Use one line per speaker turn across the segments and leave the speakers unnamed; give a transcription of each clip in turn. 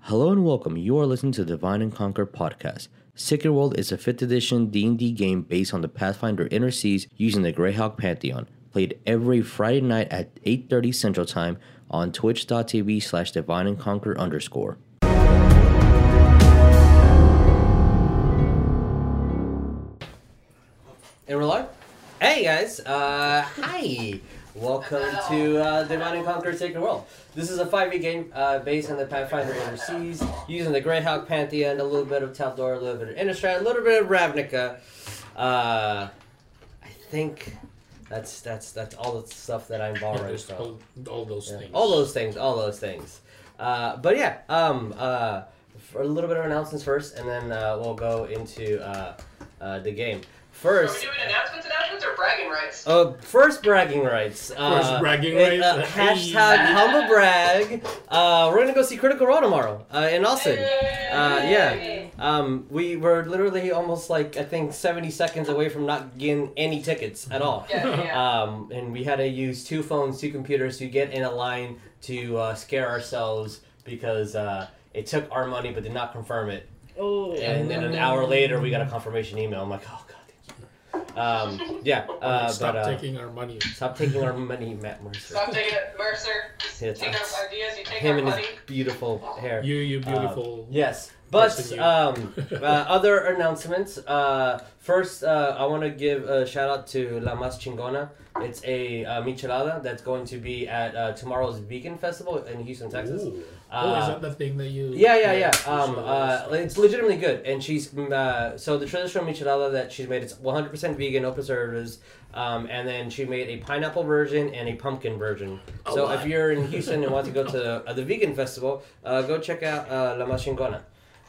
Hello and welcome. You are listening to the Divine and Conquer podcast. Secret World is a 5th edition D&D game based on the Pathfinder Inner Seas using the Greyhawk Pantheon. Played every Friday night at 8.30 Central Time on twitch.tv slash divine and conquer underscore. And we're live? Hey guys, uh, hi. Welcome to uh, Divine and Conquer Sacred World. This is a 5e game uh, based on the Pathfinder Overseas, using the Greyhawk Pantheon, a little bit of Tal'Dorei, a little bit of Innistrad, a little bit of Ravnica. Uh, I think that's that's that's all the stuff that I'm
All,
borrowing
those,
from.
all, all those
Yeah,
things.
All those things, all those things. Uh, but yeah, um, uh, for a little bit of announcements first, and then uh, we'll go into uh, uh, the game.
Are we
First,
doing announcements, announcements, or bragging rights?
uh, first bragging rights. Uh,
First bragging
it- uh,
rights.
hashtag
Hey.
humble brag. Uh, we're gonna go see Critical Role tomorrow uh, in Austin. Uh, yeah. Um, we were literally almost like I think 70 seconds away from not getting any tickets at all.
Yeah, yeah.
Um, and we had to use two phones, two computers to get in a line to uh, scare ourselves because uh, it took our money but did not confirm it.
Oh.
And then an hour later, we got a confirmation email. I'm like, oh god. Thank you. Um, yeah. Uh,
Stop
but uh,
taking our money.
stop taking our money, Matt Mercer.
Stop taking it, Mercer. Just
Yeah,
take
that's-
our ideas, you take
Him
our
and
money. Oh.
his beautiful hair.
You, you
Uh,
beautiful.
Yes, but
Person you-
um, uh, other announcements. Uh, first, uh, I want to give a shout out to La Mas Chingona. It's a uh, michelada that's going to be at uh, tomorrow's Vegan Festival in Houston, Texas.
Ooh. oh,
Uh,
is that the thing that you?
Yeah, yeah, yeah.
you
Um,
showed
uh,
us?
it's legitimately good, and she's mm, uh, so the traditional michelada that she's made. It's one hundred percent vegan, no preservatives, um, and then she made a pineapple version and a pumpkin version.
A
so
lot.
if you're in Houston and want to go to uh, the vegan festival, uh, go check out uh, La Machingona.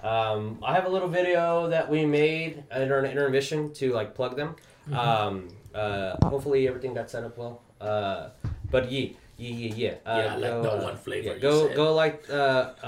Um, I have a little video that we made at our intermission to like plug them.
Mm-hmm.
Um, uh, hopefully everything got set up well. Uh, but yeah, yeah, yeah, yeah. Uh,
Yeah, I like
go,
that
uh,
one flavor
yeah,
you
go,
said.
go like uh,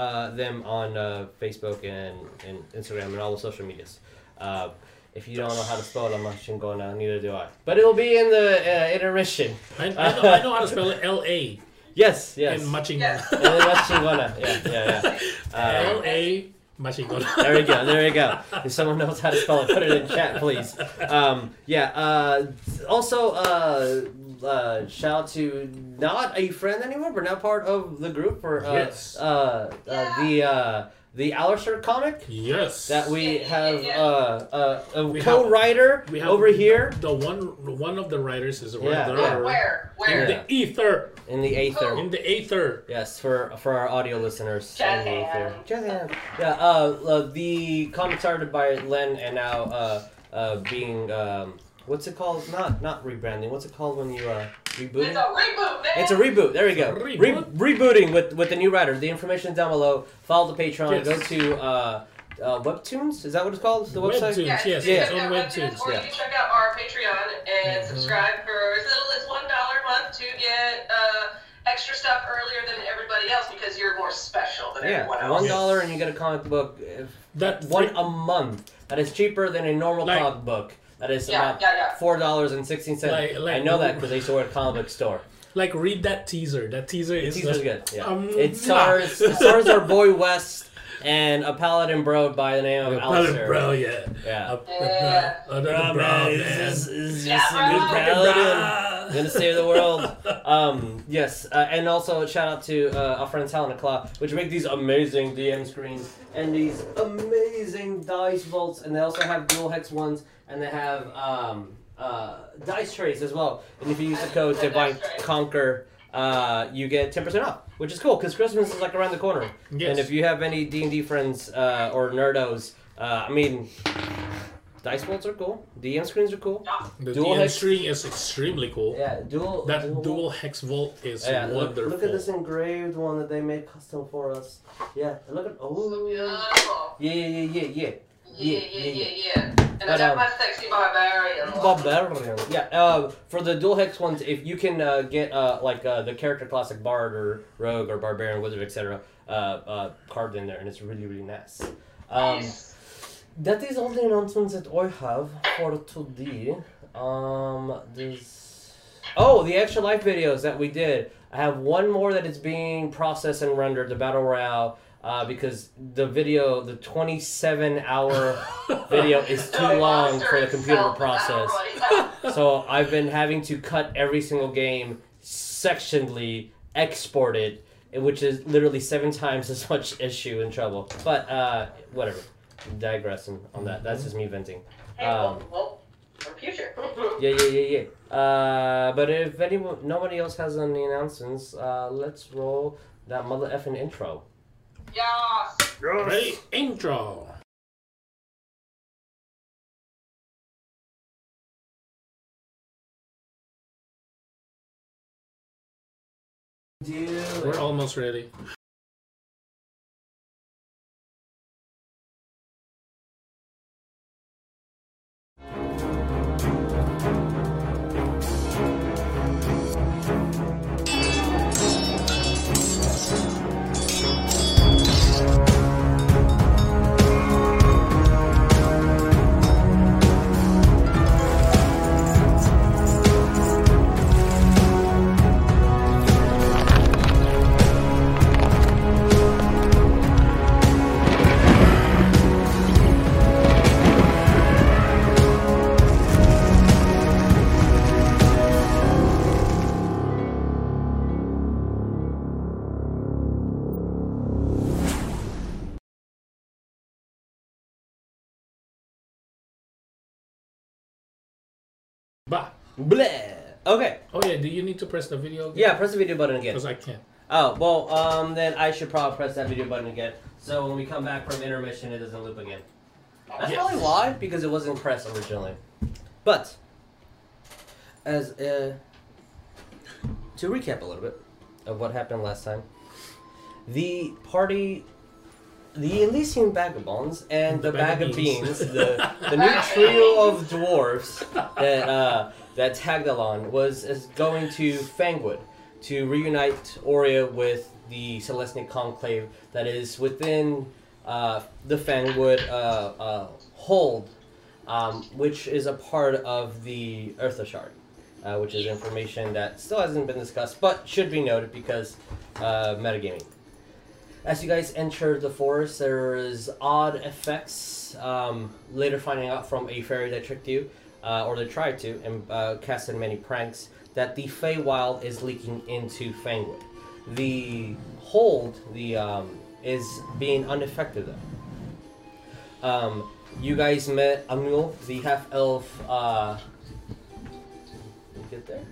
uh, them on uh, Facebook and, and Instagram and all the social medias. Uh, if you don't know how to spell La Machingona, neither do I. But it'll be in the uh, intermission.
I, I, know, I know how to spell it. L A
Yes, yes.
and matching.
Yes.
La Machingona. Yeah, yeah, yeah. Um,
L A matching.
There we go. There we go. If someone knows how to spell it, put it in chat, please. Um, yeah. Uh, also, uh, uh, shout out to not a friend anymore, but now part of the group for uh,
Yes.
uh, uh, the uh, the Alistair comic
Yes.
that we
Yeah, yeah,
have
yeah.
uh, uh, a
We have-
co-writer
we have
over here
The one one of the writers is one
Yeah.
of the
Where?
writer.
Where? Where?
In
Yeah.
the ether.
in the Aether.
In the ether.
Yes, for for our audio listeners.
Jazz
and
hands.
for- Jazz hands. Yeah, uh, uh, the comic started by Len and now uh, uh, being um, what's it called? Not not rebranding. What's it called when you uh, reboot?
It's a reboot, man!
It's a reboot. There we go. Re-
Reboot?
rebooting with with the new writer. The information's down below. Follow the Patreon.
Yes.
Go to uh, uh, Webtoons. Is that what it's called? The website.
Yes,
Webtoons. Yes.
yes,
yeah.
It's
you
on
can check out
webtoons.
Webtoons, or
yeah.
you can check out our Patreon and subscribe for as little as one dollar a month to get uh, extra stuff earlier than everybody else because you're more special than
Yeah,
everyone
one
else.
dollar and you get a comic book. uh,
That
one a month. That is cheaper than a normal
Like-
comic book. That is
Yeah,
about
yeah, yeah.
four dollars and sixteen cents.
Like- like-
I know that because I used to work at a comic book store.
Like read that teaser. That teaser is.
Teaser's
just-
good. Yeah,
Um,
it
nah.
stars it stars our boy West and a paladin bro by the name of Alistair.
Bro, yeah.
Yeah.
Up- up- up- up- up-
Is this- is
Yeah,
this a good
bro.
paladin?
up-
gonna save the world. Um, yes, uh, and also shout out to uh, our friends Helen and Claw, which make these amazing DM screens and these amazing dice vaults, and they also have dual hex ones, and they have um, uh, dice trays as well. And if you use the code
Dice
Divine
trays.
Conquer, uh, you get ten percent off, which is cool because Christmas is like around the corner.
Yes.
And if you have any D and D friends uh, or nerdos, uh, I mean, dice vaults are cool. DM screens are cool.
The
Dual
dual
hex-
hex string is extremely cool.
Yeah, dual.
That dual hex vault is
Yeah, look,
wonderful.
look at this engraved one that they made custom for us. Yeah, look at oh yeah,
Beautiful.
yeah, yeah, yeah,
Yeah,
Yeah,
yeah,
yeah,
yeah, yeah. And I
But,
got
um,
my sexy barbarian.
yeah. Barbarian. Yeah, uh, for the dual hex ones, if you can uh, get uh, like uh, the character classic bard or rogue or barbarian wizard etc. Uh, uh, carved in there, and it's really really nice. Um,
Nice.
That is all the announcements that I have for today. Um, this. Oh, the extra life videos that we did. I have one more that is being processed and rendered. The battle royale. uh, because the video, the 27 hour video, is too long for the computer to process. So I've been having to cut every single game sectionally, export it, which is literally seven times as much issue and trouble. But uh, whatever, digressing on that. That's just me venting.
Hey,
Um,
well, well, for future.
Yeah, yeah, yeah, yeah. Uh, but if anyone, nobody else has any announcements, uh, let's roll that mother effing intro.
Yas.
Ready? Intro. We're almost ready. Bah.
Bleh. Okay.
Oh yeah. Do you need to press the video? again?
Yeah, press the video button again.
Because I can't.
Oh well, um, then I should probably press that video button again. So when we come back from intermission, it doesn't loop again. That's
Yes.
probably why, because it wasn't pressed originally. But as uh, to recap a little bit of what happened last time, the party, the Elysian vagabonds, and the, bag, of beans, the, the new trio of dwarfs that uh, that tagged along was is going to Fangwood to reunite Oria with the Celestine Conclave that is within uh, the Fangwood uh, uh, hold, um, which is a part of the Eartha Shard, uh, which is information that still hasn't been discussed but should be noted because uh, metagaming. As you guys enter the forest, there is odd effects. Um, later, finding out from a fairy that tricked you, uh, or they tried to, and uh, casted many pranks, that the Feywild is leaking into Fangwood. The hold the um, is being unaffected though. Um, you guys met Amul, the half elf. Uh, we get there.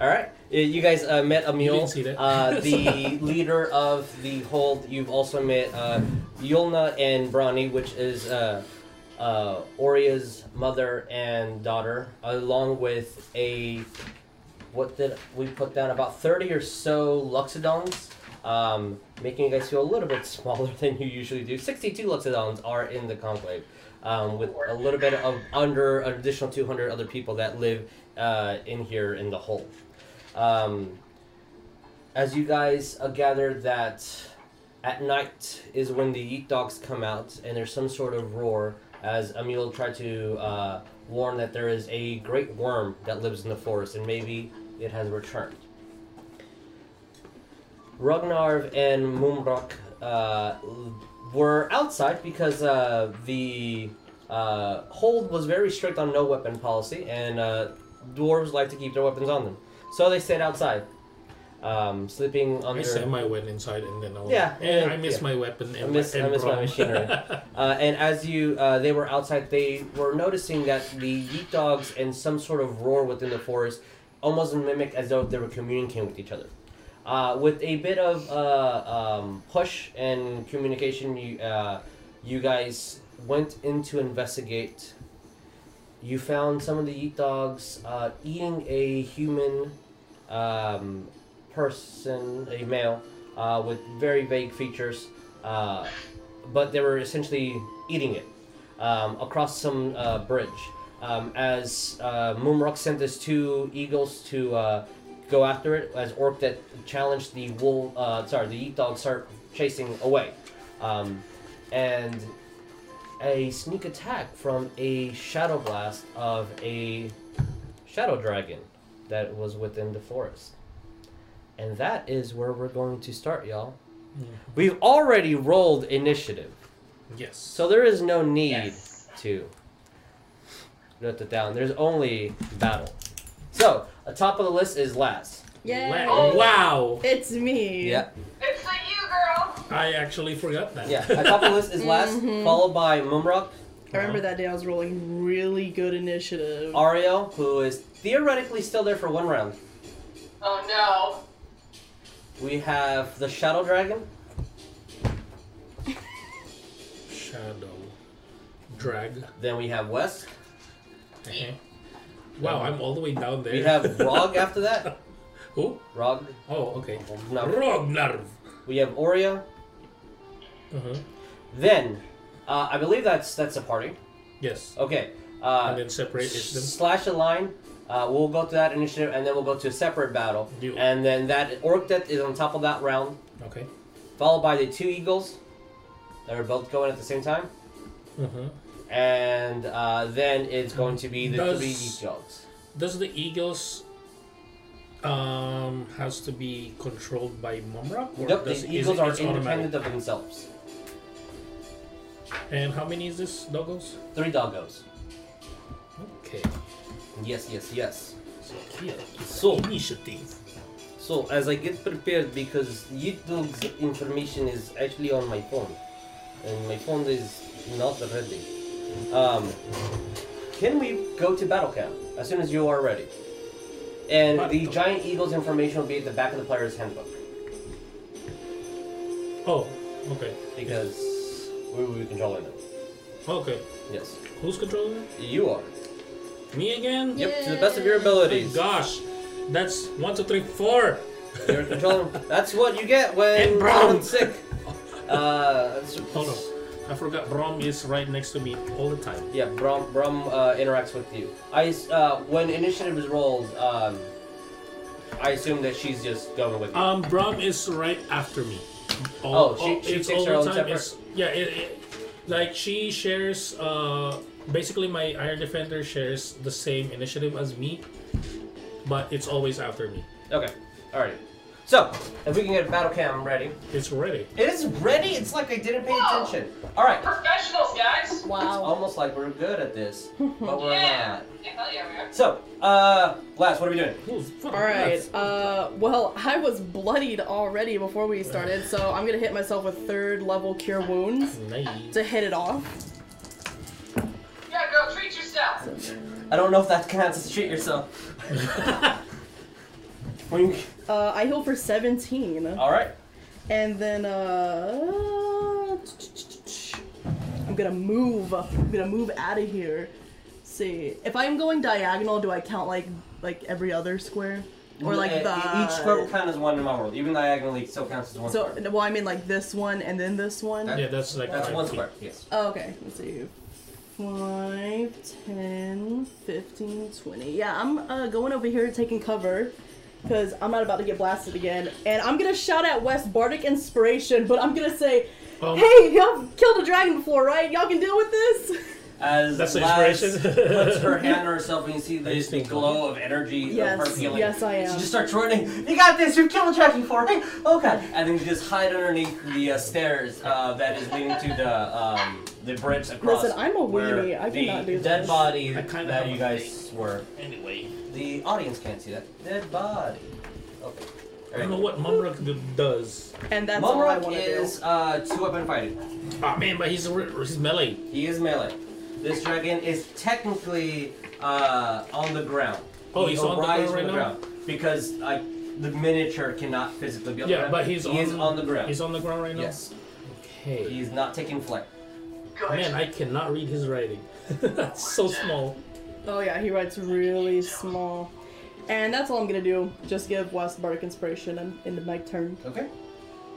All right. Yeah, You guys uh, met Amul,
You didn't see that.
Uh, the leader of the hold. You've also met uh, Yulna and Brani, which is uh, uh, Oria's mother and daughter, along with a what did we put down about 30 or so luxodons um, making you guys feel a little bit smaller than you usually do 62 luxodons are in the conclave um, with a little bit of under an additional 200 other people that live uh, in here in the hole um, as you guys uh, gather that at night is when the eat dogs come out and there's some sort of roar as Emil tried to uh, warn that there is a great worm that lives in the forest and maybe it has returned. Ragnarv and Mumrok uh, were outside because uh, the uh, hold was very strict on no weapon policy and uh, dwarves like to keep their weapons on them. So they stayed outside, um, sleeping
I
under.
semi went inside and then I was
Yeah,
like, eh,
yeah,
I miss
yeah.
my weapon. And
I miss,
my,
I
and
miss my
bra.
machinery. uh, and as you, uh, they were outside. They were noticing that the yeet dogs and some sort of roar within the forest almost mimicked as though they were communicating with each other. Uh, with a bit of uh, um, push and communication, you uh, you guys went in to investigate. You found some of the yeet dogs uh, eating a human um, person, a male, uh, with very vague features, uh, but they were essentially eating it um, across some uh, bridge. Um, as uh, Moomrock sent his two eagles to uh, go after it, as Orc that challenged the wolf, uh, sorry, the eat dog start chasing away. Um, and a sneak attack from a shadow blast of a shadow dragon that was within the forest. And that is where we're going to start, y'all. We've already rolled initiative,
Yes.
so there is no need
Yes.
to note that down. There's only battle. So, uh, top of the list is Laz.
Wow.
Yay.
wow.
It's me.
Yeah.
It's for you, girl.
I actually forgot that.
Yeah. Uh, top of the list is Laz,
Mhm.
followed by Mumrock,
I remember that day I was rolling really good initiative.
Ariel, who is theoretically still there for one round.
Oh no.
We have the Shadow Dragon.
Shadow. Drag.
Then we have West.
Okay. Wow, I'm all the way down there.
We have Rog after that.
Who?
Rog.
Oh, okay.
No.
Rognarv.
We have Oreo.
Uh-huh.
Then, uh, I believe that's that's a party.
Yes.
Okay.
and
Uh,
then separate is them.
slash a line. Uh, we'll go to that initiative, and then we'll go to a separate battle.
Deal.
And then that orc that is on top of that round,
Okay.
followed by the two eagles that are both going at the same time.
Uh-huh.
And uh, then it's going to be the
Does-
three eagles.
Does the Eagles um has to be controlled by Mumra? Or
Nope,
does
the
is
eagles
it-
are
it's automatic?
independent of themselves.
And how many is this, Doggos?
Three doggos.
Okay.
Yes, yes, yes.
So here is
So-
the initiative.
So as I get prepared because YouTube's information is actually on my phone, and my phone is not ready. Um, can we go to battle camp as soon as you are ready? And the
Battle.
giant eagles information will be at the back of the player's handbook
Oh, okay.
because we will be controlling them.
Okay.
Yes,
Who's controlling it?
you are.
Me again?
Yep, to the best of your
Oh,
abilities.
gosh. That's one, two, three, four.
You're controlling. That's what you get when
And brown.
someone's sick. Uh, that's-
Hold on. I forgot Brom is right next to me all the time.
Yeah, Brom, Brom uh, interacts with you. I s- uh, when initiative is rolled, um, I assume that she's just going with you.
Um, Brom is right after me.
Oh, she- she
it's
takes
all
her
the
own
time.
separate-
It's- yeah, it, it, like she shares. Uh, basically, my Iron Defender shares the same initiative as me, but it's always after me.
okay, alrighty. So if we can get battle cam ready,
It's ready.
it is ready. It's like I didn't pay
Whoa.
attention. All right, it's
Professionals, guys.
Wow.
almost like we're good at this, but we're
Yeah.
not.
Yeah, hell yeah, we are.
So, uh, Last, what are we doing?
All right. Uh, well, I was bloodied already before we started, so I'm gonna hit myself with third level cure wounds
Nice.
to hit it off.
Yeah, girl, treat yourself.
I don't know if that counts as treat yourself.
Uh, I heal for 17,
All right.
and then uh, I'm gonna move. I'm gonna move out of here. See, if I'm going diagonal, do I count like like every other square, or like
Uh,
the
each square counts as one in my world. Even diagonally still counts as one.
So,
square.
well, I mean like this one and then this one.
Yeah, that's like
that's
five
one
feet.
square. Yes.
Oh, okay, let's see. 5, 10, 15, 20. Yeah, I'm uh, going over here taking cover because I'm not about to get blasted again. And I'm going to shout at West Bardic Inspiration, but I'm going to say,
Um,
hey, y'all killed a dragon before, right? Y'all can deal with this?
As
That's the
Laz
inspiration.
puts her hand on herself and you see the,
I just
the
think-
glow of energy of her
Yes,
feeling.
yes, I
She
am.
just starts running. You got this. You're killing Jackie for it. Oh god! And then you just hide underneath the uh, stairs uh, that is leading to the um, the bridge across.
Listen, I'm a
where
weenie. I
the
cannot do
dead
this.
body
I kinda
that
have
you
a
guys were.
Anyway,
The audience can't see that dead body. Okay.
I don't know what Mumrock do- does.
And that's all I
Mumrock
want to do.
is uh, two weapon fighting.
Ah man, but he's re- he's melee.
He is melee. This dragon is technically uh, on the ground.
Oh,
He
he's on the
arises
ground
from
right
the
now?
ground because like the miniature cannot physically be on
Yeah,
the ground.
but he's
he
on,
is on the ground.
He's on the ground right now.
yes,
Okay.
he's not taking flight.
Good.
Man, I cannot read his writing. That's so small.
Oh, yeah, he writes really small. And that's all I'm going to do. Just give West Bardic Inspiration and end of my turn.
Okay,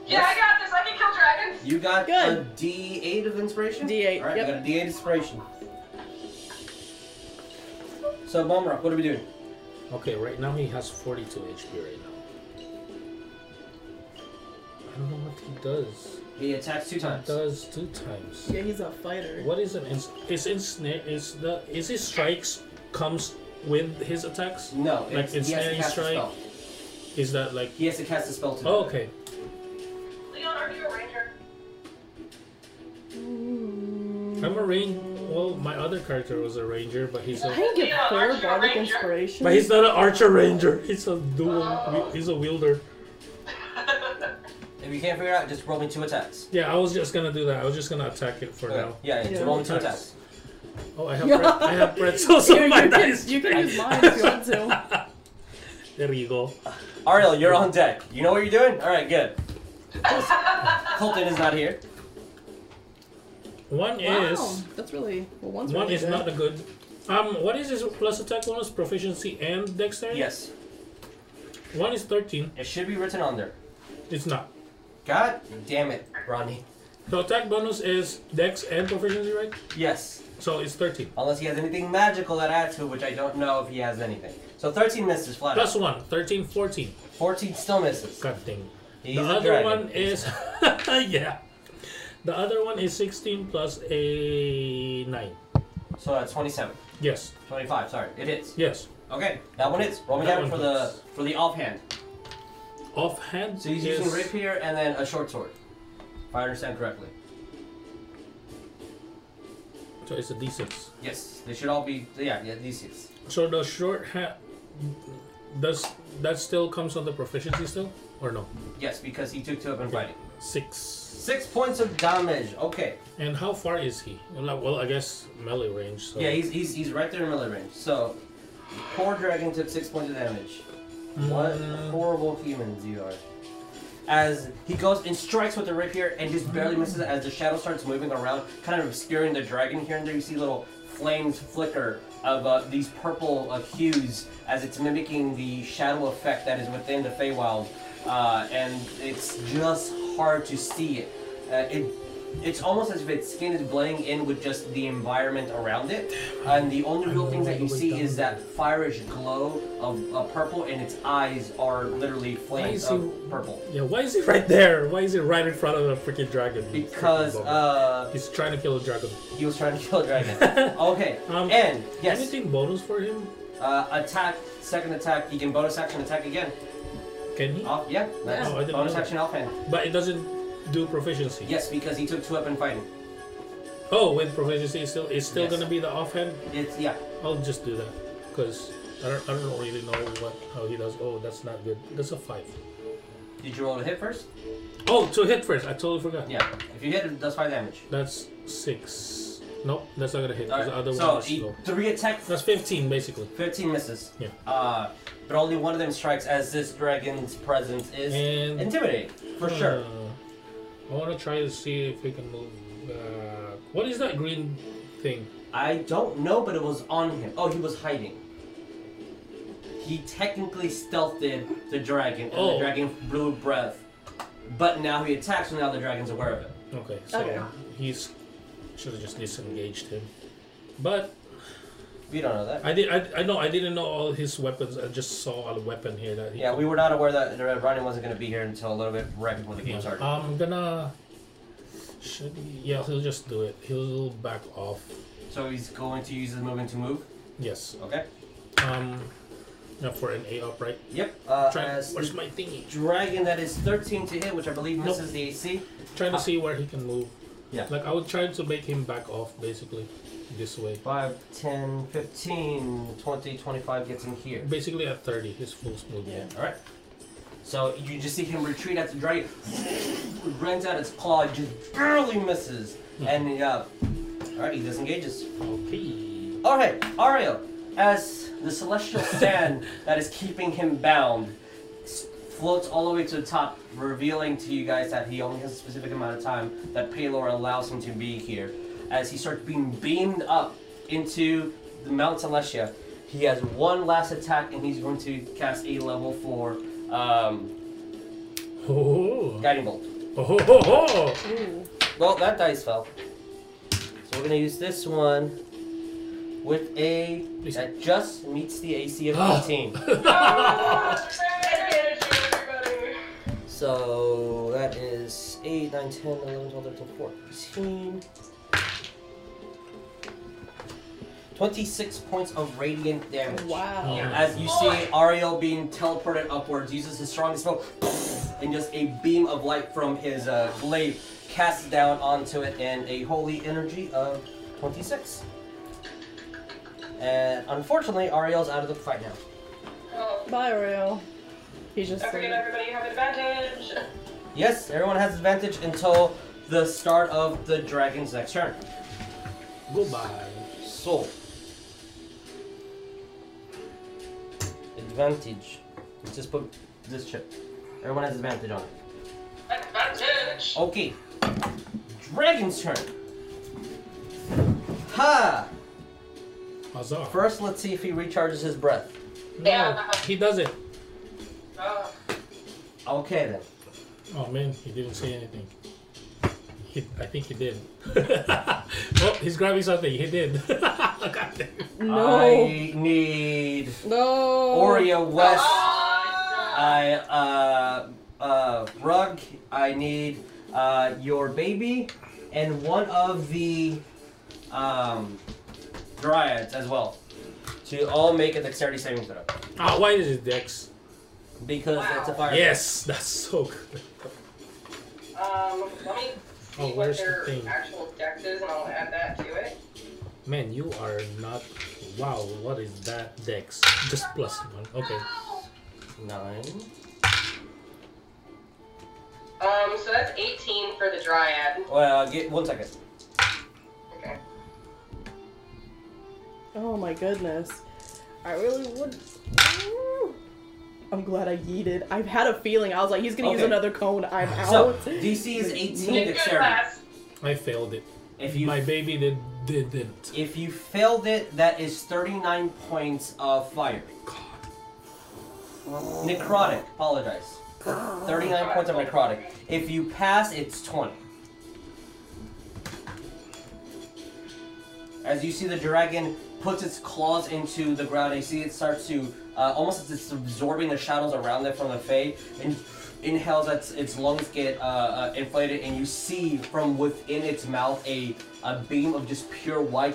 yeah, I got this. I can kill dragons.
you got a
Good.
D8 of inspiration.
D8,
All right,
yep.
you got a D8 inspiration. So Bomrock, what are we doing?
Okay, right now he has 42 HP right now. I don't know what he does.
He attacks two
He
times.
does two times.
Yeah, he's a fighter.
What is an ins- is ensnare is the is his strikes comes with his attacks?
No,
Like
it's, he has to
ensnaring
cast a
strike?
spell.
Is that like
He has to cast a spell to. do
Oh
it.
okay.
Leona, aren't you a ranger?
I'm a ranger. Well, my other character was a ranger, but he's
I
a
can give
Yeah,
Claire
aren't you a
bardic
ranger?
inspiration.
but he's not an archer ranger. He's a dual. He's a wielder.
If you can't figure it out, just roll me two attacks.
Yeah, I was just gonna do that. I was just gonna attack it for
Okay.
now.
Yeah, yeah,
Yeah.
just roll me two attacks.
Oh, I have pre- I have pretzels
you,
on my
you, can,
dice.
you can use mine if you want to.
There you go.
Ariel, you're on deck. You know what you're doing? Alright, good. Colton is not here.
One
Wow,
is
that's really well. One's
one
really
is
good.
not a good. Um, what is his plus attack bonus? Proficiency and dexterity.
Yes.
One is thirteen.
It should be written on there.
It's not.
God damn it, Ronnie.
The attack bonus is dex and proficiency, right?
Yes.
So it's thirteen.
Unless he has anything magical that adds to it, which I don't know if he has anything. So 13 misses flat out.
Plus one. 13, 14.
14 still misses.
God dang.
He's
the
a
other
dragon.
one is yeah. The other one is 16 plus a 9.
So that's 27.
Yes.
25, sorry. It hits.
Yes.
Okay, that one hits. Roll me
That
down
one
for the
hits.
for the offhand.
Offhand
So he's
is
using rapier and then a short sword. If I understand correctly.
so it's a d6.
Yes, they should all be. Yeah, yeah, these hits.
So the short hand does that still comes on the proficiency still or no?
Yes, because he took two up in fighting.
6.
Six points of damage. Okay.
And how far is he? Well, like- Well, I guess melee range. So.
Yeah, he's, he's, he's right there in melee range. So, poor dragon took six points of damage. What horrible humans you are. As he goes and strikes with the rapier and just barely misses it as the shadow starts moving around, kind of obscuring the dragon here and there. You see little flames flicker of uh, these purple uh, hues as it's mimicking the shadow effect that is within the Feywild, uh, and it's just hard to see it. Uh, it it's almost as if its skin is blending in with just the environment around it, and the only real thing that you see is that fireish glow of uh, purple, and its eyes are literally flames
is he-
of purple.
Yeah, why is he right there? Why is he right in front of the freaking dragon? He's freaking
Because
bummed.
uh,
he's trying to kill a dragon.
he was trying to kill a dragon. okay,
Um,
and yes,
Anything bonus for him?
uh, attack, second attack, he can bonus action attack again.
Can he?
Off, yeah, that's
Oh, I didn't
bonus
know that.
action offhand.
But it doesn't do proficiency.
Yes, because he took two up in fighting.
Oh, with proficiency, it's still it's still
Yes.
gonna be the offhand.
It's yeah.
I'll just do that because I don't, I don't really know what how he does. Oh, that's not good. That's a five.
Did you roll to hit first?
Oh, to hit first. I totally forgot.
Yeah. If you hit, it does five damage.
That's six. Nope, that's not gonna hit. 'cause
Alright,
The other
so
one is
he-
slow.
three attacks
That's fifteen basically.
15 misses.
Yeah.
Uh, but only one of them strikes as this dragon's presence is
And-
intimidating, for sure.
Uh, I want to try to see if we can move. Uh, what is that green thing?
I don't know, but it was on him. Oh, he was hiding. He technically stealthed the dragon, and the
Oh.
dragon blew breath. But now he attacks, and now the dragon's aware of it.
Okay, so
Okay.
he's should have just disengaged him. But
We don't know that.
I did. I, I know. I didn't know all his weapons. I just saw a weapon here that. He
Yeah, we were not aware that Ronnie wasn't going to be here until a little bit right before the game started.
I'm gonna. Should he, yeah, he'll just do it. He'll back off.
So he's going to use his movement to move.
Yes.
Okay.
Um, yeah, for an eight up, right?
Yep. Uh,
Try,
as
where's
the
my thingy?
dragon that is 13 to hit, which I believe
Nope.
misses the AC.
Trying to see where he can move.
Uh, Yeah.
Like I would try to make him back off, basically, this way.
5, 10, 15, 20, 25 gets in here.
Basically at thirty, his full movement.
Alright. So you just see him retreat at the dragon, runs out its claw, just barely misses. And uh, alright, he disengages.
Okay.
Alright, Ariel, as the celestial sand that is keeping him bound s- floats all the way to the top, revealing to you guys that he only has a specific amount of time that Paylor allows him to be here. As he starts being beamed up into the Mount Celestia, he has one last attack and he's going to cast a level 4 um,
Oh.
Guiding Bolt.
Oh, ho, ho, ho.
Ooh.
Well, that dice fell. So we're gonna use this one with a
Please.
that just meets the AC of
Ah.
18.
Oh, energy, everybody.
so that is 8, 9, 10, 11, 12, 13, 14. 26 points of radiant damage.
Wow.
Yeah.
As you see Ariel being teleported upwards, uses his strongest spell and just a beam of light from his uh, blade casts down onto it, and a holy energy of 26. And unfortunately, Ariel's out of the fight now.
Oh,
Bye, Oreo. He's just.
I forget
like-
everybody have advantage.
Yes, everyone has advantage until the start of the dragon's next turn.
Goodbye.
So, advantage. Let's just put this chip. Everyone has advantage on it.
Advantage.
Okay. Dragon's turn. Ha!
Huzzah.
First, let's see if he recharges his breath.
No, he doesn't.
Oh.
Okay then.
Oh man, he didn't say anything. He, I think he did. oh, he's grabbing something. He did. God damn.
No.
I need
No.
Oreo West.
Oh. Ah!
I uh uh rug. I need uh your baby and one of the um dryads as well to all make a dexterity saving throw
Ah, why is it Dex?
because that's a fire.
Yes, that's so good.
Um, let me see
Oh,
what
where's the
their
thing?
actual dex is, and I'll add that to it.
Man, you are not. Wow, what is that Dex? Just plus one. Okay.
Nine.
Um, so that's 18 for the dryad.
Well, get one second.
Okay.
Oh my goodness. I really would. I'm glad I yeeted. I've had a feeling. I was like, he's gonna use
Okay.
another cone. I'm out.
So DC is 18
Good
dexterity.
class.
I failed it.
If you
My baby did didn't.
if you failed it, that is 39 points of fire. Necrotic. Apologize. 39 points of necrotic. If you pass, it's 20. As you see, the dragon puts its claws into the ground. You see it starts to, uh, almost as it's absorbing the shadows around it from the fade, and inhales. Its its lungs get uh, uh, inflated, and you see from within its mouth a a beam of just pure white.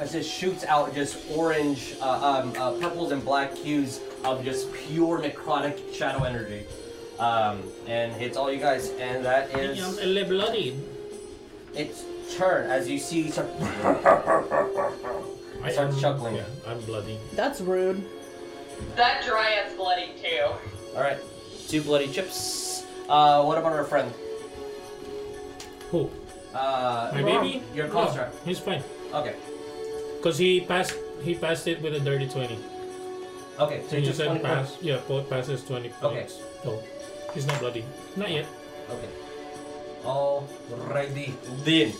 As it shoots out just orange, uh, um, uh, purples, and black hues of just pure necrotic shadow energy, um, and hits all you guys. And that is
I'm a little bloody.
its turn as you see some
I
Start
am-
chuckling.
Yeah, I'm bloody.
That's rude.
That dryad's bloody too.
all right two bloody chips uh what about our friend
Who?
uh
My
Ron,
baby?
your
No,
construct
he's fine.
okay
Cause he passed. He passed it with a dirty twenty.
okay so
You
you just
said
20
pass.
points.
Yeah, both passes twenty
Okay.
points. No, he's not bloody. Not yet.
okay all righty then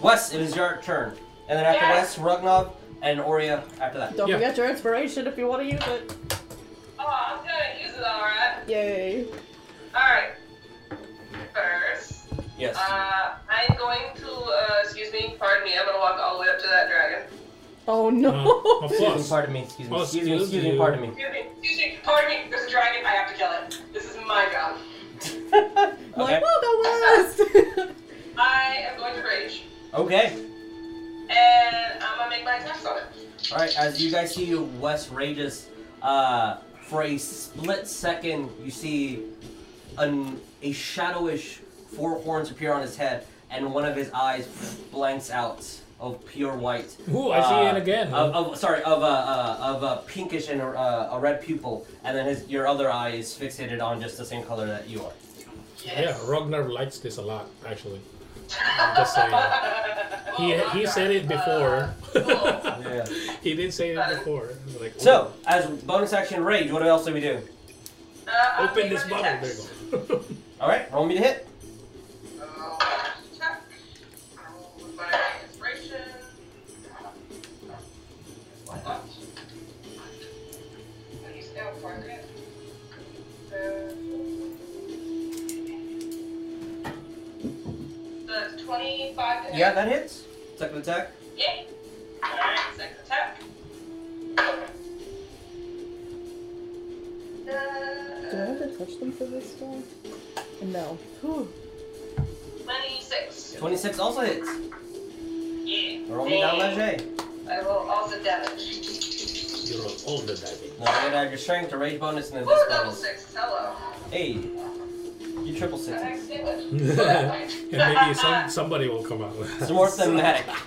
wes it is your turn and then after wes
Yes.
rugnov and oria after that
Don't
Yeah.
forget your inspiration if you want to use it.
Oh, I'm gonna use it alright.
Yay.
Alright. First,
yes
uh, I'm going to, uh, excuse me, pardon me, I'm gonna walk all the way up to that dragon.
Oh no.
No, of
excuse me
course.
pardon me excuse me
Oh,
excuse me
excuse
excuse me
you.
pardon me
Excuse me, excuse me, pardon me, there's a dragon, I have to kill it. This is my job.
okay
Like, oh, go west.
I am going to rage,
okay
and I'm gonna make my attacks on it.
All right, as you guys see Wes rages, uh, for a split second, you see an, a shadowish four horns appear on his head, and one of his eyes blanks out of pure white.
Ooh, I see it again.
Of, of- sorry, of a uh, of a pinkish and uh, a red pupil, and then his your other eye is fixated on just the same color that you are.
Yeah, Ragnar likes this a lot, actually. Just saying. He, he said it before.
Yeah.
he did say it before. Like,
So, as bonus action rage, what else do we do?
Uh, I'm
open
making
this
my
bottle. There
attacks.
you go.
All right, roll me to hit.
That's 25 to hit.
Yeah, that hits. Second attack.
Yay! Alright, second attack.
Do I
Uh,
have to touch them for this one? No. Whew.
26.
Twenty six also hits.
Yeah.
Roll me eh? down,
Dang.
Leger.
I will also damage.
You roll all the damage.
No, and add your strength, a rage bonus, and then
Ooh,
this
double
bonus.
six. Hello.
Hey, you triple
An egg
sixes.
sandwich.
and maybe some somebody will come out with
It's more thematic.
Oh,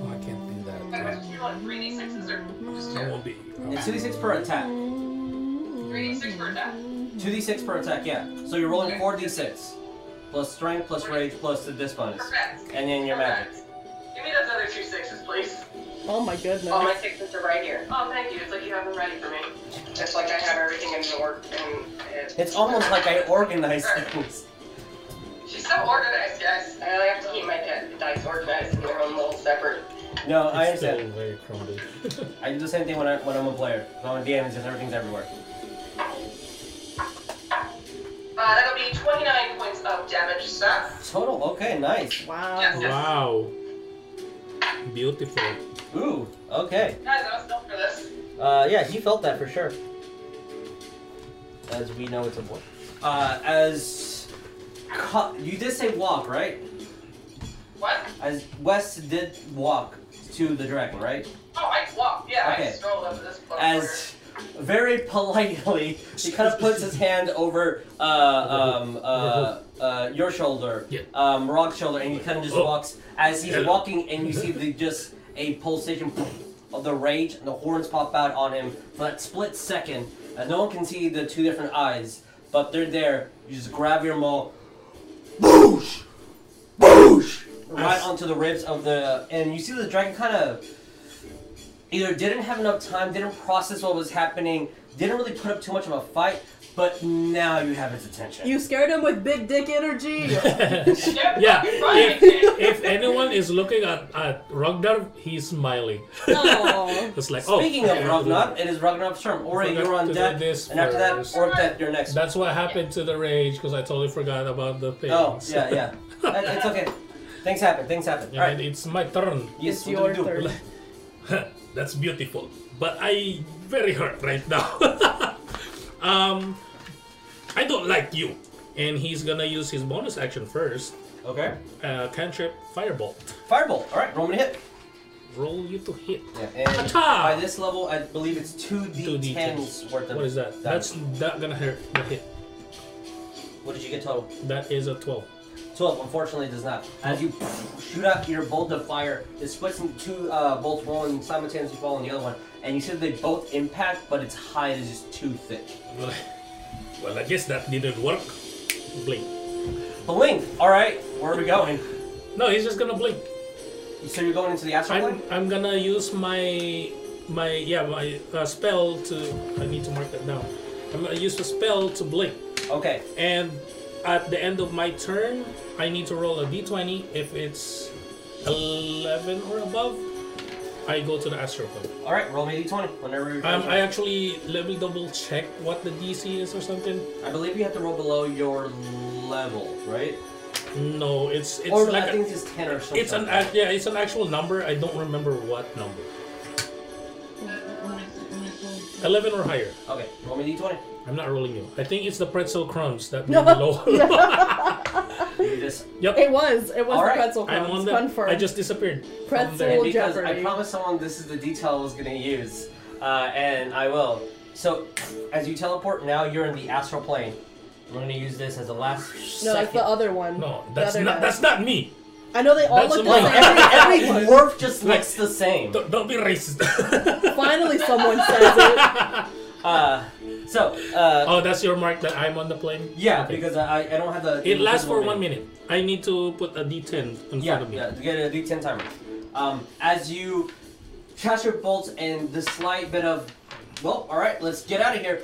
I can't do
Wait,
that.
what, do you want three d sixes or just
I
two?
won't be.
It's 2d6 per attack.
Three d six for attack.
2d6 per attack, yeah. So you're rolling 4d6. Plus strength, plus rage, plus the this bonus.
Correct.
And then your magic.
Correct. Give me those other two sixes, please.
Oh my goodness.
All my sixes are right here. Oh, thank you. It's like you have them ready for me. It's like I have everything in the order.
It's almost like I organize things.
She's so organized, guys. I have to keep my di- dice organized in their own little separate.
No, I
It's still
understand.
very crumbly.
I do the same thing when, I, when I'm a player. When I'm a DM, it's just everything's everywhere.
Uh, that'll be 29 points of damage, sir.
Total, okay, nice.
Wow.
Yes.
wow. Beautiful.
Ooh, okay.
Guys, I was built for this.
Uh, yeah, he felt that for sure. As we know, it's a boy. Uh, as cu- you did say walk, right?
What?
As West did walk to the dragon, right?
Oh, I walked. Yeah,
Okay.
I strolled over this floor.
As very politely, he kind of puts his hand over uh, um, uh, uh, your shoulder,
Yeah.
um, Rock's shoulder, and he kind of just
Oh.
walks. As he's
Yeah.
walking, and you see the just a pulsation of the rage, and the horns pop out on him for that split second. And no one can see the two different eyes, but they're there. You just grab your maul, boosh, boosh, right
As-
onto the ribs of the, and you see the dragon kind of either didn't have enough time, didn't process what was happening, didn't really put up too much of a fight, but now you have its attention.
You scared him with big dick energy.
Yep,
yeah,
Right.
if, if anyone is looking at, at Ragnar, he's smiling.
Aw.
It's like, oh.
Speaking
yeah,
of Ragnar, it is Ragnar's turn. Ori,
Forgot
you're on
to do
deck,
this
and after that,
first.
Orpeth, you're next.
That's what happened to the rage because I totally forgot about the thing.
oh, yeah, yeah. That- it's okay. Things happen, things happen.
And
All right.
it's my turn.
Yes,
It's
what do we
your
do?
turn.
That's beautiful. But I very hurt right now. um I don't like you. And he's gonna use his bonus action first.
Okay.
Uh cantrip firebolt.
Firebolt. All right, roll me to hit.
Roll you to hit.
Yeah, and
Acha!
by this level, I believe it's
2d10s.
2d10s worth of
What is that?
damage.
That's that gonna hurt the hit.
What did you get total?
That is a twelve.
12 unfortunately does not. As you shoot out your bolt of fire, it splits into two uh, bolts, one simultaneously fall on the other one, and you see that they both impact, but its hide is just too thick.
Well, well I guess that didn't work. Blink.
Blink! Alright, where are we going?
No, he's just gonna blink.
So you're going into the astral
I'm,
plane?
I'm gonna use my my yeah my uh, spell to I need to mark that down. I'm gonna use a spell to blink,
Okay.
and at the end of my turn, I need to roll a d20. If it's 11 or above, I go to the astral plane.
Alright, roll me a d20 whenever you're
Um, I actually let me double check what the DC is or something.
I believe you have to roll below your level, right?
No, it's it's
or
like
I
a-
think it's 10 or something.
it's an act- yeah it's an actual number. I don't remember what number. 11 or higher.
Okay, roll me a d20.
I'm not rolling you. I think it's the pretzel crumbs that
No.
no. below.
You just
It was. It was
All right.
the pretzel
I'm
crumbs.
on the.
Confirmed.
I just disappeared. from
Pretzel.
there.
And
Full
because I
Jeopardy.
promised someone this is the detail I was gonna use, uh, and I will. So, as you teleport, now you're in the astral plane. We're gonna use this as the last
No, that's
second.
the other one.
No,
The
that's
other
not.
guy.
That's not me.
I know they all
that's
look
a
the
mine.
every
same.
every
Everyone-
dwarf just looks the same.
Don't, don't be racist.
Finally, someone says it.
Uh, so, uh,
oh, that's your mark that I'm on the plane.
yeah,
Okay.
because I I don't have the.
it lasts for
invisible
one minute. I need to put a D10 in
Yeah,
front of me.
yeah, to get a D10 timer. Um, as you cast your bolts and the slight bit of, well, all right, let's get out of here,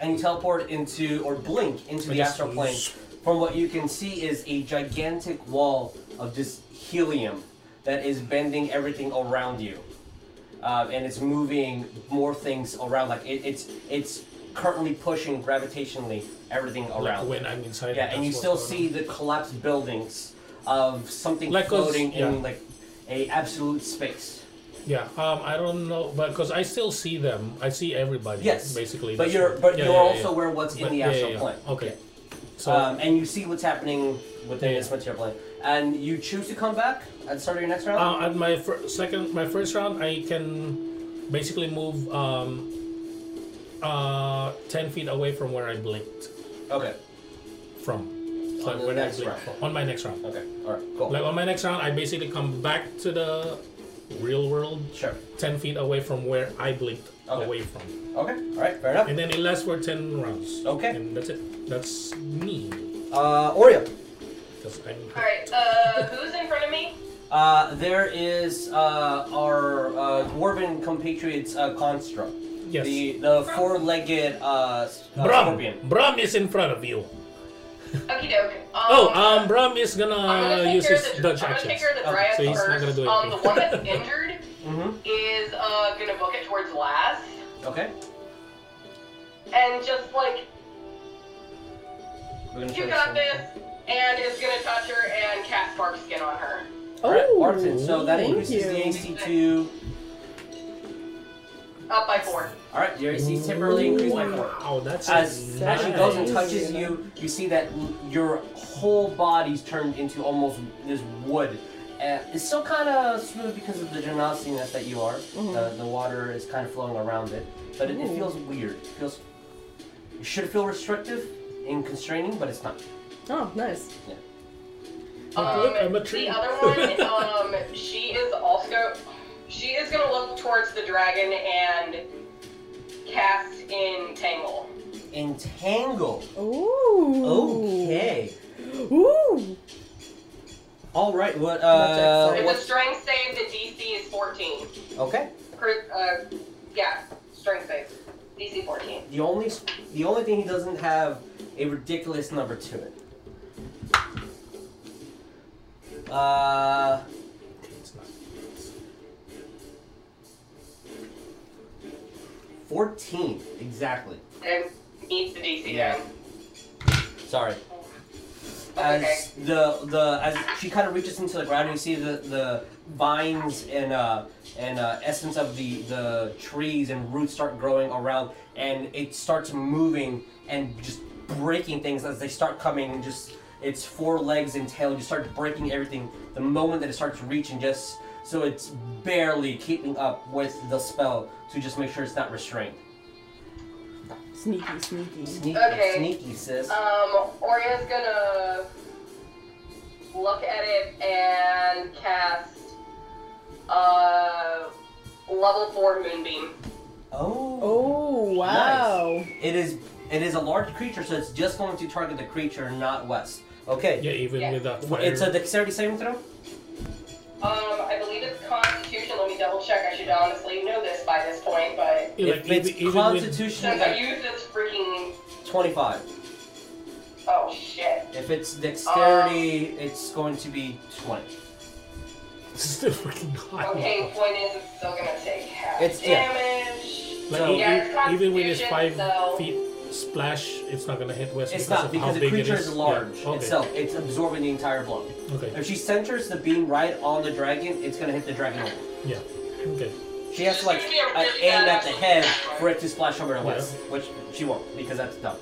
and you teleport into or blink into
I
the
just-
astral plane. From what you can see is a gigantic wall of just helium that is bending everything around you, um, and it's moving more things around. Like it, it's it's currently pushing gravitationally everything
Like
around.
when I'm inside.
Yeah, and
that's
you
what's
still
going
see the collapsed buildings of something
Like us,
floating
yeah.
in like a absolute space.
on. Yeah. Um. I don't know, but because I still see them, I see everybody.
Yes,
Basically.
but
that's
you're
what-
but
yeah,
you're
yeah,
also
yeah.
aware what's in
But-
the Um,
yeah,
astral
yeah, yeah.
plane.
Okay. So
Um, and you see what's happening within
Yeah.
this material plane. and you choose to come back at the start of your next round.
Uh, at my fir- second, my first round, I can basically move um, uh, ten feet away from where I blinked
okay.
from. So
On the
when I
next
blinked
round.
from- on my next round.
Okay. All right. Cool.
Like on my next round, I basically come back to the real world,
Sure.
ten feet away from where I blinked
Okay.
away from,
Okay. All right. Fair enough.
and then it lasts for ten rounds.
Okay.
And that's it. That's me.
Uh, Oreo.
Because I'm.
Alright, uh, who's in front of me?
Uh, there is uh, our uh, dwarven compatriots uh, construct.
Yes.
The the four-legged uh, s- uh,
Bram.
scorpion.
Bram is in front of you.
Okie dokie. Um,
Oh, um, uh, Bram is
I'm gonna
gonna
take
use
care
his
of the,
Dutch
I'm gonna
action.
take care of the
Okay,
dryad
so he's not
first.
gonna do
um, the
anything.
one that's injured
Mm-hmm.
is uh, gonna book it towards last,
Okay.
and just like
We're gonna
you
try
got
some-
this, and is gonna touch her and cast bark skin on her.
All right,
Oh,
Barton. So that
thank
increases
you.
the AC to.
Up by four.
All right, your AC is temporarily increased by four.
Wow, that's
As
nice.
as she goes and touches you, you see that l- your whole body's turned into almost this wood. Uh, it's still kind of smooth because of the genosiness that you are. The, the water is kind of flowing around it, but it, it
Mm-hmm. Ooh.
feels weird. It feels it should feel restrictive and constraining, but it's not.
Oh, nice.
Yeah.
Um,
I'm a tree.
the other one, um, she is also she is gonna look towards the dragon and cast entangle.
Entangle.
Ooh.
Okay.
Ooh.
All right. What?
Not
Uh,
that
It's a
what
strength save. The DC is fourteen.
okay.
Crit- Uh, yeah, strength save. DC fourteen.
The only the only thing he doesn't have a ridiculous number to it. Uh,
It's not.
14 exactly.
And meets the DC.
Yeah. Sorry.
That's okay.
As the the as she kind of reaches into the ground, and you see the the vines and uh and uh, essence of the the trees and roots start growing around, and it starts moving and just breaking things as they start coming and just its four legs and tail just start breaking everything the moment that it starts reaching just so it's barely keeping up with the spell to just make sure it's not restrained.
Sneaky, sneaky.
Sneaky,
Okay.
sneaky sis.
Um, Oria's gonna look at it and cast uh level four moonbeam.
oh.
Oh, wow.
It is it is a large creature, so it's just going to target the creature, not West. Okay.
Yeah, even
Yeah.
with that
Wh-
fire.
It's a dexterity saving throw.
Um, I believe it's Constitution. Let me double check. I should honestly know this by this point, but
Yeah,
if
like,
it's
even- even with-
Constitution,
since I
it's
use this freaking
twenty-five.
oh shit.
If it's dexterity, it's going to be twenty.
It's still freaking high.
Okay, point is it's still gonna take half
It's- yeah.
damage.
Like,
So-
e- e-
Yeah, it's
even with his
Constitution,
five
so-
feet splash, it's not gonna hit West
It's
because
not
of how
because the
big
creature
it
is
is.
large
yeah. okay.
itself. It's absorbing the entire blow.
Okay.
If she centers the beam right on the dragon, it's gonna hit the dragon. Only.
Yeah. Okay.
She has to like uh, aim at the head for it to splash over to West, which she won't because that's dumb.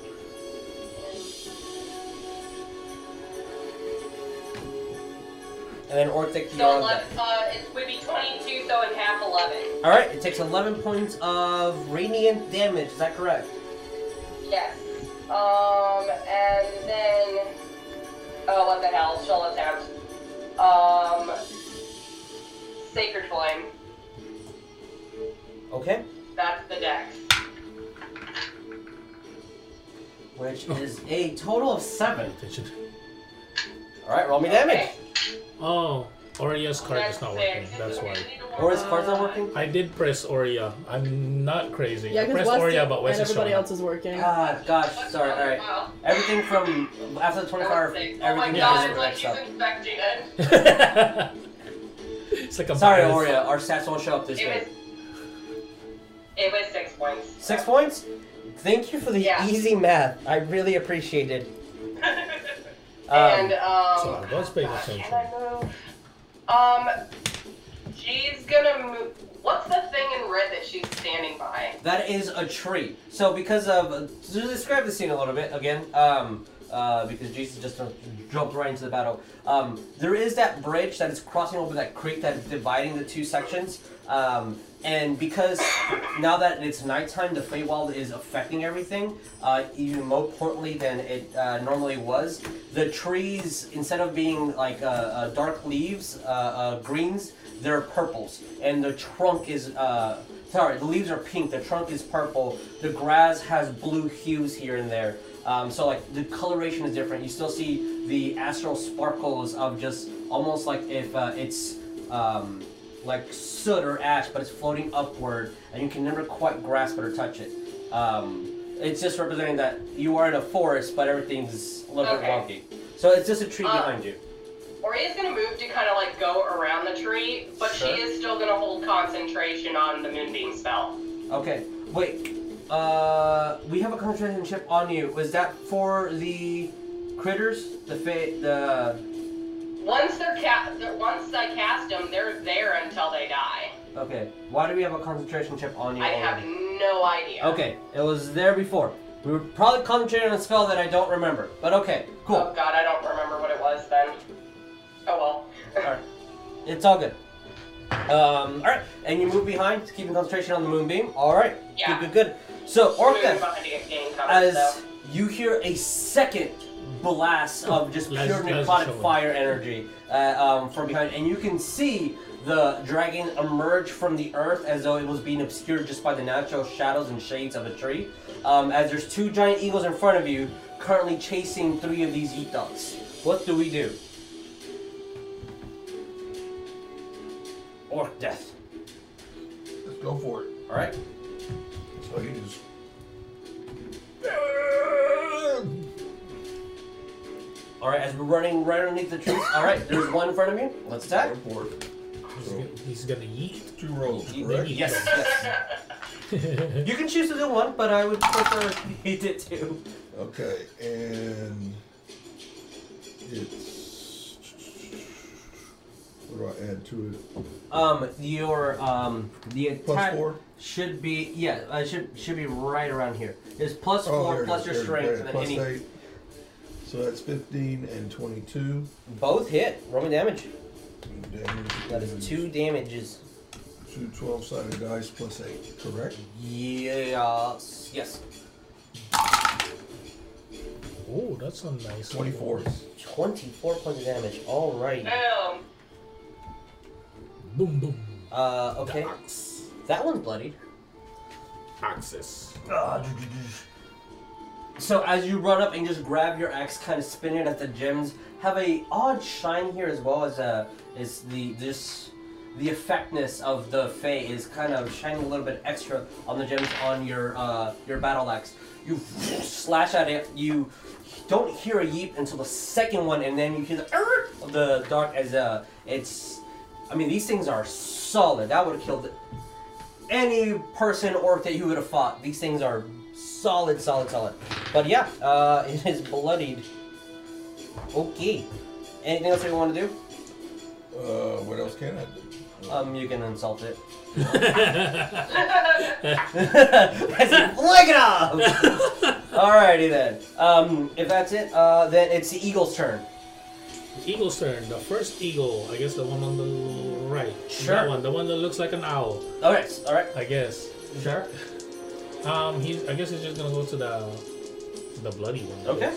And then Orthic, you're
So
on
eleven,
deck.
uh, it would be twenty-two, so in half eleven.
All right, it takes 11 points of radiant damage. Is that correct?
Yes. Um, and then oh, what the hell? She'll attempt. Um, sacred flame.
Okay.
That's the dex.
Which is a total of seven.
Attention.
All right, roll me damage.
Oh, Oria's card
That's
is not working.
six.
That's why.
Or is cards not
Uh,
working?
I did press Oria. I'm not crazy.
Yeah,
I
because
pressed
West
Oria, but West
and
is
everybody
showing up.
else is working.
Ah, gosh, sorry. All right.
Wow.
Everything from after the 24 hour,
Six.
everything
Oh my
goes
god,
to
it's
the
like
next
she's
up.
infecting it.
it's like a
Sorry,
virus.
Oria, our stats won't show up this
It
way.
was, it was six points.
Six points? Thank you for the
Yeah.
easy math. I really appreciate it.
and
Um,
um,
So I was paying
gosh,
attention.
can I move? Um, she's gonna move. What's the thing in red that she's standing by?
That is a tree. So because of to describe the scene a little bit again, um, uh, because Jesus just jumped right into the battle. Um, there is that bridge that is crossing over that creek that's dividing the two sections. Um, and because now that it's nighttime, the Feywild is affecting everything, uh, even more importantly than it uh, normally was. The trees, instead of being like uh, uh, dark leaves, uh, uh, greens, they're purples. And the trunk is, uh, sorry, the leaves are pink, the trunk is purple, the grass has blue hues here and there. Um, so like the coloration is different. You still see the astral sparkles of just almost like if uh, it's um, like soot or ash, but it's floating upward, and you can never quite grasp it or touch it. Um, it's just representing that you are in a forest, but everything's a little
Okay.
bit wonky. So it's just a tree
Uh,
behind you.
Oria's gonna move to kind of like go around the tree, but
Sure.
she is still gonna hold concentration on the moonbeam spell.
Okay, wait. Uh, we have a concentration chip on you. Was that for the critters? The fa- the
Once they're ca- they're- once I cast them, they're there until they die.
okay. Why do we have a concentration chip on you?
I have
already?
no idea.
Okay, it was there before. We were probably concentrating on a spell that I don't remember, but okay, cool.
Oh god, I don't remember what it was then. Oh well.
Alright. It's all good. Um, alright, and you move behind, keeping concentration on the moonbeam. Alright.
Yeah.
Good, good, good. So,
Moving
Orca,
behind to gain cover,
as
so.
you hear a second blast of just
Let's-
pure
let's
necrotic
show it.
fire energy uh, um, from behind, and you can see the dragon emerge from the earth as though it was being obscured just by the natural shadows and shades of a tree. Um, as there's two giant eagles in front of you, currently chasing three of these eagles. What do we do? Orc death.
Let's go for it.
All right.
So he just.
All right. As we're running right underneath the trees. All right. There's one in front of you. Let's attack.
Go for it.
He's
So,
gonna, he's gonna yeet.
two rolls,
You-
correct?
Yes. yes. you can choose to do one, but I would prefer he did two.
Okay, and it's. What do I add to it?
Um, your um the attack
Plus four?
should be yeah uh, should should be right around here. It's plus
Oh,
four
there it
plus
is,
your
there it is,
strength
there it
and then
is, plus
any
eight. So that's 15 and 22.
both hit. Roll me damage.
Damage
That is two damages.
Two 12 sided dice plus 8, correct?
Yes. Yes.
Oh, that's a nice
24.
Twenty-four points of damage. All right.
Boom.
one. Boom, boom.
Uh,
The
okay.
axe.
That one's bloodied.
Axis.
Ah, So as you run up and just grab your axe, kind of spin it at the gems, have a odd shine here as well as uh is the this the effectness of the fey is kind of shining a little bit extra on the gems on your uh your battle axe. You slash at it. You don't hear a yeep until the second one, and then you hear the "Arr!" of the dark as uh it's. I mean these things are solid. That would have killed it any person orc that you would have fought. These things are solid, solid, solid. But yeah, uh, it is bloodied. Okay. Anything else you want to do?
Uh, what else can I do?
Um, you can insult it. I said, "Flag it off!" Alrighty then. Um, if that's it, uh, then it's the eagle's turn.
Eagle's turn. The first eagle. I guess the one on the right.
Sure.
That one. The one that looks like an owl.
Alright, alright.
I guess.
Sure.
Um, he's. I guess he's just gonna go to the, the bloody one.
Okay.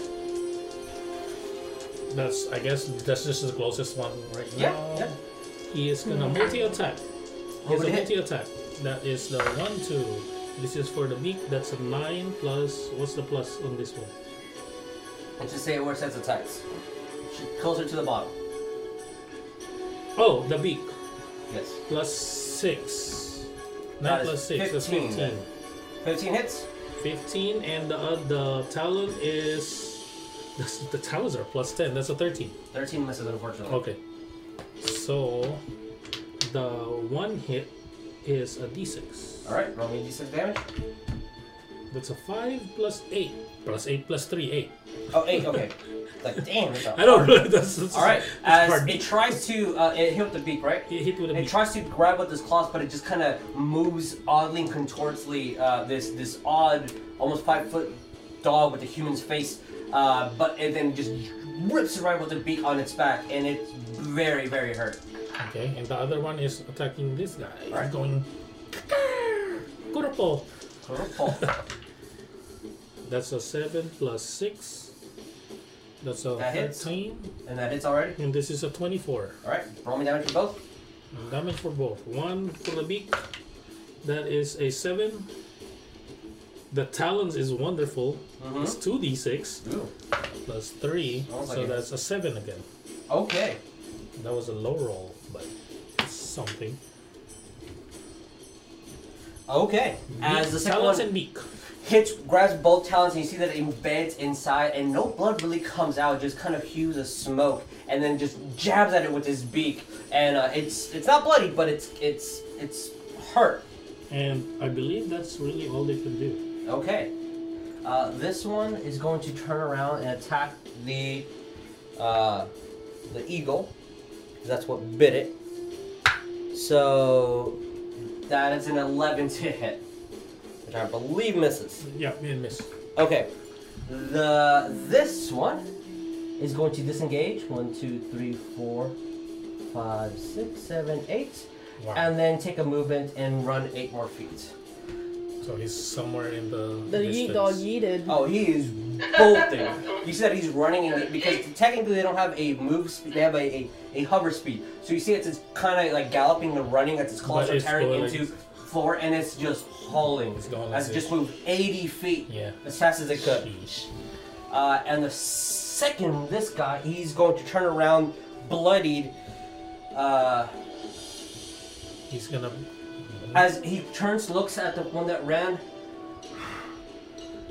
That's. I guess that's just the closest one right
Yeah,
now.
yeah. Hmm.
He is gonna multi attack.
What
It's
would
a
it hit?
multi attack. That is the one two. This is for the beak. That's a nine plus. What's the plus on this one?
Let's just say it works as attacks. Sh- Closer to the bottom.
Oh, the beak.
Yes.
Plus six.
That
Nine
is
plus six. That's
15
fifteen.
then. 15 hits.
15 and the uh, the talon is that's, the talons are plus 10 that's a 13
13 misses, unfortunately.
okay so the one hit is a d6
Alright, roll me d6 damage.
that's a 5 plus 8 plus 8 plus 3 8
Oh, eight. Okay. Like, damn. That's
i don't know that's, that's
All right.
that's
As
hard.
it tries to, uh, it hit with the beak, right?
It hit with a
It
beak.
tries to grab with this claws, but it just kind of moves oddly and contortly. Uh, this this odd, almost five foot dog with a human's face uh, but it then just rips it right with the beak on its back, and it's very, very hurt.
Okay, and the other one is attacking this guy. He's
Right.
going. Kuropo.
Purple.
That's a 7 plus 6. That's a
That hits.
13.
and that hits already.
And this is a 24.
All right, roll me damage for both.
Damage for both. One for the beak. That is a 7. The talons is wonderful.
Mm-hmm.
It's 2d6
Ooh.
plus 3.
Sounds
so
like it.
that's a 7 again.
Okay.
That was a low roll, but it's something.
Okay.
Mm-hmm.
As the second
talons
one
and beak.
hits, grabs both talons, and you see that it embeds inside, and no blood really comes out, just kind of hues of smoke, and then just jabs at it with his beak, and uh, it's it's not bloody, but it's it's it's hurt.
And I believe that's really all they can do.
Okay. Uh, this one is going to turn around and attack the uh, the eagle. 'cause That's what bit it. So that is an 11 to hit, which I believe misses.
Yeah, and miss.
Okay. The this one is going to disengage. One, two, three, four, five, six, seven, eight,
Wow.
and then take a movement and run eight more feet.
So he's somewhere in the.
The
distance.
yeet dog yeeted.
Oh, he is bolting. you said he's running in the, because technically they don't have a move speed; they have a, a, a hover speed. So you see, it's, it's kind of like galloping and running as its claws
But
are
it's
tearing
going
into
like-
floor, and it's just hauling.
It's going like
as it just
this.
moved 80 feet
Yeah.
as fast as it could.
Sheesh.
Uh, and the second this guy, he's going to turn around, bloodied. Uh,
He's gonna.
as he turns, looks at the one that ran,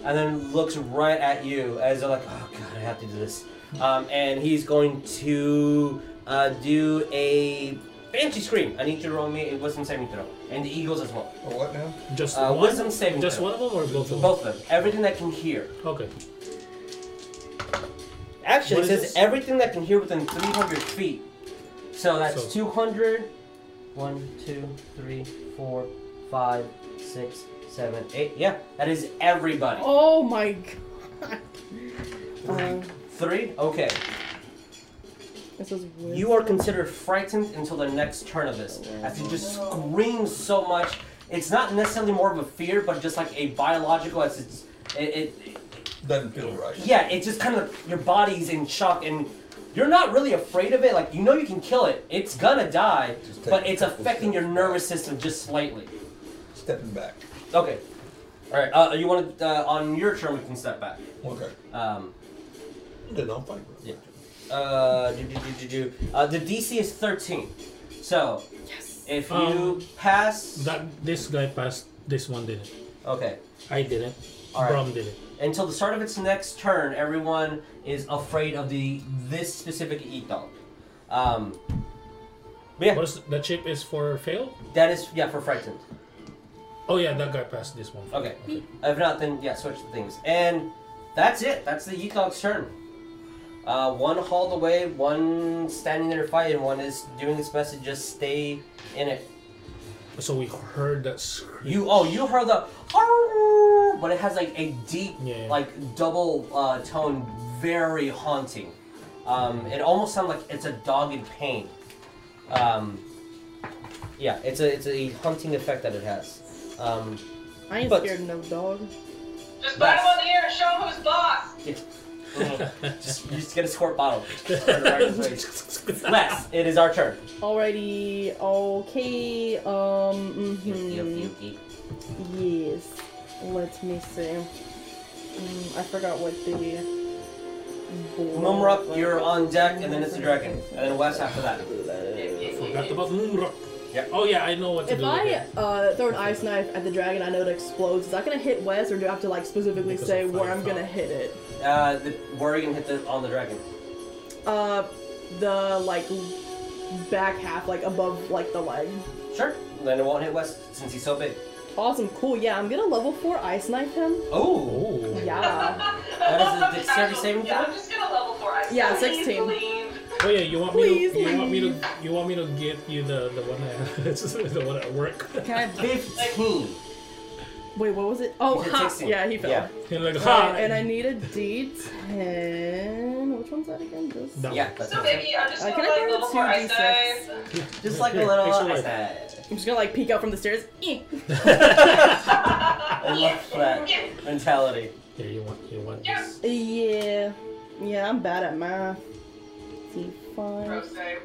and then looks right at you as they're like, "Oh God, I have to do this." Um, and he's going to uh, do a banshee scream. I need you to roll me a wisdom saving throw, and the eagles as well.
A what now?
Just
Uh,
one?
wisdom saving
Just
throw.
one of them or both of them?
Both of them, everything that can hear.
Okay.
Actually,
What
it
is
says
this?
everything that can hear within 300 feet. So that's
So-
200. 1, 2, 3, 4, 5, 6, 7, 8. Yeah, that is everybody.
Oh my god. Uh,
Three? Okay.
this is weird.
You are considered frightened until the next turn of this. As you just scream so much, it's not necessarily more of a fear, but just like a biological, as it's. It, it,
Doesn't feel right.
yeah, it's just kind of your body's in shock and you're not really afraid of it. Like, you know you can kill it, it's gonna die,
Just take
but
a
it's
couple
affecting your
steps
nervous
back.
system just slightly.
Stepping back.
Okay. Alright, uh, you want to. Uh, on your turn, we can step back.
Okay.
Um,
Then I'll fight with
Yeah.
it.
uh, do, do, do, do, do. Uh, the DC is 13. So,
Yes.
If you
Um,
pass,
That this guy passed. This one didn't.
okay.
I didn't.
All right.
Brom didn't.
Until the start of its next turn, everyone is afraid of the this specific eat dog. Um, but yeah,
What is the chip is for fail?
that is yeah for frightened.
Oh yeah, that guy passed this one.
Okay. If not, then yeah, switch the things. And that's it. That's the eat dog's turn. Uh, one hauled away, one standing there fighting, one is doing its best to just stay in it.
So we heard that scream.
You oh you heard the "Arr!" but it has like a deep
Yeah.
like double uh, tone, very haunting. Um, it almost sounds like it's a dog in pain. Um, yeah, it's a it's a haunting effect that it has. Um,
I ain't
but-
scared of no dog.
Just bite
Boss.
him on the ear and show him who's boss.
yeah. just, you just get a squirt bottle. Les, it is our turn.
Alrighty. Okay. Um. mhm. Yes. Let me see. Mm, I forgot what the.
Mumrop, you're on deck, and then it's the dragon, and then Wes after that.
Forgot about Moonrock.
Yeah.
Oh yeah, I know what to
If
do. with
I
it.
uh, throw an ice knife at the dragon, I know it explodes. Is that gonna hit Wes, or do I have to like specifically
Because
say
of
where I'm
fireball.
gonna hit it?
Uh, the Worrigan hit the, on the dragon.
Uh, the like back half, like above like the leg.
Sure. Then it won't hit West since he's so big.
Awesome, cool. Yeah, I'm gonna level four ice knife him.
Oh.
Oh.
Yeah.
That is a dexterity saving
Yeah, I'm
throw?
just gonna level four. I
Yeah,
still
16.
believe.
Oh yeah, you want me?
Please
to, you want me to? You want me to get you the the one I the one at work?
Can I?
Fifteen.
Wait, what was it? Oh,
He did
ha!
16.
Yeah, he fell.
Yeah.
And like,
All
ha!
right, and I need a D10. Which one's that again? This.
That
Yeah,
one.
that's
So
it.
maybe I'm just
Uh,
gonna
can I
like
borrow
little
two
more ice
D6?
dice.
Just like a
Yeah,
little.
actually,
I
like-
said.
I'm just gonna like peek out from the stairs. Eh.
I love that mentality.
Yeah, you want, you want
Yeah.
this.
yeah, yeah, I'm bad at math.
Gross,
D5
same.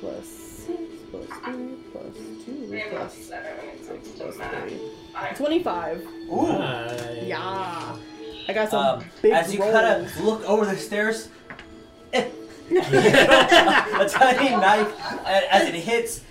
plus six plus three plus two
Same
plus
as seven, it's
six
just
plus
math.
three.
I-
Twenty-five.
Ooh.
Nice.
Yeah. I got some
Um,
big
as you
rolls.
kind of look over the stairs, eh. a tiny knife, uh, as it hits,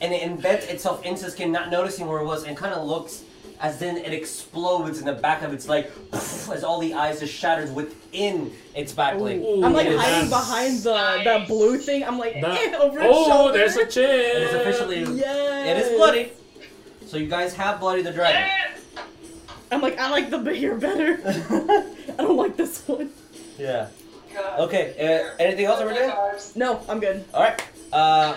and it embeds itself into the skin, not noticing where it was, and kind of looks as then it explodes in the back of its leg, as all the eyes just shatters within its back leg.
Ooh.
I'm like
It is-
hiding behind the that blue thing. I'm like
That-
eh, over his
oh,
shoulder.
there's a
It
chance.
is officially. It
Yes.
is bloody. So you guys have bloody the dragon.
Yes!
I'm like I like the bigger better. I don't like this one.
yeah.
God.
Okay. Uh, anything else over there?
Sometimes.
No, I'm good.
All right. Uh,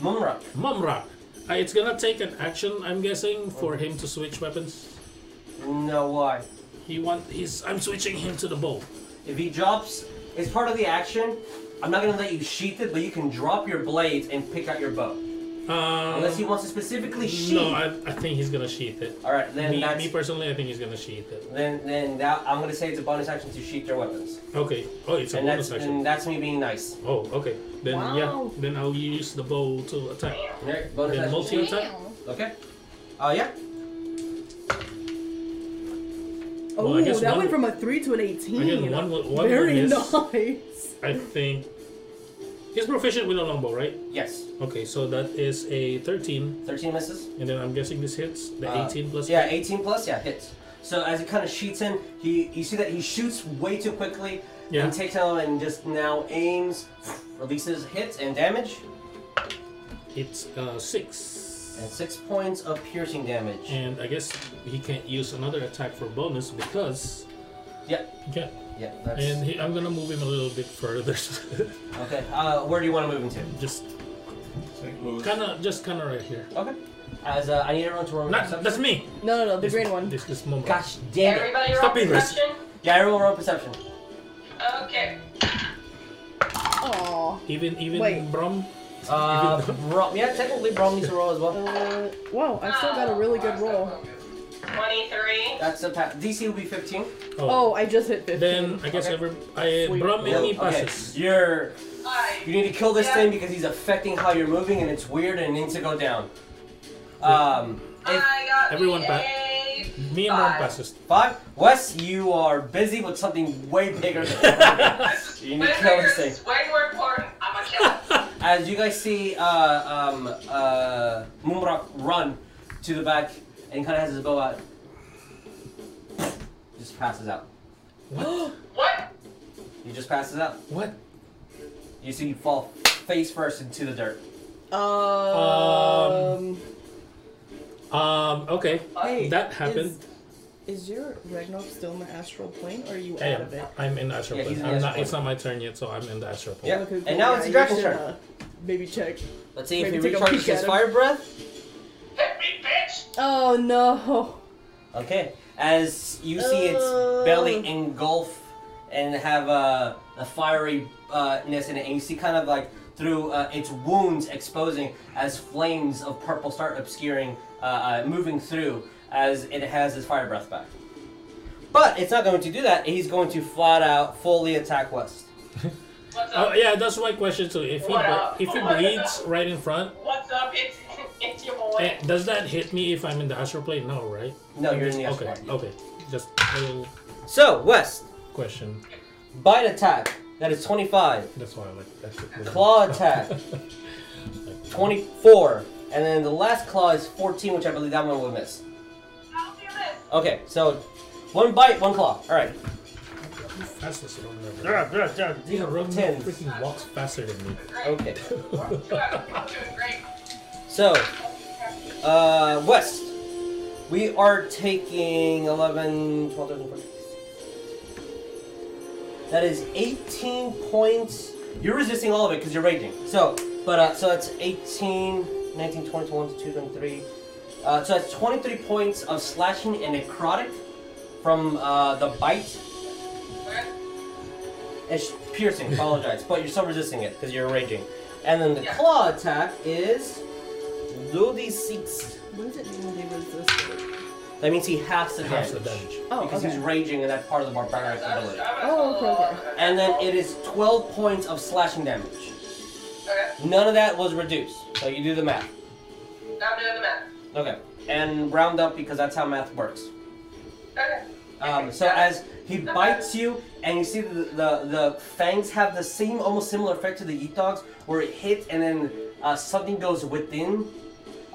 Mumra.
Mumra. Uh, it's gonna take an action, I'm guessing, for him to switch weapons.
No, why?
He want he's I'm switching him to the bow.
If he drops, it's part of the action. I'm not gonna let you sheath it, but you can drop your blades and pick out your bow.
Um,
Unless he wants to specifically sheath.
No, I, I think he's gonna sheath it.
All right, then
Me,
that's
me personally, I think he's gonna sheath it.
then then that I'm gonna say it's a bonus action to sheath their weapons,
Okay. Oh, it's a
and that's
bonus action.
and that's me being nice.
Oh, okay. Then
Wow.
yeah. Then I'll use the bow to attack.
Okay, bonus
Then
action.
multi
sheath.
attack.
Okay. Uh, yeah.
Oh,
Well, I guess one
that
would-
went from a three to an eighteen.
Again, one would- one would
Very
miss.
nice.
I think he's proficient with a longbow, right?
Yes.
Okay, so that is a 13,
Thirteen misses.
and then I'm guessing this hits the
Uh,
18 plus.
Yeah, 18 plus. Yeah, hits. So as it kind of sheets in, he you see that he shoots way too quickly.
Yeah.
And takes out and just now aims, releases hits and damage.
It's uh, six.
And six points of piercing damage.
And I guess he can't use another attack for bonus because
Yep.
yeah.
Yep. That's,
And he, I'm gonna move him a little bit further,
okay. Uh, where do you want to move into?
just
St. Louis.
kind of, just kind of right here.
Okay. As uh, I need everyone to roll.
Not,
perception.
that's me.
No, no, no, the
This-
green one.
This this moment.
Gosh damn it.
Everybody roll
Stop being racist.
perception?
Yeah, everyone roll perception.
Okay.
Aw.
Even even
Wait.
Brom.
Uh,
Even
Brom- yeah, technically Brom needs to roll as well.
Uh, wow, I still got a
Uh,
really good
Oh.
roll.
23.
That's a pass. DC will be 15.
Oh, I just hit 15.
Then I guess
Okay.
every I
Sweet.
Brom and
okay.
me passes.
You're You
I.
need to kill this
Yeah.
thing because he's affecting how you're moving, and it's weird, and it needs to go down. Um, if
I got
Everyone
me
back.
a
Me and Brom
five.
passes.
five, Wes, you are busy with something way bigger. Than you need to kill this thing.
This is way more important. I'm a killer.
As you guys see, uh, um, uh, Mumrak run to the back and kind of has his bow out. Just passes out.
What?
what?
He just passes out.
what?
You see, you fall face first into the dirt.
Um.
Um. Okay.
hey,
that happened.
Is, is your Ragnarok still in the astral plane, or are you
I am.
out of it?
I'm in the astral
Yeah, he's
plane.
in the
I'm not.
astral
It's not my turn yet, so I'm in the astral plane.
Yeah.
Okay,
And
cool.
now
Yeah,
it's
you
Dragon's
should,
turn.
uh, Maybe check.
Let's see if
Maybe
he
take a
recharges
peek at
his
him.
fire breath.
Hit me, bitch!
Oh no!
Okay. As you see its
Oh.
belly engulf and have uh, a fiery uh, ness in it, and you see kind of like through uh, its wounds exposing as flames of purple start obscuring, uh, uh, moving through as it has its fire breath back. But it's not going to do that. He's going to flat out fully attack West.
What's up?
Oh yeah, that's my question too. If he
What
ble-
up?
if he
What
bleeds
up?
right in front,
What's up? It's, it's your boy.
eh, does that hit me if I'm in the astral plane? No, right?
No, you're in the
Okay.
astral plane.
Okay. Just a little
So West,
question.
bite attack. That is 25.
That's why I like that's the
Claw attack. 24. And then the last claw is 14, which I believe that one will miss.
I'll do this.
Okay, so one bite, one claw. All right.
Fastest one ever. Yeah, Roman
Ten.
freaking walks faster than me.
Great.
Okay.
You are doing great.
So, uh, West. We are taking 11, 12, 13, 14. That is 18 points. You're resisting all of it because you're raging. So, but uh, so that's 18, 19, 20, 21, 22, 23, Uh, so that's 23 points of slashing and necrotic from uh, the bite.
Okay.
It's piercing, apologize. But you're still resisting it because you're raging. And then the
Yeah.
claw attack is. Ludi 6.
What does it mean when they resist? it?
That means he halves the
Half the
damage.
damage.
Oh,
because he's
okay.
raging and that's part of the barbaric ability.
Oh, okay, okay.
And then it is 12 points of slashing damage.
Okay,
None of that was reduced. So you do the math.
I'm doing the math.
Okay. And round up because that's how math works.
Okay.
Um, so as he bites you, and you see the, the the fangs have the same, almost similar effect to the eat dogs, where it hits and then uh, something goes within.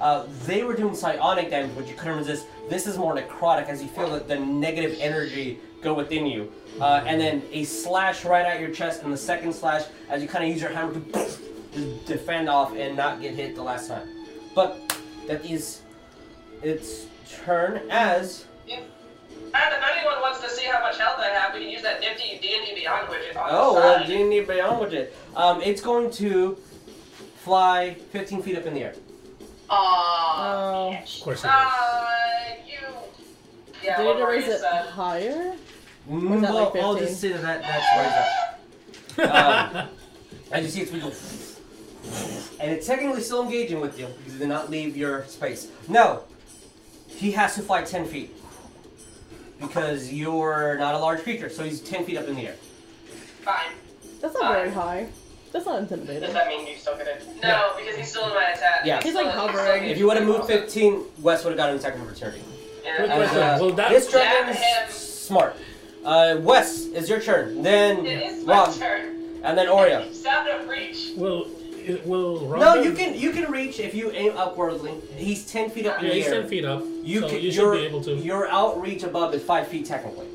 Uh, they were doing psionic damage, which you couldn't resist. This is more necrotic, as you feel that the negative energy go within you, uh, and then a slash right out your chest, and the second slash as you kind of use your hammer to just defend off and not get hit the last time. But that is its turn as.
And if anyone wants to see how much health I have, we can use that nifty D&D Beyond widget on
Oh,
the
well,
side.
didn't need beyond with it. Um, it's going to fly 15 feet up in the air.
Aw,
Oh.
Of
bitch.
course it is.
Uh, you... Yeah,
Did
what
it raise
Maria
it
said.
higher?
Mm,
that
well,
like
I'll
15?
just say that, that that's right up. um, and you see its wiggle. And it's technically still engaging with you because it did not leave your space. No, he has to fly 10 feet because you're not a large creature, so he's 10 feet up in the air.
Fine.
That's not very high. That's not intimidating.
Does that mean you still get it?
No, because he's still in my attack.
Yeah.
He's, like,
still-
hovering.
If you would have moved 15, Wes would have gotten an attack of opportunity.
Yeah.
Quick
As,
question.
uh,
Will that
this dragon
Jab him.
is smart. Uh, Wes, it's your turn. Then
It is my
Ron,
turn.
and then Oreo.
Sound of reach.
Will it will
No,
Ronda-
you can you can reach if you aim upwardly. He's ten feet up in
Yeah,
the
he's
air.
ten feet up.
You
so
can.
you should
your-
be able to.
Your outreach above is five feet technically.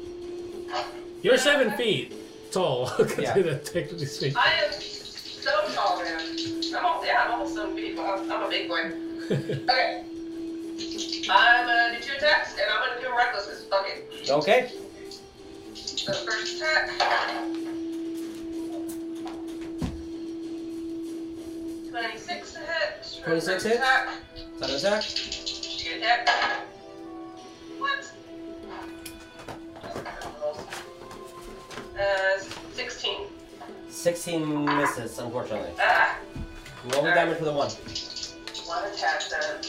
You're seven feet tall. Consider technically speaking.
I am so tall, man. I'm all, yeah, I'm almost seven feet. Well, I'm, I'm a big boy. Okay. I'm gonna do two attacks, and I'm gonna do a reckless because fuck it.
Okay.
The first attack. Twenty-six to hit.
26 hit?
Attack.
Side attack.
Shoot attack. What? Uh, sixteen.
Sixteen misses, unfortunately.
Ah.
Roll the damage for the one.
One attack then.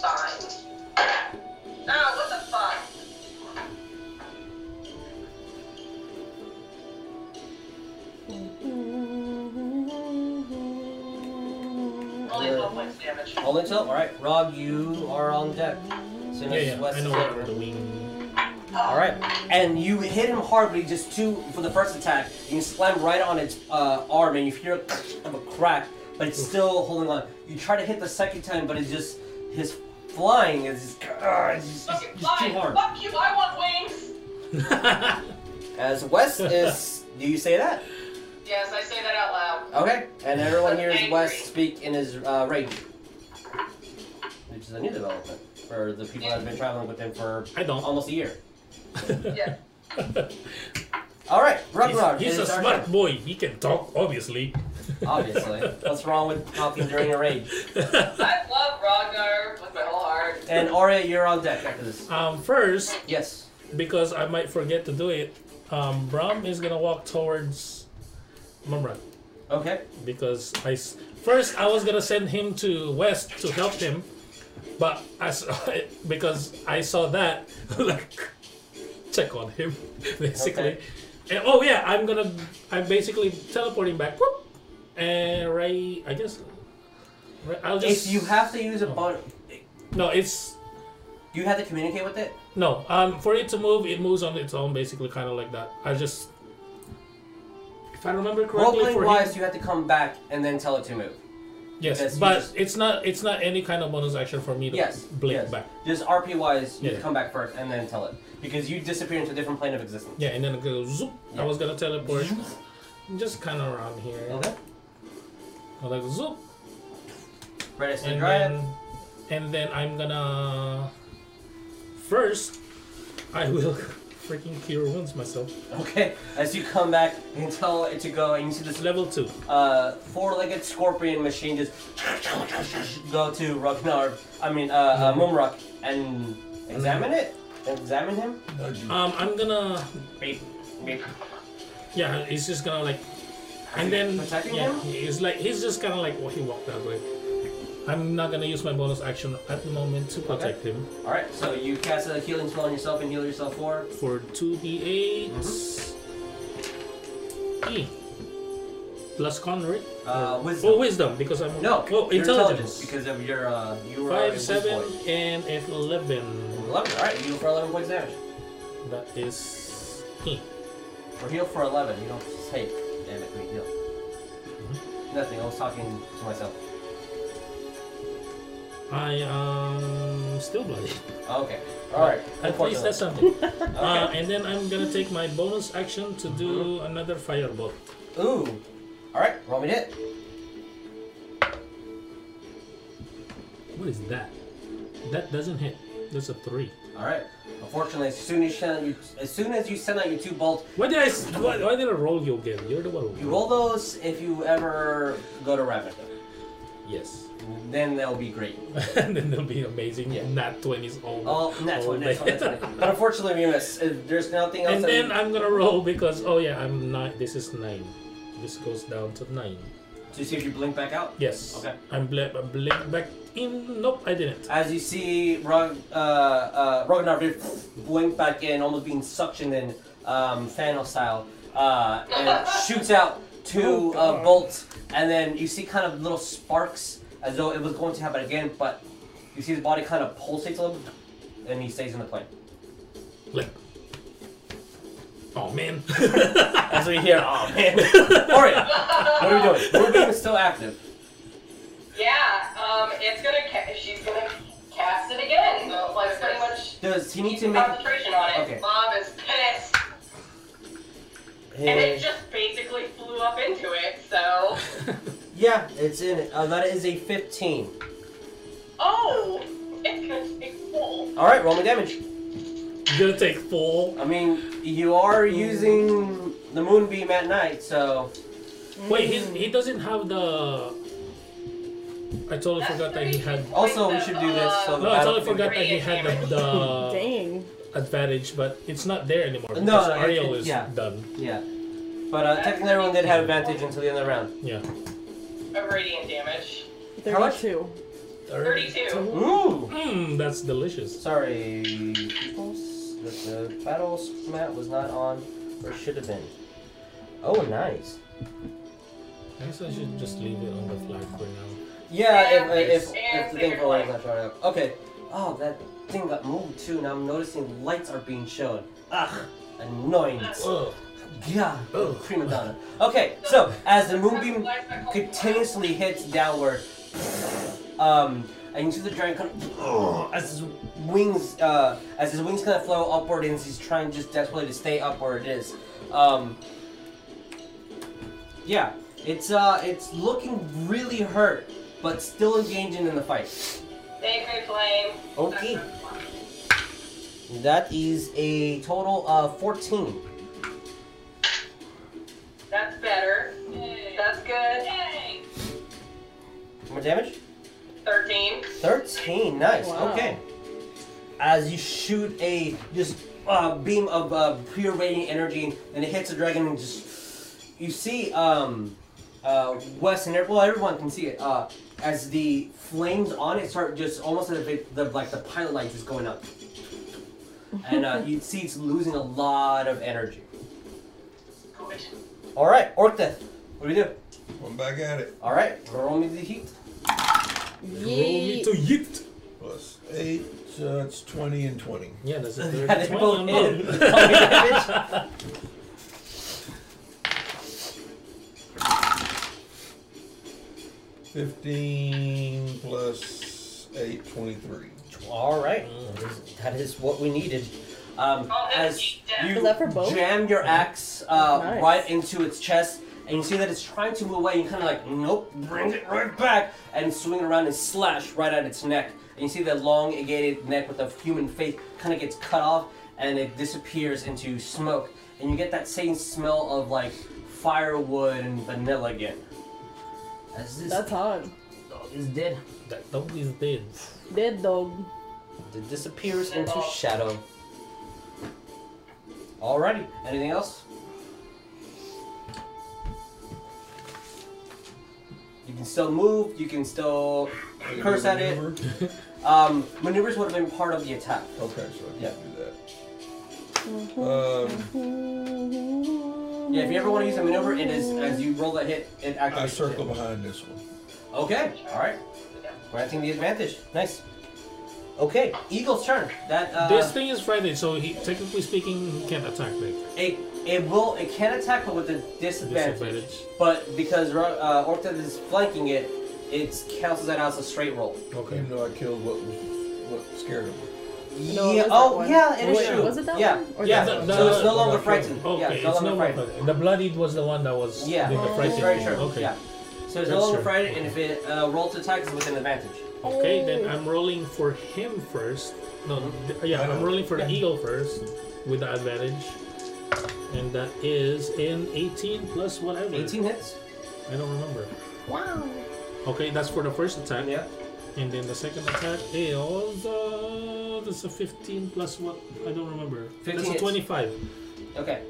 Fine. Ah, what the fuck? Only 12 points damage.
Roll until. All right, Rob, you are on deck. So
Yeah, yeah.
Wes
I
is
know
up.
where the wing.
All right, and you hit him hard, but he just two for the first attack. You slam right on its uh, arm, and you hear a, of a crack, but it's still holding on. You try to hit the second time, but it's just his flying is just, ah, it's just,
Fucking
it's just too
fine.
hard.
Fuck you, I want wings!
As Wes is, do you say that?
Yes, I say that out loud.
Okay, and everyone hears Wes
Angry.
speak in his uh, rage, which is a new development for the people that have been traveling with him for
I don't.
almost a year.
Yeah.
All right,
He's,
Ragnar,
he's
it
a
is our
smart
turn.
boy. He can talk, obviously.
Obviously, what's wrong with talking during a rage?
I love Ragnar with my whole heart.
And Aria, you're on deck after this.
Um, first,
Yes.
because I might forget to do it, um, Bram is gonna walk towards Mumra
Okay.
because I s- first I was gonna send him to West to help him, but I s- because I saw that like check on him basically.
Okay.
And, oh yeah, I'm gonna I'm basically teleporting back. Whoop, and right, I guess. Right, I'll just
If you have to use a button,
no, it's
you have to communicate with it.
No, um, for it to move, it moves on its own, basically, kind of like that. I just, if I remember correctly,
Roleplay
for
wise,
him,
you have to come back and then tell it to move. yes,
yes,
you
but
just-
it's not, it's not any kind of bonus action for me to
Yes.
blink
yes.
back.
Just RP wise, you
Yeah.
come back first and then tell it because you disappear into a different plane of existence.
Yeah, and then it goes zoop.
Yeah.
I was gonna teleport, just kind of around here,
Okay.
I'm like zoop,
Ready to
and
drive.
then, and then I'm gonna first, I will freaking cure wounds myself.
Okay, as you come back and tell it to go, and you see this
Level two.
uh, four-legged scorpion machine just go to Ragnar. I mean, uh, uh, Mumrak, and
Mm-hmm.
examine it. Examine him.
Nudge you.
Um, I'm gonna.
Beep, beep.
Yeah, he's just gonna like. And then
Protecting
yeah,
him?
he's like he's just kind of like well, he walked that way. I'm not gonna use my bonus action at the moment to protect him
All right, so you cast a healing spell on yourself and heal yourself for.
for two d8 E plus con right?
Mm-hmm. Uh, wisdom.
Oh, wisdom because I'm
No,
oh
your
intelligence,
because of your uh, you were a
five
weak
seven
point. Mm-hmm.
and F eleven.
Eleven. All right, you heal for eleven points damage,
That is E.
or heal for eleven. You don't take damage. I mean, heal.
Mm-hmm.
Nothing. I was talking to myself.
I am still bloody.
Okay. All right.
At
Unfortunately.
least that's something. uh,
Okay.
and then I'm gonna take my bonus action to do
Mm-hmm.
another fireball.
Ooh. All right. Roll me hit.
What is that? That doesn't hit. That's a three.
All right. Unfortunately, as soon as you send out your, as soon as you send out your two bolts,
Why did I? s- Why, why did I roll you again? You're the one. Who
you roll those if you ever go to Rabbit.
Yes.
Then that'll be great.
and then they'll be amazing.
Yeah.
Nat twenties all.
Oh, that's
all
one, that's one,
day.
that's one. But unfortunately, we miss. Uh, There's nothing else.
and
that we-
then uh, I'm gonna roll because oh yeah, I'm nine. This is nine. This goes down to nine.
to see if you blink back out.
Yes.
Okay.
I'm bla- I'm bla- back in. Nope, I didn't.
As you see Rog, uh, uh, Ragnar just blink back in, almost being suctioned in, um, Thanos style, uh, and shoots out two
Oh,
uh,
God.
bolts, and then you see kind of little sparks as though it was going to happen again, but you see his body kind of pulsates a little, and he stays in the plane.
Like. Oh man.
As we hear, oh man, Ori, what are we doing? Ruby is still active.
Yeah, um, it's gonna. Ca- she's gonna cast it again. So like pretty much
Does he need to make
concentration on it.
Okay.
Mom is pissed, and it
his?
just basically flew up into it. So,
Yeah, it's in it. Uh, that is a 15.
oh, it's gonna take full.
All right, roll me damage.
You're gonna take full.
I mean, you are using the moonbeam at night, so
Wait, he, he doesn't have the. I totally
That's
forgot
the
that he
reason
had.
also we should do this. So the
No, I
battle-
totally forgot that he had the,
Uh,
the
Dang.
advantage, but it's not there anymore.
No,
Because
no, it-
Ariel
it-
is
yeah.
done.
Yeah, but uh, technically everyone did have advantage until the end of the round.
Yeah.
Of radiant uh, damage.
How much?
32.
32.
Ooh,
Mmm, that's delicious.
sorry, peoples. The, the battle mat was not on, or should have been. Oh, nice.
I guess I should just leave it on the flag for now.
Yeah,
And
if, if,
it's-
if
and
the thing
figure
for light's
play.
not showing up. Okay. Oh, that thing got moved too. Now I'm noticing lights are being shown. Ugh, annoying.
Oh,
Yeah,
Ugh.
prima donna. Okay, so as the moonbeam continuously hits downward, um, and you see the dragon kind of as his wings, uh, as his wings kind of flow upward, and he's trying just desperately to stay up where it is. Um, yeah, it's uh, it's looking really hurt, but still engaging in the fight.
Sacred flame.
Okay. That is a total of fourteen.
That's better. That's good.
More damage.
13.
13 nice
Wow.
okay as you shoot a just uh, beam of uh, pure radiant energy and it hits the dragon and just you see um uh wes and every- well everyone can see it uh as the flames on it start just almost like the, the like the pilot light just going up and uh, you see it's losing a lot of energy
Good.
all right orc death what do we do
I'm back at it.
all right roll me the heat
roll me to yeet.
Plus eight, so that's 20 and 20.
Yeah, that's a
Yeah, they
third
both
one.
hit. Roll me damage.
Fifteen plus eight, twenty-three.
All right, That is- that is what we needed. Um,
Oh, that's
as
dead.
you
Is that for both?
jam your axe uh,
Nice.
right into its chest, and you see that it's trying to move away, and kind of like, nope, bring it right back, and swing around and slash right at its neck. And you see that elongated neck with a human face kind of gets cut off, and it disappears into smoke, and you get that same smell of like firewood and vanilla again. As this
That's hot.
dog is dead,
That dog is dead.
Dead dog.
it disappears into shadow. Alrighty, anything else? You can still move. You can still curse at it.
Maneuver?
Um, maneuvers would have been part of the attack.
Okay, so I
Yeah.
can't do that. Um,
Yeah, if you ever want to use a maneuver, it is as you roll that hit, it activates.
I
it.
circle behind this one.
Okay, all right.
Yeah.
Granting the advantage. Nice. Okay, Eagle's turn. That uh,
this thing is Friday, so he technically speaking he can't attack me.
it it will it can attack, but with a disadvantage.
Disadvantage.
But because Ro- uh, Orcted is flanking it, it cancels that out as a straight roll.
Okay.
Even though I killed what was what scared him.
No, it
yeah.
was that
Oh,
one.
yeah. It is
Wait,
true.
was it that
yeah.
one? Or
yeah.
that
one?
so it's
The-
no
the-
longer
the-
frightened.
Okay,
yeah, it's no
it's
longer
no
frightened.
frightened. The bloodied was the one that was
Yeah,
with the
Oh.
frightened.
it's very true.
Okay.
Yeah. So it's
That's
no longer
true.
frightened, and if it uh, rolls to attack, it's with an advantage.
Okay, then I'm rolling for him first. No,
Mm-hmm.
th- yeah, I'm rolling for the eagle first with the advantage. And that is in 18 plus whatever.
18 hits.
I don't remember.
Wow.
Okay, that's for the first attack.
Yeah.
And then the second attack is uh, that's a 15 plus what? I don't remember.
15
That's a
hits.
25.
Okay.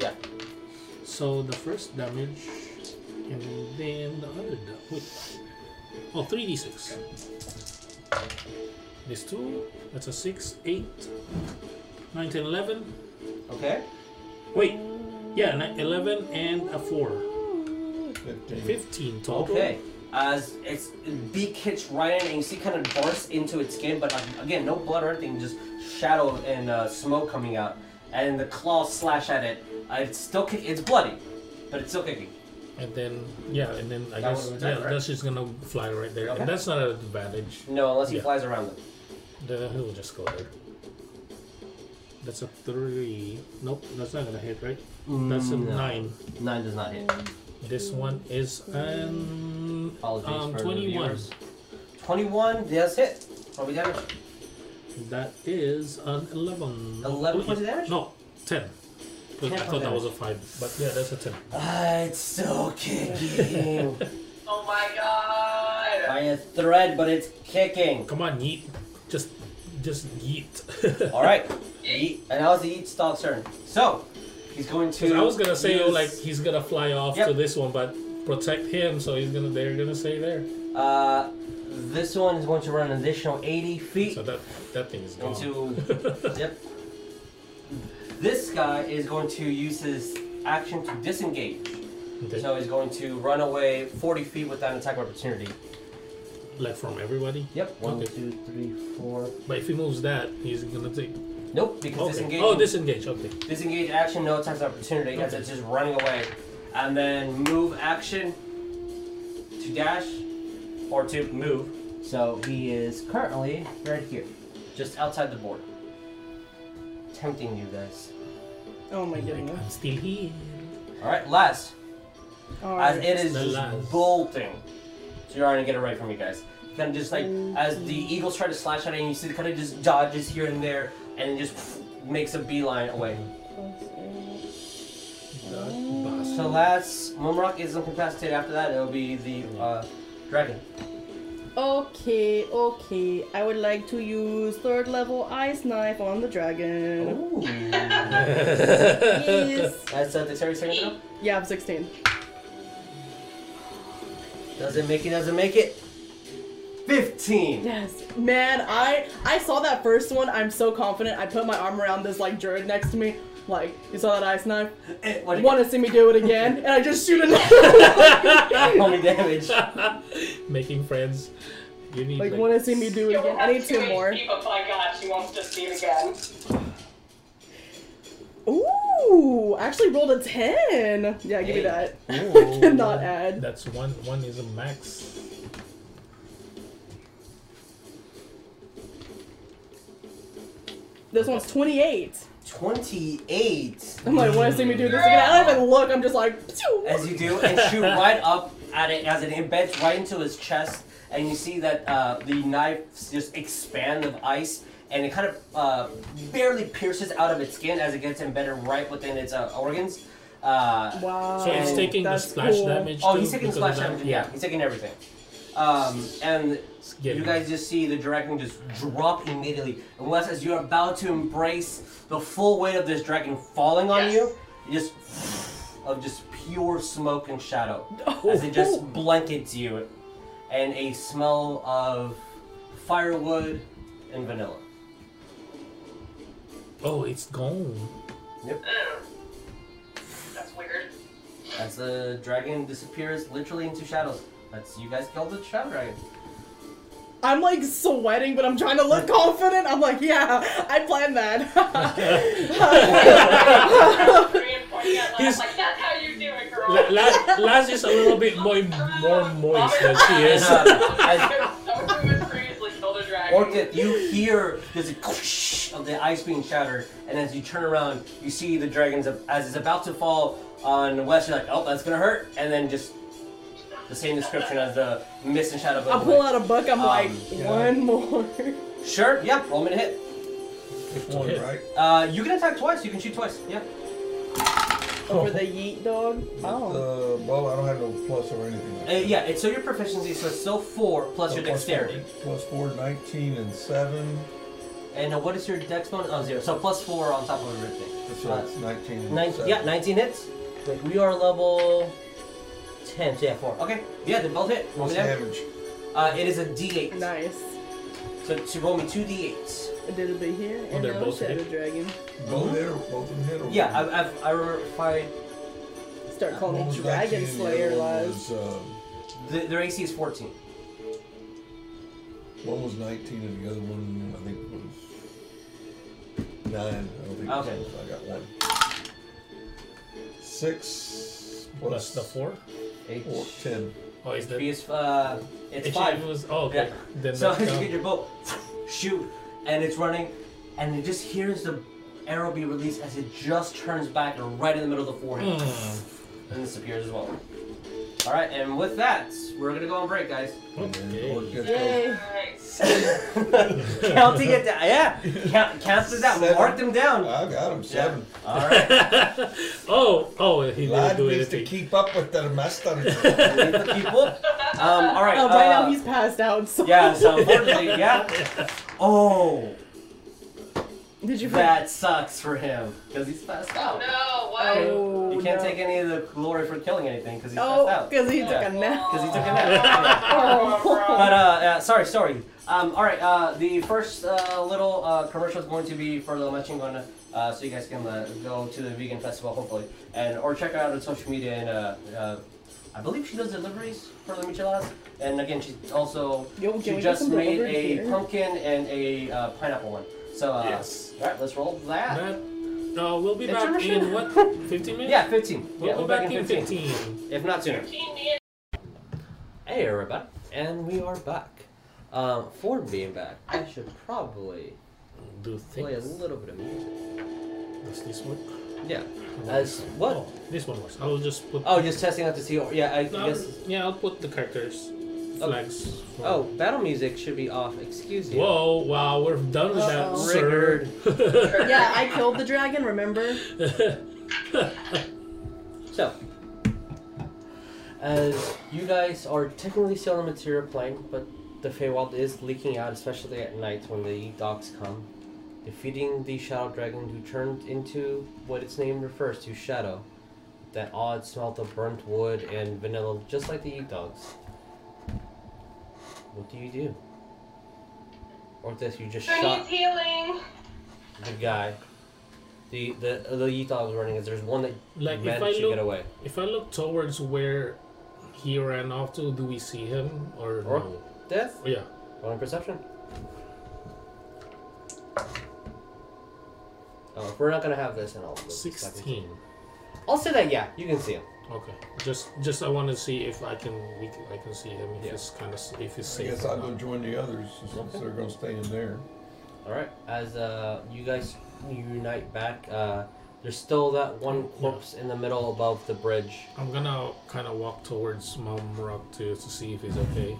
Yeah.
So the first damage, and then the other da- wait. Oh, 3d6. This 2, that's a 6, 8, 9, 10, 11.
Okay.
Wait, yeah, ni- 11 and a 4.
Fifteen.
15 total.
Okay. As its beak hits right in, and you see kind of bursts into its skin, but like, again, no blood or anything, just shadow and uh, smoke coming out. And the claws slash at it. Uh, it's still kicking. It's bloody, but it's still kicking.
And then, yeah, and then
That
I guess
one was
yeah,
that, right?
that's just gonna fly right there.
Okay.
And that's not an advantage.
No, unless he
Yeah.
flies around them.
The, he'll just go there. That's a 3. Nope, that's not gonna hit, right? That's a
Mm, no.
9.
Nine does not hit.
This one is an
Apologies
um,
for the
21.
viewers. Twenty-one does hit. What we damage?
That is an 11.
11
Wait,
points of damage?
No, 10. Wait,
10
I thought that
points
was a 5, but yeah, that's a 10.
Ah, it's still kicking
Oh my god.
by a thread, but it's kicking.
Come on, yeet. Just, just yeet.
All right, Yeet. and that was the eat stall turn. So he's going to.
I was gonna say,
use,
like, he's gonna fly off
Yep.
to this one, but protect him, so he's gonna, they're gonna stay there.
Uh, this one is going to run an additional 80 feet
So that, that thing is gone.
into. yep. This guy is going to use his action to disengage.
Okay.
So he's going to run away 40 feet without an attack of opportunity.
Like, from everybody.
Yep. One,
Okay.
two, three, four.
But if he moves that, he's gonna take.
Nope, because
Okay.
disengage.
Oh, disengage. Okay.
Disengage action, no attacks of opportunity, as
Okay.
it's just running away. And then move action to dash or to move. So he is currently right here, just outside the board. Tempting you guys.
Oh my
Like,
goodness.
I'm still here.
Alright, last.
All
As
right.
it is
The
just
last.
bolting. So you're already gonna get it right from you guys. Kind of just like as the eagles try to slash at it, and you see it kind of just dodges here and there, and it just makes a beeline away.
That bastard.
So that's Mumrock is incapacitated. After that, it'll be the uh, dragon.
Okay, okay. I would like to use third level ice knife on the dragon.
Ooh.
Yes.
that's uh, the Terry saving throw.
Yeah, I'm 16.
Doesn't make it. Doesn't make it. Fifteen.
Yes. Man, I I saw that first one. I'm so confident. I put my arm around this like druid next to me. Like, you saw that ice knife?
Eh, what do you
Want to see me do it again? And I just shoot another.
get? Only damage.
Making friends. You need
like,
like,
want to see me do it
You'll
again?
have
I need two more.
HP, But Oh my god, she wants to see it again.
Ooh, I actually rolled a 10. Yeah, give
Hey.
me that.
Ooh.
I cannot add.
That's one. One is a max.
This one's 28.
Twenty-eight.
I'm like, want to see me do this again? I don't even look. I'm just like, phew.
As you do, and shoot right up at it as it embeds right into his chest, and you see that uh, the knives just expand of ice. and it kind of uh, barely pierces out of its skin as it gets embedded right within its uh, organs. Uh,
Wow.
So he's
And
taking the
that's
splash
cool.
damage.
Oh,
too
he's taking
because of
splash
that?
damage. Yeah, he's taking everything. Um, and
getting-
you guys just see the dragon just drop immediately. And Wes, as you're about to embrace the full weight of this dragon falling on
Yes.
you, you just of just pure smoke and shadow as it just blankets you, and a smell of firewood and vanilla.
Oh, it's gone.
Ew. That's weird.
As the dragon disappears literally into shadows. That's you guys killed the shadow dragon.
I'm like sweating, but I'm trying to look confident. I'm like, yeah, I planned that.
Korean pointing at Laz,
He's-
like, that's how you do it, girl.
La- La- Laz is a little bit more, more moist than she is.
No, no, um, as-
Don't do it seriously, Elder Dragon.
Orchid, you hear there's a whoosh of the ice being shattered, and as you turn around, you see the dragons ab- as it's about to fall on West. You're like, oh, that's gonna hurt, and then just the same description as the mist and shadow.
I pull out a book. I'm
Um,
like,
yeah.
one more.
Sure, yeah, roll me to hit.
Pick one,
hit.
right?
Uh, you can attack twice. You can shoot twice. Yeah.
Over the yeet dog. Oh.
Uh, well, I don't have no plus or anything. Like
Uh, yeah. It's so your proficiency, so it's still four plus
So
your
plus
dexterity.
Four, plus four, 19 and 7.
And uh, what is your dex bonus? Oh, zero. So plus four on top of everything.
So
Uh,
it's 19 and
Nine,
7.
yeah, 19 hits. Like we are level 10, so yeah, 4. Okay, yeah, they both hit. Roll
What's
me
the
that.
damage?
Uh, it is a d8.
Nice.
So, so roll me 2d8s.
I did a bit here.
Oh,
and
they're
now
both
Shadow
hit.
Dragon.
Both hit or both of them hit? Or
Mm-hmm. Yeah, I, I've, I remember if I.
Start
One
calling
was
me Dragon
19 and the
Slayer
other one
lies.
was, uh,
The, their AC is 14.
One was 19 and the other one, I think, was 9. I don't think
Okay.
it was, I got one. 6
Plus the four.
8.
4, 10.
Oh, is that?
HP is, uh, it's
Actually,
5.
it was- oh, okay.
Yeah.
Then
so
that's
you
down.
get your bow, shoot, and it's running, and it just hears the arrow be released as it just turns back and right in the middle of the forehead.
Mm.
And disappears as well. Alright, and with that, we're gonna go on break, guys.
Or
Okay.
get those-
Yay.
Alright.
Counting it down. Yeah. Count, count it down.
Seven.
Mark them down.
I got him, 7.
Alright.
oh, oh, he didn't
Lad
do
needs to
anything.
keep up with their master.
people. Um, alright.
Oh, right
uh,
now he's passed out. So
yeah, so unfortunately, yeah. Oh,
Did you
that sucks for him. Because he's passed out.
No, what?
Oh,
You can't
no.
take any of the glory for killing anything because he's
Oh,
passed out.
because he took
Yeah.
a nap.
Because he took a nap. Yeah.
Oh.
But uh, uh, sorry, sorry. Um, all right, uh, the first uh, little uh, commercial is going to be for the Machingona, uh, so you guys can uh, go to the vegan festival hopefully, and or check her out on social media. And uh, uh, I believe she does deliveries for the micheladas. And again, she also
Yo, can we
she
get
just
some
made
delivered
a
here?
pumpkin and a uh, pineapple one. So uh,
Yes.
all right, let's roll that.
That, uh, we'll be
It's
back
your
in
machine.
what? 15 minutes?
Yeah, fifteen.
We'll
yeah,
be
we're
back, in 15.
if not sooner.
Teen me
Hey everybody, and we are back. Um, for being back, I should probably
Do
play a
things.
little bit of music.
Does this work?
Yeah. As what?
Oh, this one works. I will just put.
Oh, just testing out to see. Yeah, I
I'll-
guess.
yeah, I'll put the characters flags. for-
Oh, battle music should be off. Excuse you.
Whoa! Wow, we're done with
Oh,
that,
Uh-oh.
sir.
Yeah, I killed the dragon, remember?
So, as you guys are technically still on the material plane, but the Feywild is leaking out, especially at night when the dogs come, defeating the Shadow Dragon who turned into what its name refers to, Shadow. That odd smell of burnt wood and vanilla, just like the dogs. What do you do? Or this, you just
Who
shot
needs healing?
the guy. The the the Utah was running is there's one that
Like, if
managed
I
to
look-
get away.
if I look towards where he ran off to, do we see him or,
Or
no?
death?
Yeah.
One perception. Oh, if we're not gonna have this in all.
Sixteen.
I'll say that yeah, you can see him.
Okay. Just, just I want to see if I can, we can, I can see him if
Yeah.
he's kind of, if he's
I
safe.
guess
or
I'll go
not.
join the others since they're going to stay in there.
Alright. As uh you guys unite back, uh there's still that one
Yeah.
corpse in the middle above the bridge.
I'm gonna kind of walk towards Mom Rock to to see if he's okay.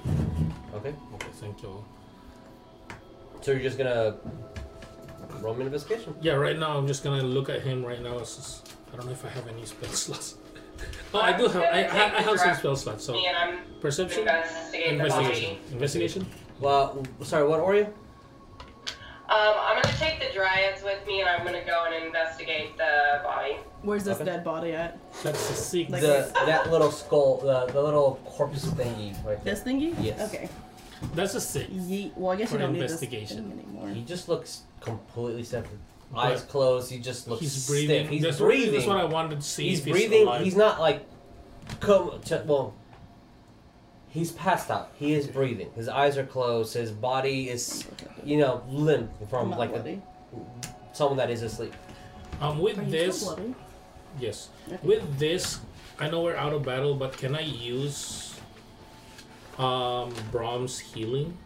Okay?
Okay, thank you.
So you're just gonna Roll me an investigation.
Yeah, right now I'm just gonna look at him right now. It's just- I don't know if I have any spell slots. Oh, I do have. I, I, I have some spell slots. So
Me and I'm
perception,
investigating the
investigation,
body.
investigation.
Well, sorry, what Oreo?
Um, I'm gonna take the dryads with me, and I'm gonna go and investigate the body.
Where's this
Okay.
dead body at?
That's a six.
Like-
The that little skull, the, the little corpse thingy right there.
This thingy?
Yes.
Okay.
That's a six.
Yeet. Well, I guess
For
you don't need this
investigation.
thing anymore.
He just looks completely separate. Eyes
But
closed. He just looks
He's breathing.
stiff. He's
that's,
breathing.
What, that's what I wanted to see.
he's
if he's
breathing.
alive.
He's not like, co- ch- well, he's passed out. He is breathing. His eyes are closed. His body is, you know, limp
I'm
from
not
like
bloody.
a, someone that is asleep.
Um, with
Are you
this,
still bloody?
yes.
Okay.
With this, I know we're out of battle, but can I use um Brahm's healing?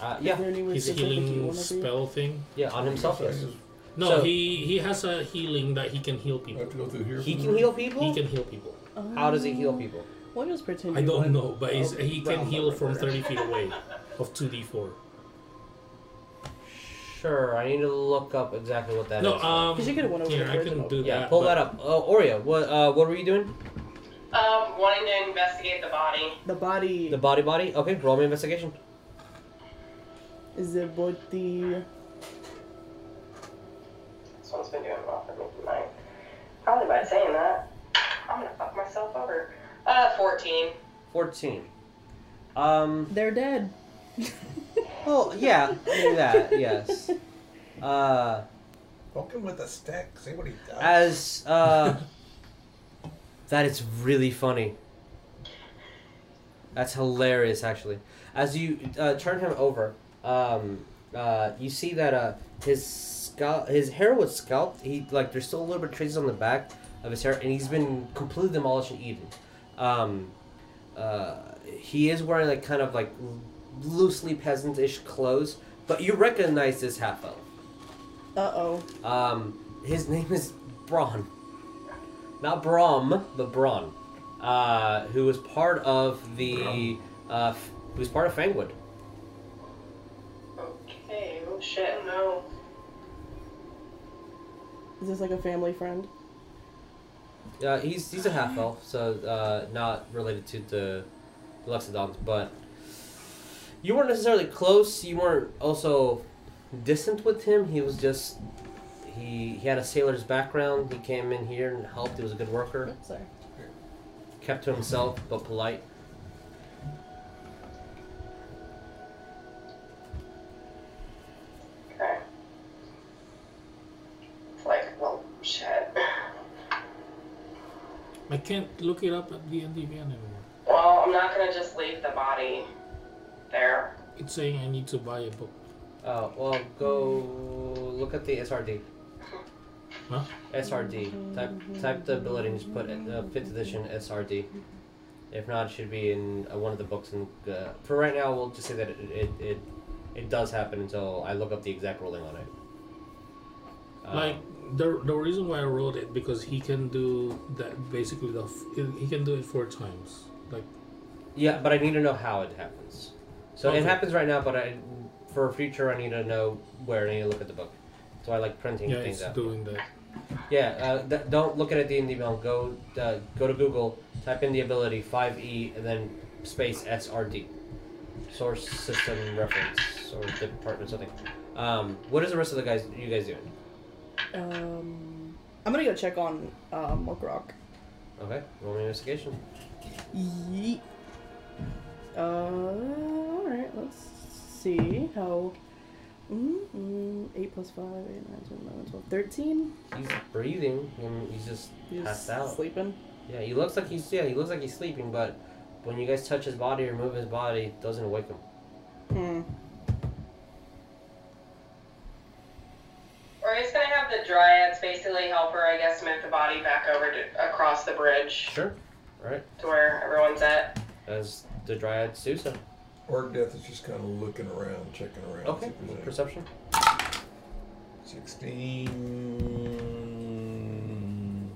Uh,
Is
yeah,
there any way
His
specific you
healing
wanna be?
spell thing.
yeah, on himself. Yes.
No,
So-
he he has a healing that he can heal
I
people.
have to go through here.
He
for
can
the-
heal people.
He can heal people.
Uh,
How does he heal people?
Well, just pretend.
I
you
don't
weren't.
know, but he's, he can
round
heal
number
from
there.
30 feet away of 2d4.
Sure, I need to look up exactly what that is.
No, um.
'Cause you could've went over
yeah,
the
I
original.
can do
yeah,
that.
pull
but-
that up. Uh, Oreo, what uh, what were you doing?
Um, wanting to investigate the body.
The body.
The body, body. Okay, roll me investigation.
Is it about the?
This one's been doing well for me tonight. Probably by saying that, I'm gonna fuck myself over. Uh, 14.
Fourteen. Um.
They're dead.
Well, yeah, maybe that. Yes. Uh,
Poke him with a stick. See what he does.
as uh, that is really funny. That's hilarious, actually. As you uh, turn him over, um, uh, you see that uh, his scalp, his hair was scalped. He like there's still a little bit of traces on the back of his hair, and he's been completely demolished and eaten. Um, uh, he is wearing like kind of like loosely peasant-ish clothes, but you recognize this half elf.
Uh oh.
Um, his name is Braun. Not Brom, but Braun. Uh, who was part of the. Uh, f- who was part of Fangwood.
Okay, oh shit, no.
Is this like a family friend?
Uh, he's, he's a half elf, so uh, not related to the Luxodons, but. You weren't necessarily close, you weren't also distant with him. He was just. He, he had a sailor's background. He came in here and helped. He was a good worker.
Sorry.
Kept to himself, but polite.
Okay. It's like, oh shit.
I can't look it up at the NDVN anymore.
Well, I'm not gonna just leave the body there.
It's saying I need to buy a book.
Oh, well, go look at the SRD.
Huh?
SRD. Type type the ability and just put in the fifth edition SRD. If not, it should be in uh, one of the books. And uh, for right now, we'll just say that it it, it it does happen until I look up the exact ruling on it. Um,
Like the the reason why I wrote it because he can do that basically the f- he- he can do it four times. Like
yeah, but I need to know how it happens. So it
Okay.
happens right now, but I for future I need to know where. I need to look at the book. So I like printing
yeah,
things
it's
out.
doing that.
Yeah, uh, th- don't look at it in the email. Go uh, go to Google, type in the ability five E, and then space SRD, source system reference or department something. Um, what is the rest of the guys you guys doing?
Um, I'm gonna go check on um, Orc Rock.
Okay, roll me an investigation.
Yeet. Uh, alright, let's see how. Mm-mm, 8 plus 5, 8, 9, 10, 11, 12, 13.
He's breathing. and he's just
He's
passed out.
sleeping.
Yeah, he looks like he's yeah he looks like he's sleeping, but when you guys touch his body or move his body, it doesn't wake him.
Hmm.
Or he's gonna have the dryads basically help her, I guess, move the body back over to across the bridge
Sure. All right.
to where everyone's at.
As the dryads do so.
Or death is just kind of looking around, checking around.
Okay.
see if there's any-
Perception.
16.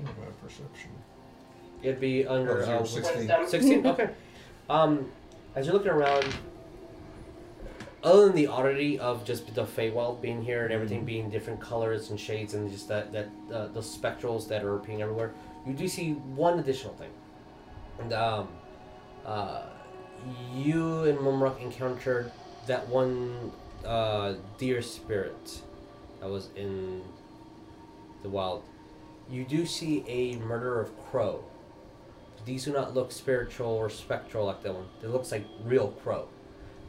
What about perception?
It'd be under
Oh,
uh,
zero, six.
Wisdom.
16 okay um as you're looking around other than the oddity of just the Feywild being here and everything being different colors and shades and just that that uh, the spectrals that are appearing everywhere, you do see one additional thing, and um, uh, you and Mumrock encountered that one uh, deer spirit that was in the wild. You do see a murder of crow. These do not look spiritual or spectral like that one. It looks like real crow.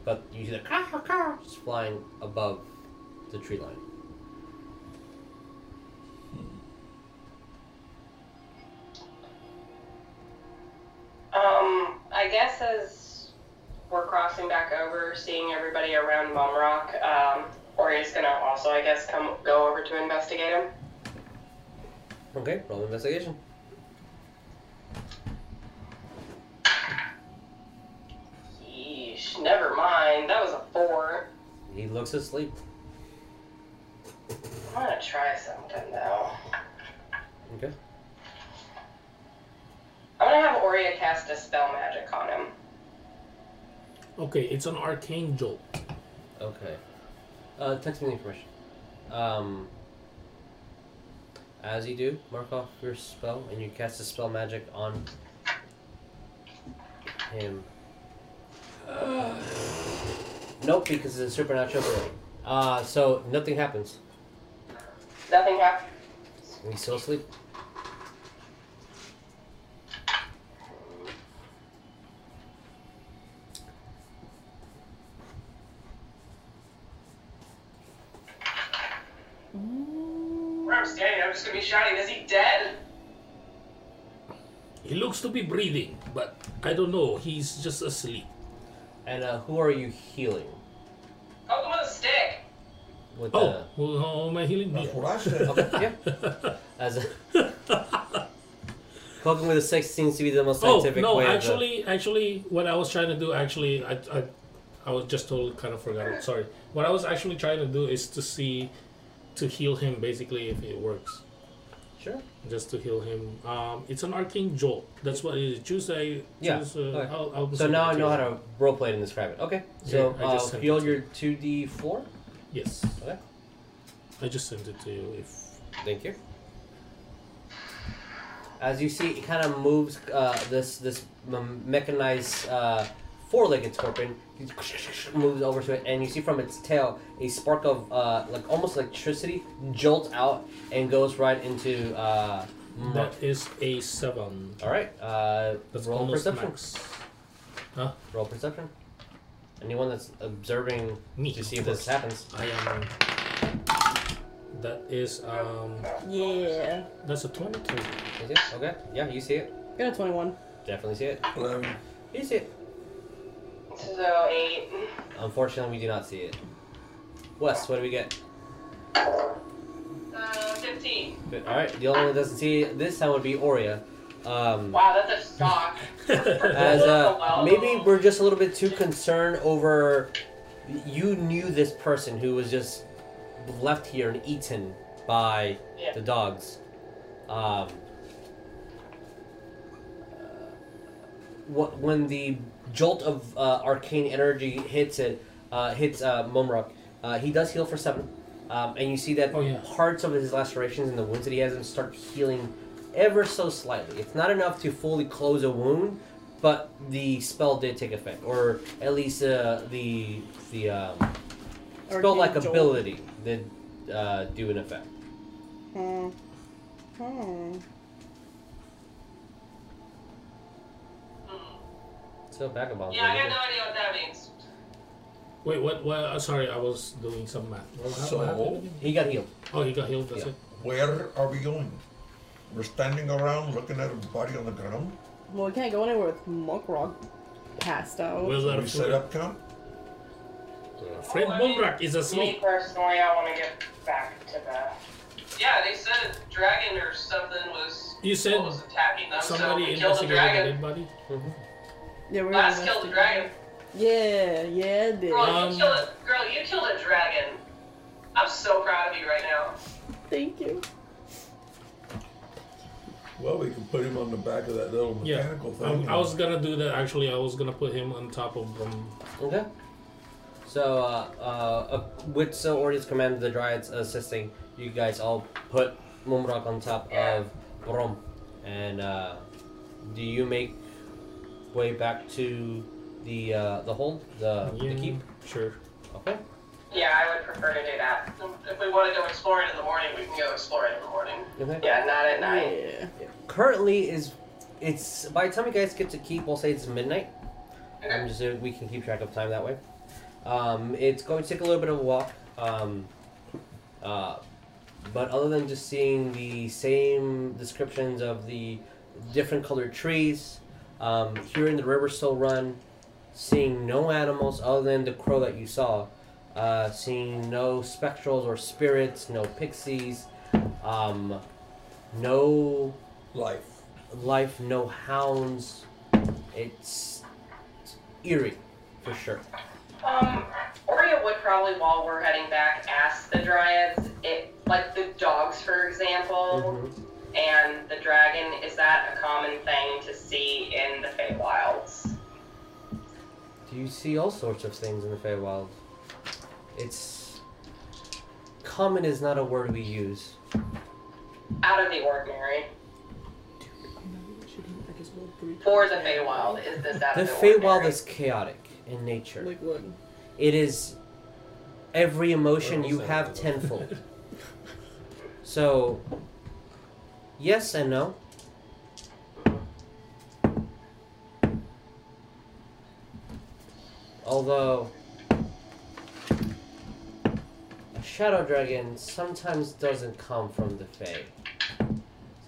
But you see the caw, caw, caw, just flying above the tree line.
Um, I guess as we're crossing back over, seeing everybody around Mum Rock, um, Ori's gonna also, I guess, come go over to investigate him.
Okay, roll investigation.
Yeesh, never mind. That was a four.
He looks asleep.
I'm gonna try something though.
Okay.
I'm gonna have Oria cast a spell magic on him.
Okay, it's an arcane jolt.
Okay. Uh, text me the information. Um, as you do, mark off your spell, and you cast a spell magic on him. nope, because it's a supernatural ability. Uh, so nothing happens.
Nothing happened.
He's still asleep.
Where I'm standing, I'm just gonna be shouting, is he dead?
He looks to be breathing, but I don't know. He's just asleep.
And uh, who are you healing
Poke him with a stick.
with?
Oh, well, how am I healing? Me?
That's what I said.
Uh, okay, yeah. As a, poking with a six seems to be the most
Oh
scientific
no!
way. of uh, the-
Actually, actually, what I was trying to do, actually, I, I, I was just totally kind of forgot. it, Sorry. What I was actually trying to do is to see, to heal him, basically, if it works,
sure.
just to heal him. Um, it's an arcane jolt. That's what it is. Choose a.
Yeah,
Choose,
okay.
I'll, I'll
So
send
now
it
I
to
know
you.
how to roleplay and describe it. Okay. So
Yeah, I just
uh,
sent
heal
it to
your two D four.
Yes,
Okay.
I just sent it to you. If
Thank you. As you see, it kind of moves uh, this this m- mechanized uh, four-legged scorpion moves over to it, and you see from its tail a spark of uh, like almost electricity jolts out and goes right into. Uh, Murk.
that is a seven.
All right. Uh,
That's
roll
almost
perception.
max. Huh?
Roll perception. Anyone that's observing
Me,
to see
of
if this happens.
course. I am. That is um.
Yeah.
That's a twenty-two.
Is it? Okay. Yeah, you see it.
Got a 21.
Definitely see it.
Eleven.
You see it.
So eight.
Unfortunately, we do not see it. Wes, what do we get?
Uh, fifteen.
All right. The only one that doesn't see it this time would be Oria. Um,
Wow, that's a shock.
as uh,
Wow.
maybe we're just a little bit too concerned over you knew this person who was just left here and eaten by
Yeah.
the dogs um, what when the jolt of uh, arcane energy hits it uh, hits uh, Mumrock uh, he does heal for seven um, and you see that
Oh, yeah.
parts of his lacerations and the wounds that he has him start healing ever so slightly it's not enough to fully close a wound but the spell did take effect, or at least uh, the the um, spell like
Archangel.
ability did uh, do an effect.
Hmm. Hmm.
So back about
Yeah, I got no idea what that means.
Wait, what? what uh, sorry, I was doing some math. What hap-
So-
what happened again?
He got healed.
oh, he got healed. That's
Yeah.
it.
Where are we going? We're standing around looking at a body on the ground.
Well, we can't go anywhere with Monk Rock passed out.
Will
Did
our
we set
friend,
up camp?
friend
Oh, I mean-
Mumrak is
Me
asleep.
personally, I want to get back to that. Yeah, they said a dragon or something was
You said
was attacking them, so
Somebody
we killed the
investigated
dragon.
the dead body.
yeah, we're gonna
Last killed the dragon.
investigate. Yeah, yeah, it did.
Girl,
Um,
you killed a girl. You killed a dragon. I'm so proud of you right now.
Thank you.
Well, we can put him on the back of that little
Yeah,
Um,
mechanical
I,
thing.
um, I was gonna do that. Actually, I was gonna put him on top of um,
Okay. So, uh, uh, uh, with so Ortiz command the dryads assisting, you guys all put Mumrak on top of Brom, and uh, do you make way back to the uh, the hold, the, the keep?
Sure.
Okay.
Yeah, I would prefer to do that. If we want to go explore it in the morning, we can go explore it in the morning.
Okay.
Yeah, not at night.
Yeah.
Currently is it's by the time you guys get to keep, we'll say it's midnight. I'm
Okay.
just we can keep track of time that way. Um, it's going to take a little bit of a walk, um, uh, but other than just seeing the same descriptions of the different colored trees, um, hearing the river still run, seeing no animals other than the crow that you saw, uh, seeing no spectrals or spirits, no pixies, um, no
Life.
life, no hounds. It's eerie, for sure.
Um, Oreo would probably, while we're heading back, ask the dryads, it, like the dogs, for example, and the dragon, is that a common thing to see in the Feywilds?
Do you see all sorts of things in the Feywild? It's common is not a word we use.
Out of the ordinary.
I just rolled three.
For the Feywild, is this out
The
of the ordinary?
Feywild is chaotic in nature.
Like what?
It is every emotion
Where
you
was I?
have tenfold. So, yes and no. Although, a shadow dragon sometimes doesn't come from the Fae.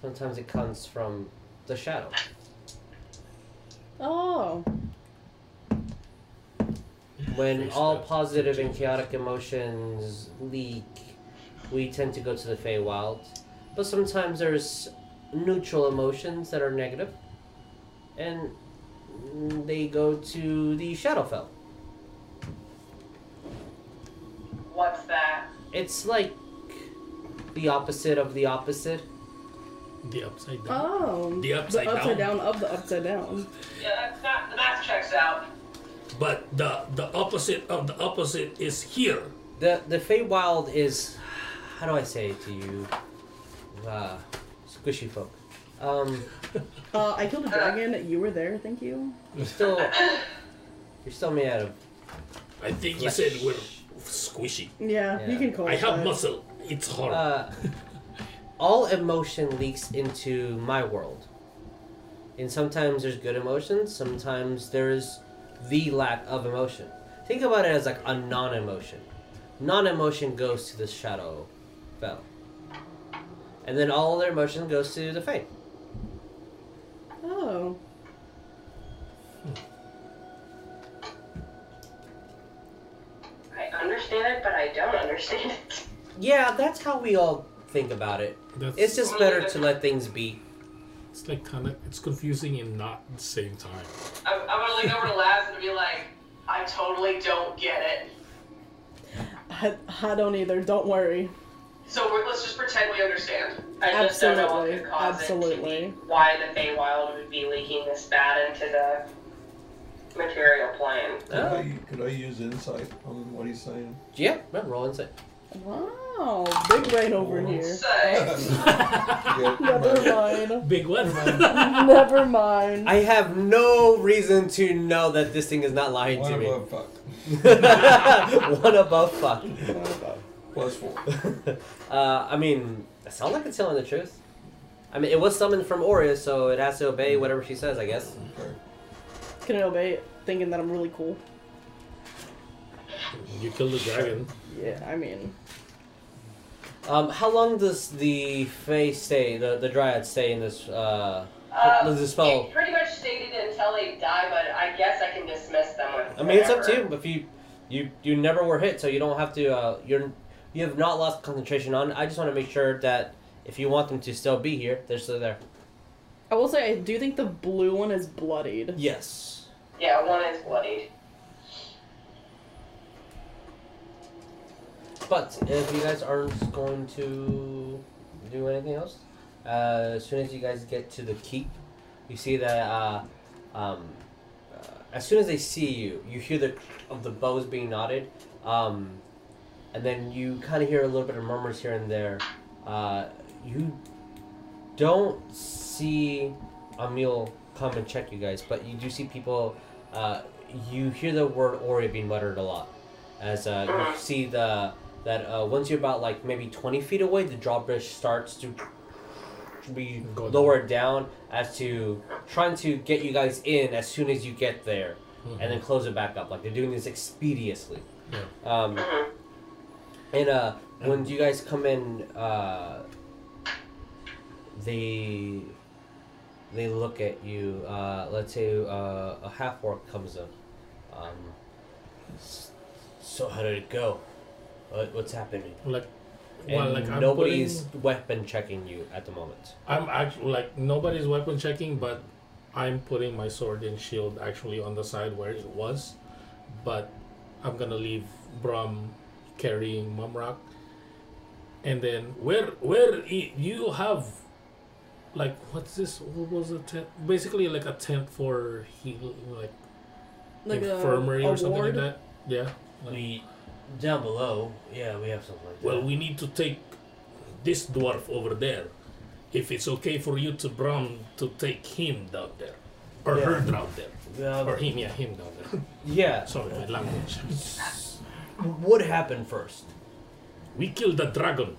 Sometimes it comes from the shadow.
Oh.
When
Face
all
that.
positive and chaotic emotions leak, we tend to go to the Feywild. But sometimes there's neutral emotions that are negative, and they go to the Shadowfell.
What's that?
It's like the opposite of the opposite.
The upside down.
Oh.
The upside down.
upside down. of the upside down.
Yeah, that's not, the math checks out.
But the the opposite of the opposite is here.
The the Feywild is, how do I say it to you, uh, squishy folk. Um,
Uh, I killed a dragon. You were there. Thank you.
you're still you're still made out of
I think you said we're squishy.
Yeah.
Yeah.
You can call.
I
it
have
that.
muscle. It's hard.
uh, all emotion leaks into my world. And sometimes there's good emotions, sometimes there's the lack of emotion. Think about it as like a non emotion. Non emotion goes to the shadow fell. And then all their emotion goes to the fate.
Oh.
I understand it, but I don't understand it.
Yeah, that's how we all think about it.
That's,
It's just better to let things be.
it's like kind of it's confusing and not at the same time.
I'm, I'm gonna lean over to Labs and be like, I totally don't get it.
I, I don't either. Don't worry.
So we're, let's just pretend we understand. I just don't know what could
Absolutely,
cause it to
absolutely.
be, why the Feywild would be leaking this bad into the material plane.
Could,
Oh.
I, could I use insight on what he's saying?
Yeah, roll insight.
Wow. Big brain over here.
So,
Yeah,
Never
my-
mind.
Big one.
Never mind.
I have no reason to know that this thing is not lying
One
to me.
above fuck.
One above fuck.
Plus four.
Uh, I mean, it sounds like it's telling the truth. I mean, it was summoned from Aurea, so it has to obey whatever she says, I guess.
Okay.
Can I obey it, thinking that I'm really cool?
you killed the dragon.
Yeah. I mean.
Um, how long does the Fae stay, the, the Dryad stay in this, uh,
uh,
does the spell?
It pretty much stated until they die, but I guess I can dismiss them with
I mean, it's up to
whatever.
you. If you, you, you never were hit, so you don't have to, uh, you're, you have not lost concentration on. I just want to make sure that if you want them to still be here, they're still there.
I will say I do think the blue one is bloodied.
Yes.
Yeah, one is bloodied.
But if you guys aren't going to do anything else, uh, as soon as you guys get to the keep, you see that uh, um, uh, as soon as they see you, you hear the of the bows being knotted, um, and then you kind of hear a little bit of murmurs here and there. Uh, you don't see Emil come and check you guys, but you do see people. Uh, you hear the word Ori being muttered a lot, as uh, you see the that uh, once you're about like maybe twenty feet away, the drawbridge starts to be
Go down.
lowered down as to trying to get you guys in as soon as you get there, and then close it back up. Like they're doing this expeditiously.
Mm-hmm. Yeah.
Um, and uh, when you guys come in, uh, they they look at you. Uh, let's say uh, a half orc comes up. Um, s- so how did it go? What, what's happening?
Like,
And
well, like I'm
nobody's
putting-
weapon checking you at the moment.
I'm actually like nobody's weapon checking, but I'm putting my sword and shield actually on the side where it was. But I'm gonna leave Brom carrying Mumrock, and then where where i- you have like what's this? What was it? Basically, like a tent for heal, like,
Like a
infirmary or something like
ward?
that. Yeah. Like,
We down below. Yeah, we have something like
Well, we need to take this dwarf over there. If it's okay for you to Brown to take him down there, or
Yeah.
her down there, or him, yeah, him down there.
yeah.
Sorry, my language.
What happened first?
We killed the dragon.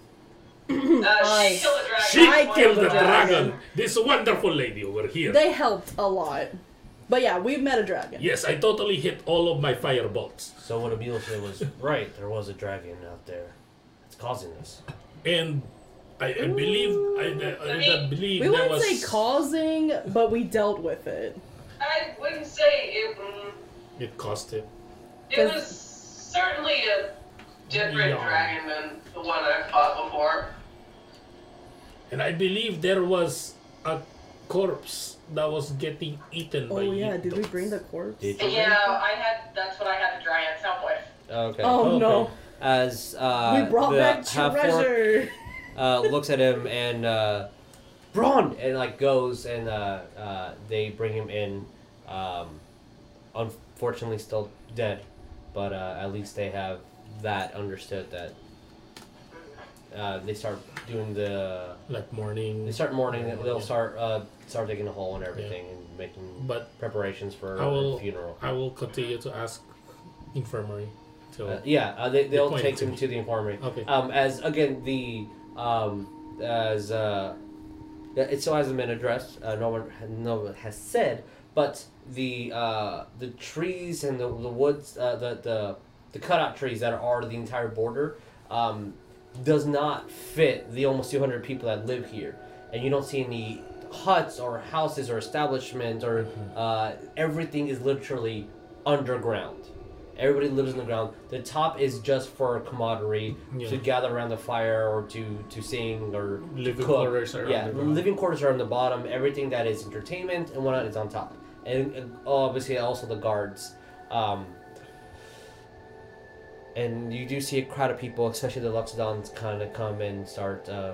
Uh, she
Nice.
killed the dragon.
She
One
killed
of
the dragon.
dragon.
This wonderful lady over here.
They helped a lot. But yeah, we've met a dragon.
yes, I totally hit all of my firebolts,
So what Emil said was right. There was a dragon out there. It's causing this.
and I, I believe I, I, I believe
We
that
wouldn't
was
say causing, but we dealt with it.
I wouldn't say it. mm,
it cost it.
It was certainly a different
Yeah.
dragon than the one I fought before.
And I believe there was a corpse that was getting eaten by
Oh yeah, did we
eagles.
bring the corpse?
Did-
And yeah, I had. That's what I had the giant's help with.
Okay.
Oh
Okay.
no,
As uh,
we brought
the
back
half-orc,
treasure.
uh, looks at him and uh, Braun and like goes and uh, uh, they bring him in. Um, unfortunately, still dead, but uh, at least they have that understood that. Uh, they start doing the.
like morning.
They start mourning. They'll
Yeah.
start uh, start digging a hole and everything and making
But
preparations for
I will.
a funeral.
I will continue to ask infirmary till.
Uh, yeah, uh, they, they'll
point
take
to
him
me.
to the infirmary.
Okay.
Um, as again the um, as uh, yeah, it still hasn't been addressed. Uh, no one no one has said, but the uh, the trees and the, the woods uh, the the the cutout trees that are the entire border um, does not fit the almost two hundred people that live here, and you don't see any huts or houses or establishments or
Mm-hmm.
uh, everything is literally underground. Everybody lives in the ground. The top is just for camaraderie
Yeah.
to gather around the fire or to to sing or
Living
to cook.
quarters are
yeah,
on the bottom.
living quarters are on the bottom. Everything that is entertainment and whatnot is on top, and, and obviously also the guards. Um, and you do see a crowd of people, especially the Luxodons, kind of come and start uh,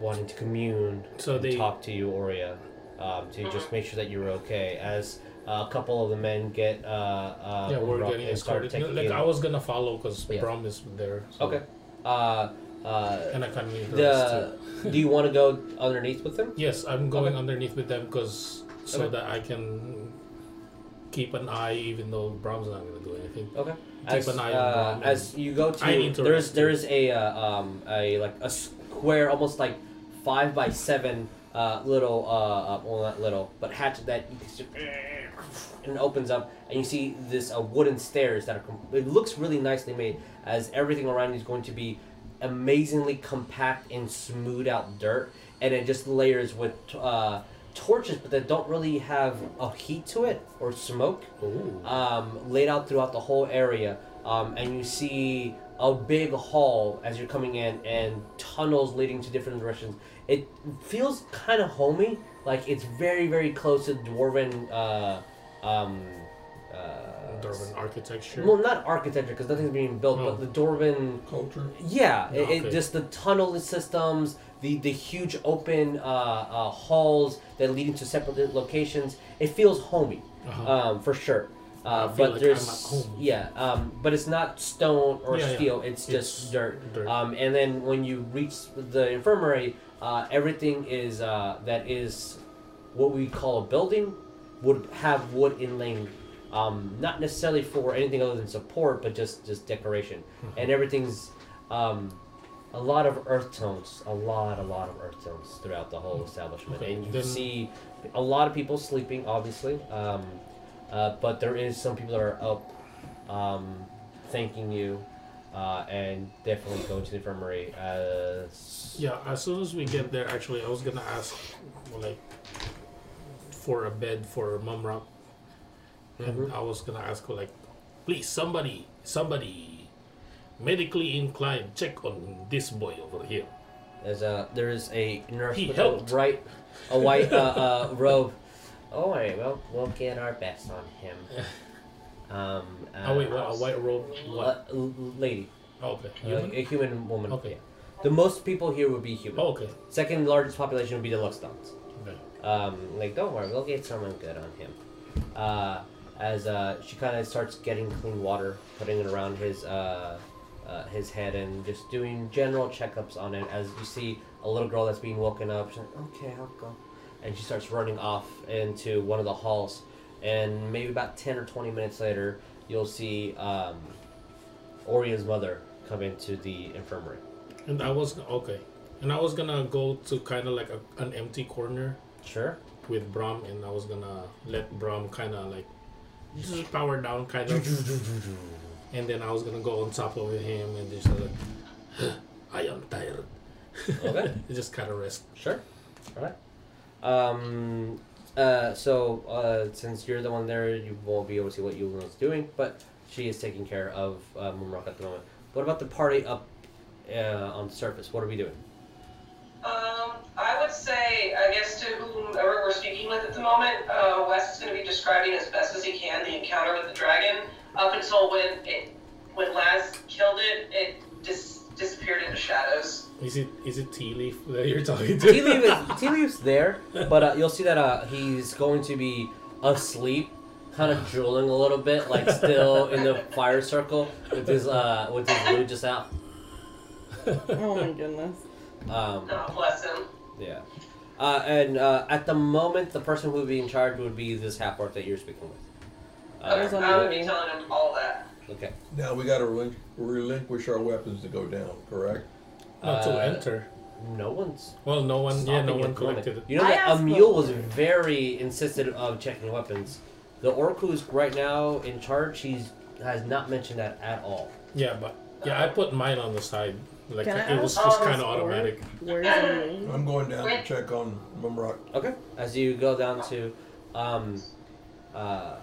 wanting to commune,
So
and
they-
talk to you, Oria, um, to just make sure that you're okay. As uh, a couple of the men get uh, uh,
yeah, we're
rock
getting
and start
escorted.
taking
like
in-
I was gonna follow because
Yeah.
Brom is there. so-
okay. Uh, uh,
And I can leave the rest
the,
too.
do you want to go underneath with them?
Yes, I'm going
Okay.
underneath with them because so
Okay.
that I can keep an eye, even though Brom's not gonna do anything.
Okay.
Keep
As,
an eye on
uh,
Brahmin.
as you go to,
I need to
there's
rest, too.
there's a uh, um a like a square, almost like five by seven uh, little uh, uh well not little, but hatchet that you can just, and it opens up, and you see this uh, wooden stairs that are. Com- it looks really nicely made, as everything around you is going to be amazingly compact and smooth out dirt, and it just layers with. Uh, torches but that don't really have a heat to it or smoke
Ooh.
um, laid out throughout the whole area, um, and you see a big hall as you're coming in, and tunnels leading to different directions. It feels kind of homey, like it's very, very close to dwarven. Uh, um, uh,
Dwarven architecture.
well, not architecture because nothing's being built,
Oh.
but the dwarven.
Culture.
Yeah, it, it
Okay.
just the tunnel systems, the the huge open uh, uh, halls that lead into separate locations. It feels homey,
Uh-huh.
um, for sure. Uh,
I feel
but
like
there's
I'm at home.
yeah, um, but it's not stone or
Yeah, yeah.
steel. It's just
It's
dirt.
dirt.
Um, and then when you reach the infirmary, uh, everything is uh, that is what we call a building would have wood inlaying, um, not necessarily for anything other than support, but just just decoration.
Mm-hmm.
And everything's um, a lot of earth tones, a lot, a lot of earth tones throughout the whole establishment.
Okay,
And you
then-
see a lot of people sleeping, obviously, um, uh, but there is some people that are up, um, thanking you. Uh, and definitely going to the infirmary. Uh,
Yeah, as soon as we get there, actually, I was gonna ask, like, for a bed for Mum Rock, and I was gonna ask, like, please, somebody, somebody, medically inclined, check on this boy over here.
There's a uh, there is a nurse
He
with
helped.
a right a white uh, uh, robe. Oh, all right, well we'll get our best on him. Um, uh,
oh wait, what? A white robe? What? Oh,
a- a lady,
okay.
a-
Human?
a human woman.
Okay.
yeah. The most people here would be human.
Oh, okay.
Second largest population would be the Luxdons.
Okay.
Um, like don't worry, we'll get someone good on him. Uh, as uh, she kind of starts getting clean water, putting it around his uh, uh, his head, and just doing general checkups on it. As you see a little girl that's being woken up, she's like, "Okay, I'll go," and she starts running off into one of the halls. And maybe about ten or twenty minutes later, you'll see um, Oria's mother come into the infirmary.
And I was okay, and I was gonna go to kind of like a, an empty corner
Sure.
with Brom, and I was gonna let Brom kind of like
Mm-hmm.
just power down, kind of, and then I was gonna go on top of him and just like, I am tired.
Okay.
just kind of rest.
Sure. All right. Um, uh, so uh, since you're the one there, you won't be able to see what Yula's doing, but she is taking care of uh, Moonrock at the moment. What about the party up uh, on the surface? What are we doing?
Um, I would say, I guess, to whomever we're speaking with at the moment, uh, Wes is going to be describing as best as he can the encounter with the dragon. Up until when it, when Laz killed it, it dis- disappeared into shadows.
Is it is it tea leaf that you're talking to?
Tea Leaf is Tea Leaf's there, but uh, you'll see that uh, he's going to be asleep, kind of drooling a little bit, like still in the fire circle with his uh, with his lid just out.
Oh my goodness.
Um,
Oh, bless him.
Yeah. Uh, and uh, at the moment, the person who would be in charge would be this half orc that you're speaking with.
There's
Uh,
a-
I would be telling him all that.
okay.
Now we got to relin- relinquish our weapons to go down, correct?
Not to
Uh,
enter.
No one's.
Well, no one. Yeah,
stopping
no
you
one
from doing it.
collected it.
You know
I
that
asked
Amul
them.
was very insistent of checking weapons. The orc who's right now in charge, he's has not mentioned that at all.
Yeah, but yeah, I put mine on the side. Like
Can I
it was
ask
just
all
kind of
this
automatic.
orc Where's the
I'm going down to check on Mumrock.
Okay. As you go down to, um, uh,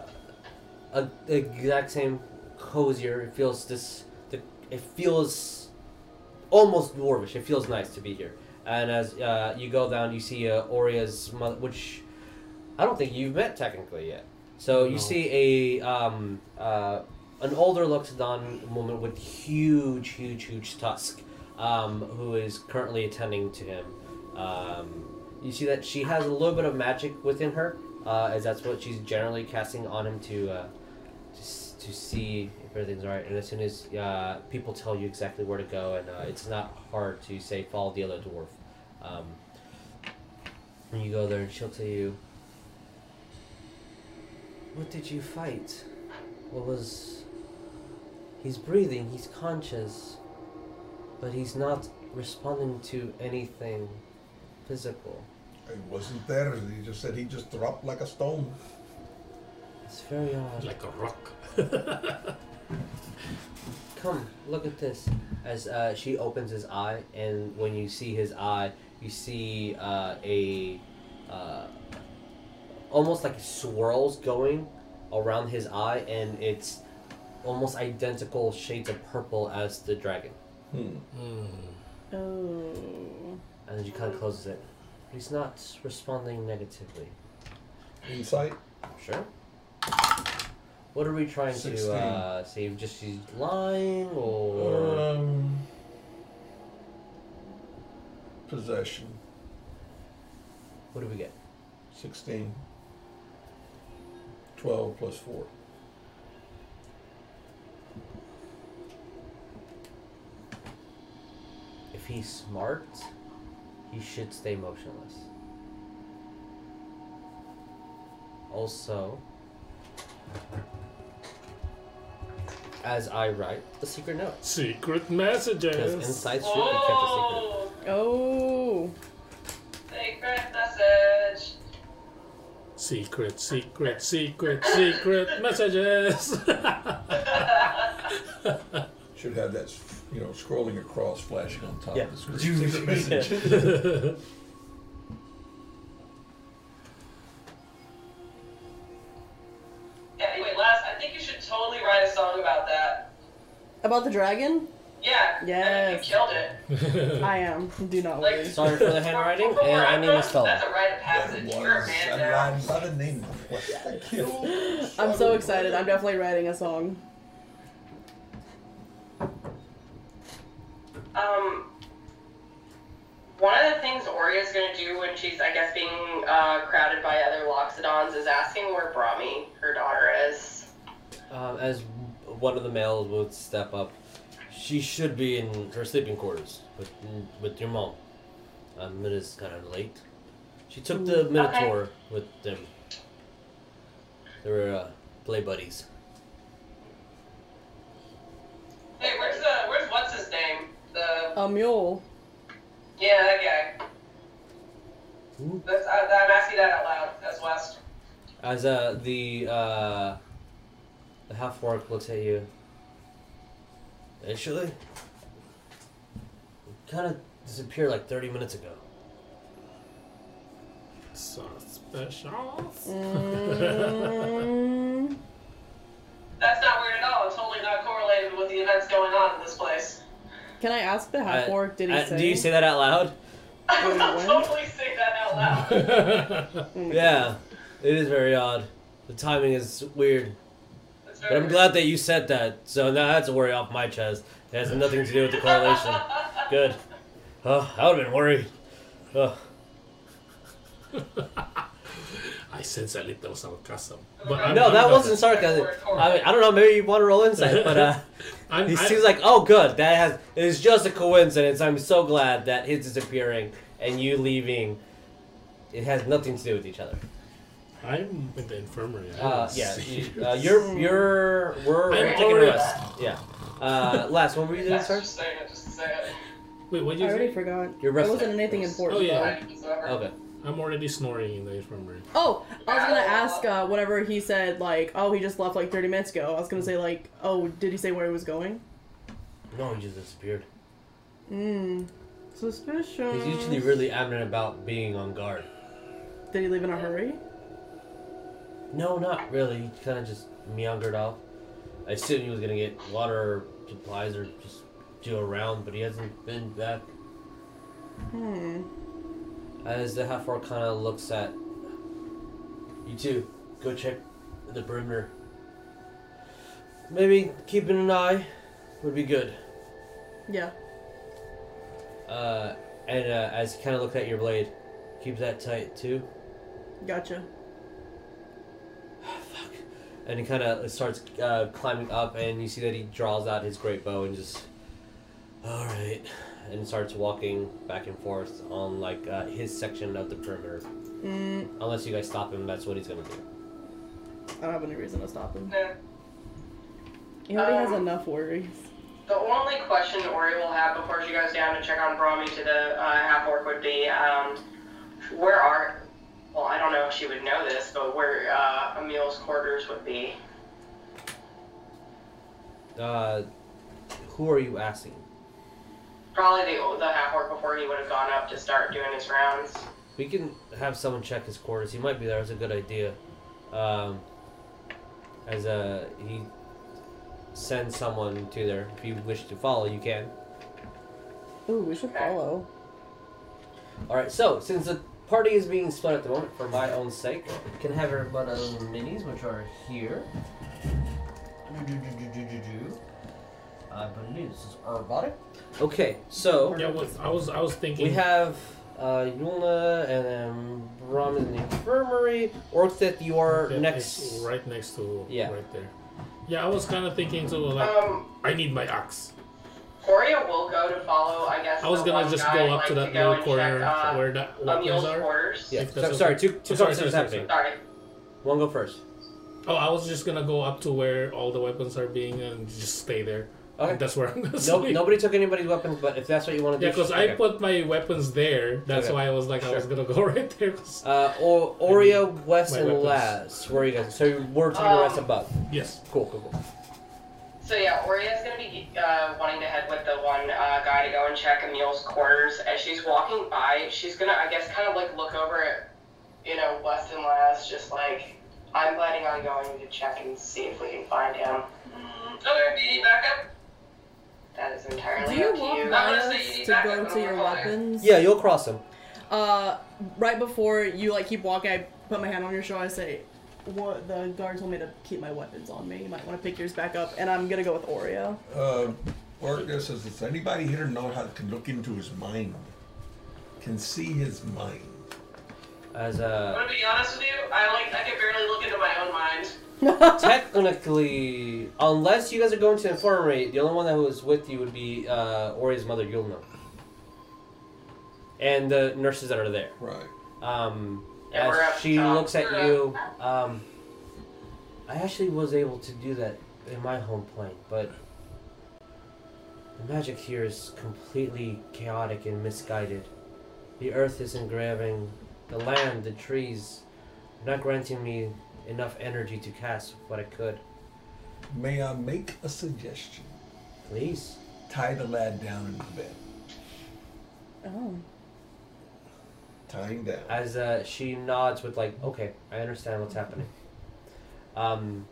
a, the exact same cozier. It feels this. The, it feels almost dwarvish. It feels nice to be here. And as uh, you go down, you see uh, Oria's mother, which I don't think you've met technically yet. So you
No.
see a um, uh, an older Luxodon woman with huge, huge, huge tusk, um, who is currently attending to him. Um, you see that she has a little bit of magic within her, uh, as that's what she's generally casting on him to. Uh, just to see if everything's alright. And as soon as uh, people tell you exactly where to go, and uh, it's not hard to say follow the yellow dwarf. Um, and you go there, and she'll tell you, "What did you fight? What was? He's breathing. He's conscious, but he's not responding to anything physical.
It wasn't there. He just said he just dropped like a stone.
It's very odd."
Like a rock.
Come, look at this. As uh, she opens his eye, and when you see his eye, you see uh, a uh, almost like swirls going around his eye, and it's almost identical shades of purple as the dragon.
Hmm.
Oh.
And then she kind of closes it. He's not responding negatively.
Insight.
Sure. What are we trying
Sixteen.
to uh, save? Just she's
Uh.
lying, or
Um, Possession.
What do we get?
16. 12 plus 4.
If he's smart, he should stay motionless. Also, as I write the secret note,
Secret
because
messages.
insights should be kept a secret.
Oh,
Oh.
secret message.
Secret, secret, secret, secret messages.
Should have that, you know, scrolling across, flashing on top
Yeah.
of the screen. Secret message.
Yeah, wait, last, I think you should totally write a song about that.
About the dragon?
Yeah. I think
Yes.
You killed it.
I am. Do not worry.
Sorry for the handwriting, and I need to spell it.
That's a rite of
That
passage.
was
You're a man
a
now.
line by the name of what the hell?
I'm so excited. I'm definitely writing a song.
Um, one of the things Oria's gonna do when she's, I guess, being uh, crowded by other Loxodons is asking where Brahmi, her daughter, is.
Um, as one of the males would step up, she should be in her sleeping quarters with with your mom. Um, it is kind of late. She took
Mm,
the Minotaur with them. They were uh, play buddies.
Hey, where's the, where's what's his name? The
A mule.
yeah, that guy.
Who?
That's, I, I'm asking that out loud. That's West.
As uh, the uh, the half orc looks at you. Actually, kind of disappeared like thirty minutes ago.
Suspicious.
Mm,
That's not weird at all. It's totally not correlated with the events going on in this place.
can I ask the half
Uh,
orc? Did he
uh,
say?
Do you say that out loud?
I
Wait,
will
what?
totally say that out loud.
Yeah, it is very odd. The timing is weird.
It's
But I'm
very-
glad that you said that, so now that's a worry off my chest. It has nothing to do with the correlation. Good. Oh, I would have been worried. Oh,
I sense a little sarcasm. But I'm,
no,
I'm
that
not-
wasn't sarcasm. I, mean, I don't know, maybe you want to roll insight, but uh,
I'm,
he
I-
seems like, oh, good, that has. It is just a coincidence. I'm so glad that his disappearing and you leaving. It has nothing to do with each other.
I'm in the infirmary. I
Uh,
don't
yeah,
see-
you, uh, you're you're we're
I'm
taking a
already-
rest. Yeah. Uh, last one were you doing,
That's
sir?
just saying it, just saying it.
Wait, what
I
did you
already
say?
forgot.
You're
It
resting.
wasn't anything important.
Oh, yeah.
though.
Okay.
I'm already snoring in the infirmary.
Oh, I was gonna ask uh, whenever he said like, oh, he just left like 30 minutes ago. I was gonna say like, oh, did he say where he was going?
No, he just disappeared.
Hmm. Suspicious.
He's usually really adamant about being on guard.
Did he leave in a hurry?
No, not really. He kind of just meandered off. I assumed he was gonna get water or supplies or just do a round, but he hasn't been back.
Hmm.
As the half orc kind of looks at you two, go check the perimeter. Maybe keeping an eye would be good.
Yeah.
Uh, and uh, as he kind of looked at your blade, keep that tight too.
Gotcha.
and he kind of starts uh, climbing up, and you see that he draws out his great bow and just, all right, and starts walking back and forth on like uh, his section of the perimeter.
Mm,
Unless you guys stop him, that's what he's gonna do.
I don't have any reason to stop him.
No.
He already has
Um,
enough worries.
The only question Ori will have before she goes down to check on Brahmi to the uh, half orc would be, um, where are? Well, I don't know if she would know this, but where uh, Emil's quarters would be.
Uh, who are you asking?
Probably the the half orc before he would have gone up to start doing his rounds.
We can have someone check his quarters. He might be there. That's a good idea. Um, as uh, he sends someone to there. If you wish to follow, you can.
Ooh, we should follow.
All right, so since the party is being split at the moment, for my own sake, can have everybody little minis, which are here. I
do. This is robotic.
Okay, so
Yeah, well, I was I was thinking.
we have uh, Yulna and then Brahm in the infirmary. Orcthet, you are
that
next.
is right next to
Yeah.
right there. Yeah, I was kind of thinking to like
Um,
I need my axe.
Coria will go to follow, I guess.
I was
the
gonna
one
just
guy
go
I'd
up to
like
that
go
little
and
corner
check, uh,
where that
Amiel's
weapons are.
quarters.
Yeah,
If
so-
that's
sorry,
okay.
two, two
Oh, sorry,
conversations
sorry,
happening.
sorry,
Sorry.
One go first.
Oh, I was just gonna go up to where all the weapons are being and just stay there.
Okay.
That's where I'm gonna
No,
sleep.
nobody took anybody's weapons, but if that's what you want to
Yeah,
do,
because I
okay.
put my weapons there. That's
Okay.
why I was like, I was gonna go right there. 'cause-
Uh, or Oria, West,
my
and
weapons.
Laz. Where are you guys? So we're to your rest
Um,
above.
Yes.
Cool, cool, cool.
So yeah, Oria's gonna be uh, wanting to head with the one uh, guy to go and check Emile's quarters. As she's walking by, she's gonna, I guess, kind of like look over at, you know, West and Laz, just like I'm planning on going to check and see if we can find him. Mm, okay, do you need backup? That is entirely
Do you
up to
want
you.
Miles to go to your weapons?
Yeah, you'll cross him.
Uh, right before you like keep walking, I put my hand on your shoulder. I say, "What the guard told me to keep my weapons on me. You might want to pick yours back up." And I'm gonna go with Oreo.
Uh, Orca says, does anybody here know how to look into his mind? Can see his mind.
As
I'm
uh,
gonna be honest with you. I like I can barely look into my own mind.
technically, unless you guys are going to infirmary, the only one that was with you would be uh, Oria's mother, Yulna, and the nurses that are there.
Right.
Um,
Yeah, we're up
as she
top.
looks at
We're
you, um, I actually was able to do that in my home plane, but the magic here is completely chaotic and misguided. The earth isn't grabbing, the land, the trees, not granting me enough energy to cast what I could.
May I make a suggestion?
Please.
Tie the lad down in the bed.
Oh,
Tie him down.
As uh, she nods with like, okay, I understand what's happening. Um,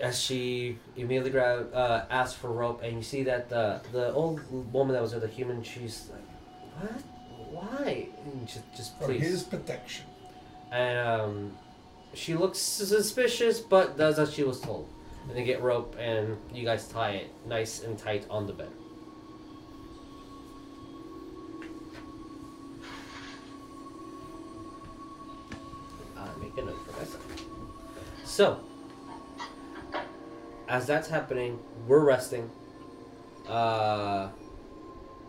as she immediately grab, uh, asks for rope, and you see that the the old woman that was with the human, she's like, what? Why? And just, just
For
please.
his protection.
And um, she looks suspicious, but does as she was told. And they get rope, and you guys tie it nice and tight on the bed. I make a note for myself. So, as that's happening, we're resting. Uh,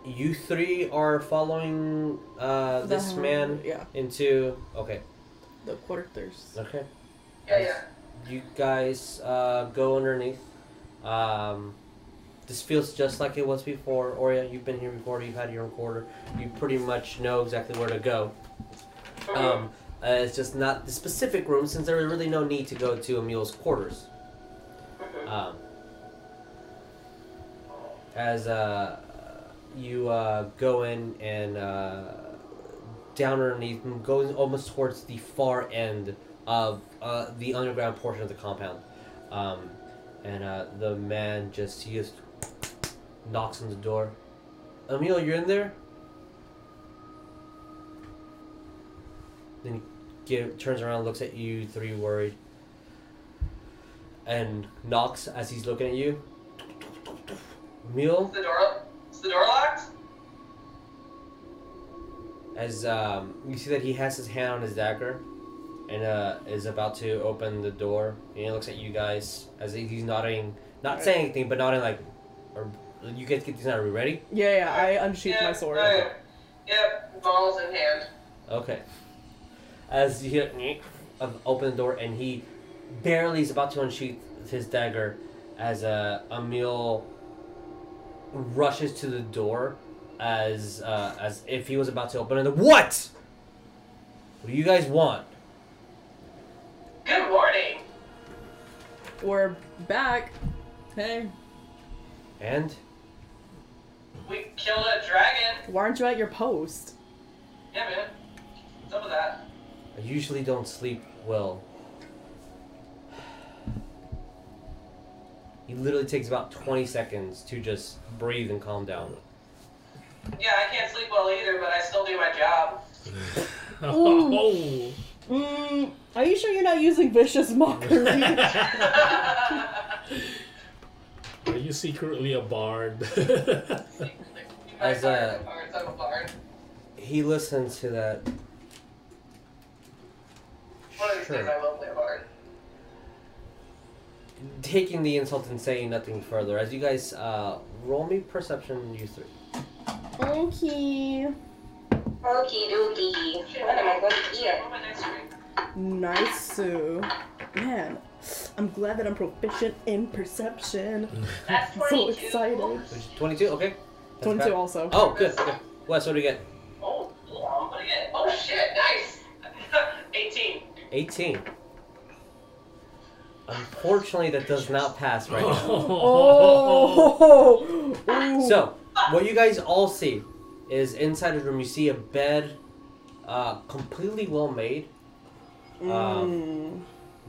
you three are following uh, this
The-
man
yeah.
into. Okay,
the quarter thirst.
okay.
Yeah, yeah.
You guys uh, go underneath. Um, this feels just like it was before. Oria, you've been here before. You've had your own quarter. You pretty much know exactly where to go. Um, uh, it's just not the specific room since there is really no need to go to Emile's quarters. Um, as uh, you uh, go in and uh, down underneath, and goes almost towards the far end of uh, the underground portion of the compound, um, and uh, the man just he just knocks on the door. Emil, you're in there. Then he give, turns around, looks at you three worried, and knocks as he's looking at you. Emil,
Is the door is the door locked?
as um, you see that he has his hand on his dagger, and uh, is about to open the door, and he looks at you guys as if he's nodding, not saying anything, but nodding like, "Are you guys get these now? Are we ready?"
Yeah, yeah. I unsheathed my sword.
alright. oh, Yep, balls in hand.
Okay. As you hear of- open the door, and he barely is about to unsheath his dagger, as uh, Emil rushes to the door, as uh, as if he was about to open it. What? What do you guys want?
Good morning.
We're back. Hey,
And
We killed a dragon.
why aren't you at your post?
Yeah, man. Some of that.
I usually don't sleep well. He literally takes about 20 seconds to just breathe and calm down.
Yeah, I can't sleep well either, but I still do my job.
oh,
Mm, are you sure you're not using vicious mockery?
are you he's secretly a bard.
As uh, a-
Or so far.
He listens to that.
One of these days I
Sure.
will play hard.
Taking the insult and saying nothing further, as you guys uh, roll me perception, you three.
Okay.
Okie dokie. Shit, What am I going to eat?
Nice, Sue. Man, I'm glad that I'm proficient in perception.
That's Oh,
I'm so
22.
excited.
Which is 22, okay. That's
22
bad.
also.
Oh, good. Okay. Wes, what do we get?
Oh, yeah, I'm gonna get. Oh shit, nice. 18.
18. Unfortunately, that does not pass right now.
Oh! Ooh.
So, what you guys all see is inside of the room, you see a bed, uh, completely well made, Um,
Mm.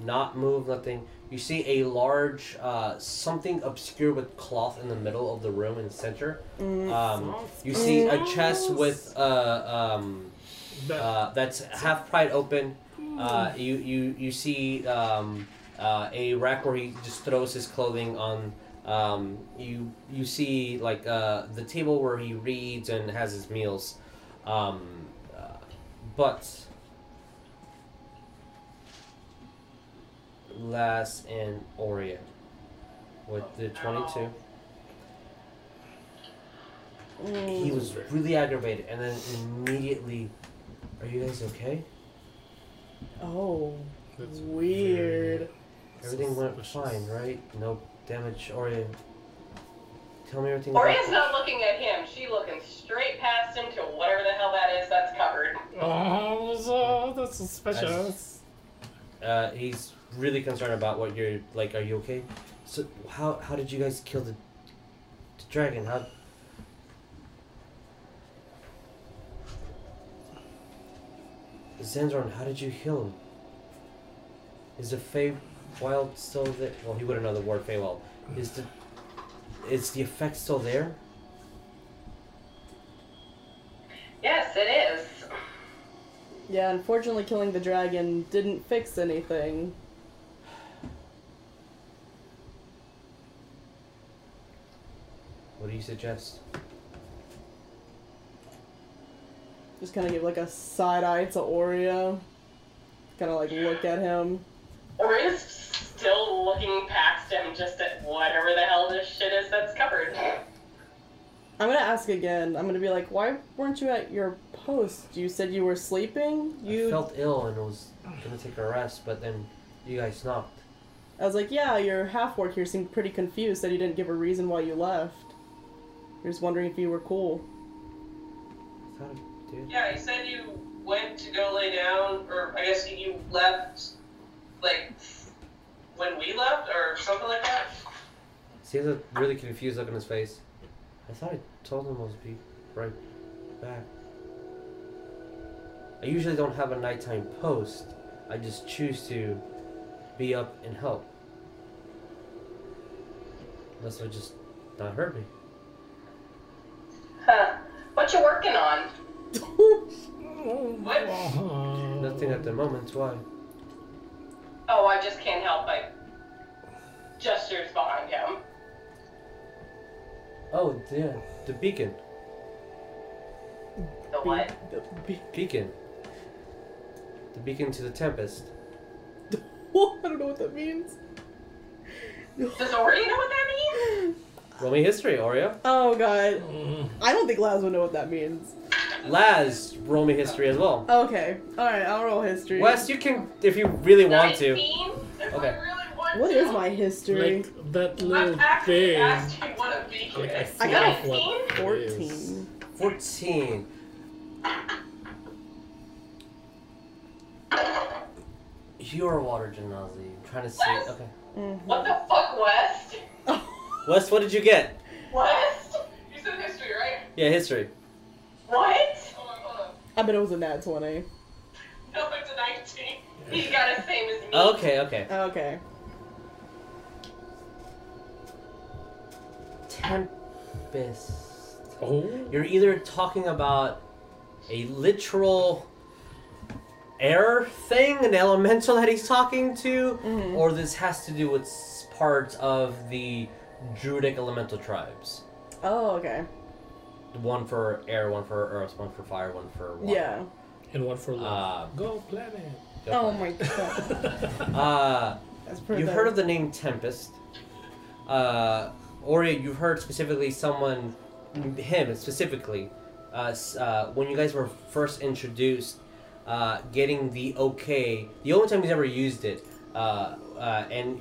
not moved, nothing. You see a large, uh, something obscure with cloth in the middle of the room in the center.
Mm.
Um, you see a chest with, uh, um,
That-
uh, that's half pried open. Uh, you, you, you see um, uh, a rack where he just throws his clothing on. Um, you you see like uh, the table where he reads and has his meals, um, uh, but last in Orient with the twenty two. He was really aggravated, and then immediately, are you guys okay?
Oh,
That's
weird.
Everything went
suspicious.
fine, right? No damage, Orion. Tell me everything. about
Oria's not looking at him. She looking straight past him to whatever the hell that is that's covered.
Oh, so- that's suspicious.
That's- Uh, he's really concerned about what you're like. Are you okay? So how how did you guys kill the, the dragon? How? Zanzorn, how did you heal him? Is the Fey wild still there? Well, he wouldn't know the word Fey wild. Is the is the effect still there?
Yes, it is.
Yeah, unfortunately, killing the dragon didn't fix anything.
What do you suggest?
Just kind of give like a side eye to Oreo. Kind of like look at him.
Oria's still looking past him just at whatever the hell this shit is that's covered.
I'm gonna ask again. I'm gonna be like, why weren't you at your post? You said you were sleeping. You.
I felt ill and was gonna take a rest, but then you guys knocked.
I was like, yeah, your half orc here seemed pretty confused that he didn't give a reason why you left. You're just wondering if you were cool.
I thought it did.
Yeah, you said you went to go lay down, or I guess you left, like, when we left, or something like that?
See the really confused look on his face. I thought I told him I was be right back. I usually don't have a nighttime post. I just choose to be up and help. Unless I just not hurt me.
Huh. What you working on? What?
Nothing at the moment, why?
Oh, I just can't help but gestures behind him.
Oh, yeah, the beacon.
The what?
Be-
Beacon. The beacon to the tempest.
be- I don't know what that means.
Does Ori know what that means?
Roll me history, Oreo.
Oh god.
Mm,
I don't think Laz would know what that means.
Laz, roll me history as well.
Okay. Alright, I'll roll history.
Wes, you can, if you really want to.
19? If I
Okay.
really want
What
to.
is my history?
Like that little
I've actually
thing.
asked you what a beacon
Like, I
is.
feel
I
I
got
got
like
19?
what it is.
14.
14. You're a water genasi. I'm trying to see.
Wes?
Okay.
What the fuck, West?
Wes, what did you get?
West? You said history, right?
Yeah, history.
What? Hold on, hold on.
I bet it was a nat 20.
No, it's a 19. He got the same as me.
Okay, okay.
Okay.
Tempest.
Oh,
You're either talking about a literal air thing, an elemental that he's talking to, or this has to do with s- parts of the Druidic elemental tribes.
Oh, okay.
One for air, one for earth, one for fire, one for water.
Yeah.
Oh,
Oh
and one for love.
Uh,
Go planet.
Go for
my god.
it. Uh,
That's pretty.
you've heard of the name Tempest. Uh, Ori, you've heard specifically someone, him specifically, uh, s- uh, when you guys were first introduced, uh, getting the okay. The only time he's ever used it, uh, uh, and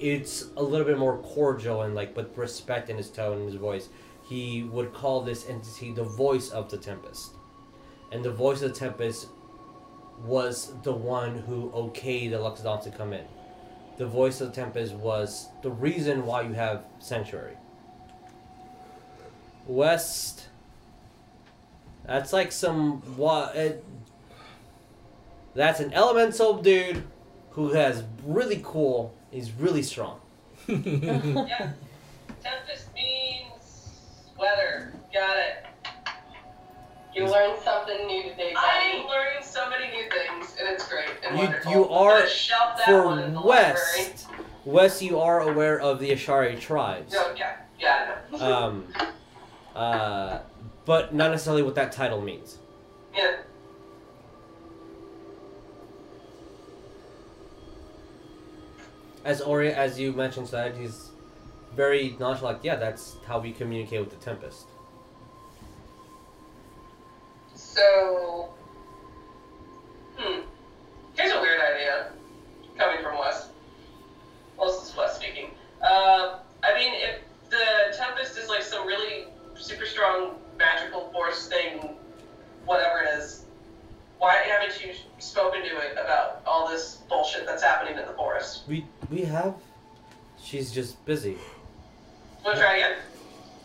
it's a little bit more cordial and like with respect in his tone and his voice. He would call this entity the voice of the Tempest, and the voice of the Tempest was the one who okayed the Luxodon to come in the voice of the Tempest was the reason why you have Sanctuary. West. That's like some. Wa- it, that's an elemental dude who has really cool. He's really strong.
Yeah. Tempest means weather. Got it. You learn something new today. I learned so many new things, and it's great and
You,
wonderful.
you
I'm
are
gonna shelf that one in
for
the library.
West. West, you are aware of the Ashari tribes,
No, yeah, yeah, I know.
um, uh, but not necessarily what that title means.
yeah.
as Ori, as you mentioned, that he's very nonchalant. Yeah, that's how we communicate with the Tempest.
So, hmm. Here's a weird idea coming from Wes. Well, this is Wes speaking. Uh, I mean, if the Tempest is like some really super strong magical force thing, whatever it is, why haven't you spoken to it about all this bullshit that's happening in the forest?
We we have. She's just busy.
Want to try again?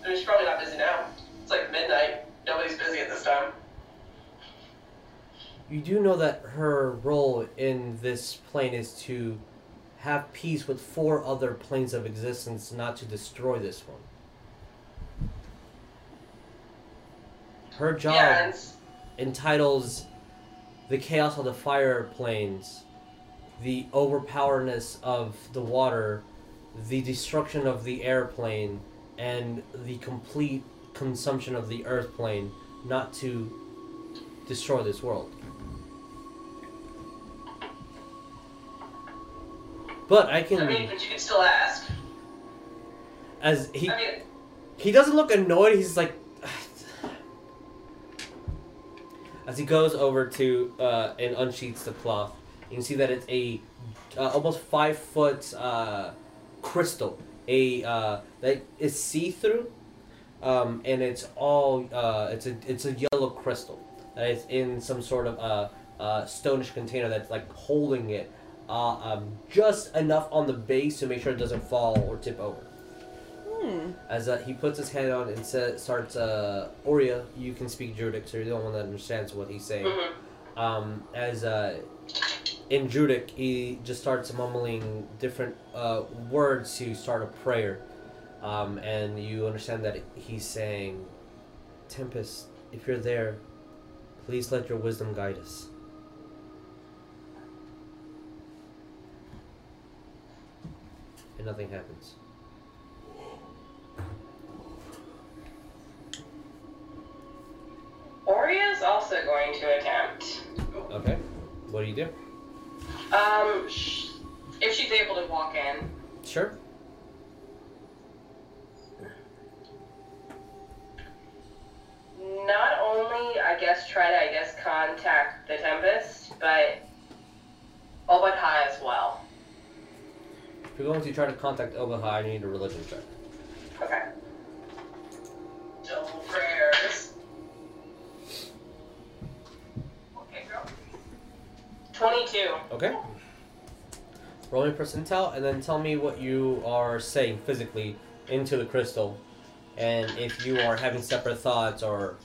I mean, she's probably not busy now. It's like midnight. Nobody's busy at this time.
You do know that her role in this plane is to have peace with four other planes of existence, not to destroy this one. Her job
Yeah, and s-
entitles the chaos of the fire planes, the overpowerness of the water, the destruction of the airplane, and the complete consumption of the earth plane not to destroy this world. But I
I mean,
can,
but you can still ask.
as he
I mean,
he doesn't look annoyed. He's like, as he goes over to uh, and unsheaths the cloth, you can see that it's a uh, almost five foot uh, crystal, a uh, that is see through, um, and it's all uh, it's a it's a yellow crystal that is in some sort of uh, uh, stonish container that's like holding it. Uh, um, just enough on the base to make sure it doesn't fall or tip over as uh, he puts his hand on and sa- starts, uh, Oria, you can speak Druidic, so you're the only one that understands what he's saying.
mhm.
Um, as uh, in Druidic, he just starts mumbling different uh, words to start a prayer. Um, and you understand that he's saying, Tempest, if you're there, please let your wisdom guide us. And nothing happens.
Oria's also going to attempt.
Okay. What do you do?
Um, sh- if she's able to walk in,
Sure.
not only I guess try to I guess contact the Tempest, but Obad High as well.
If you're going to try to contact Obahai, you need a religion check.
Okay. Double prayers. Okay, girl. Twenty-two.
Okay. Roll me percentile, and then tell me what you are saying physically into the crystal, and if you are having separate thoughts or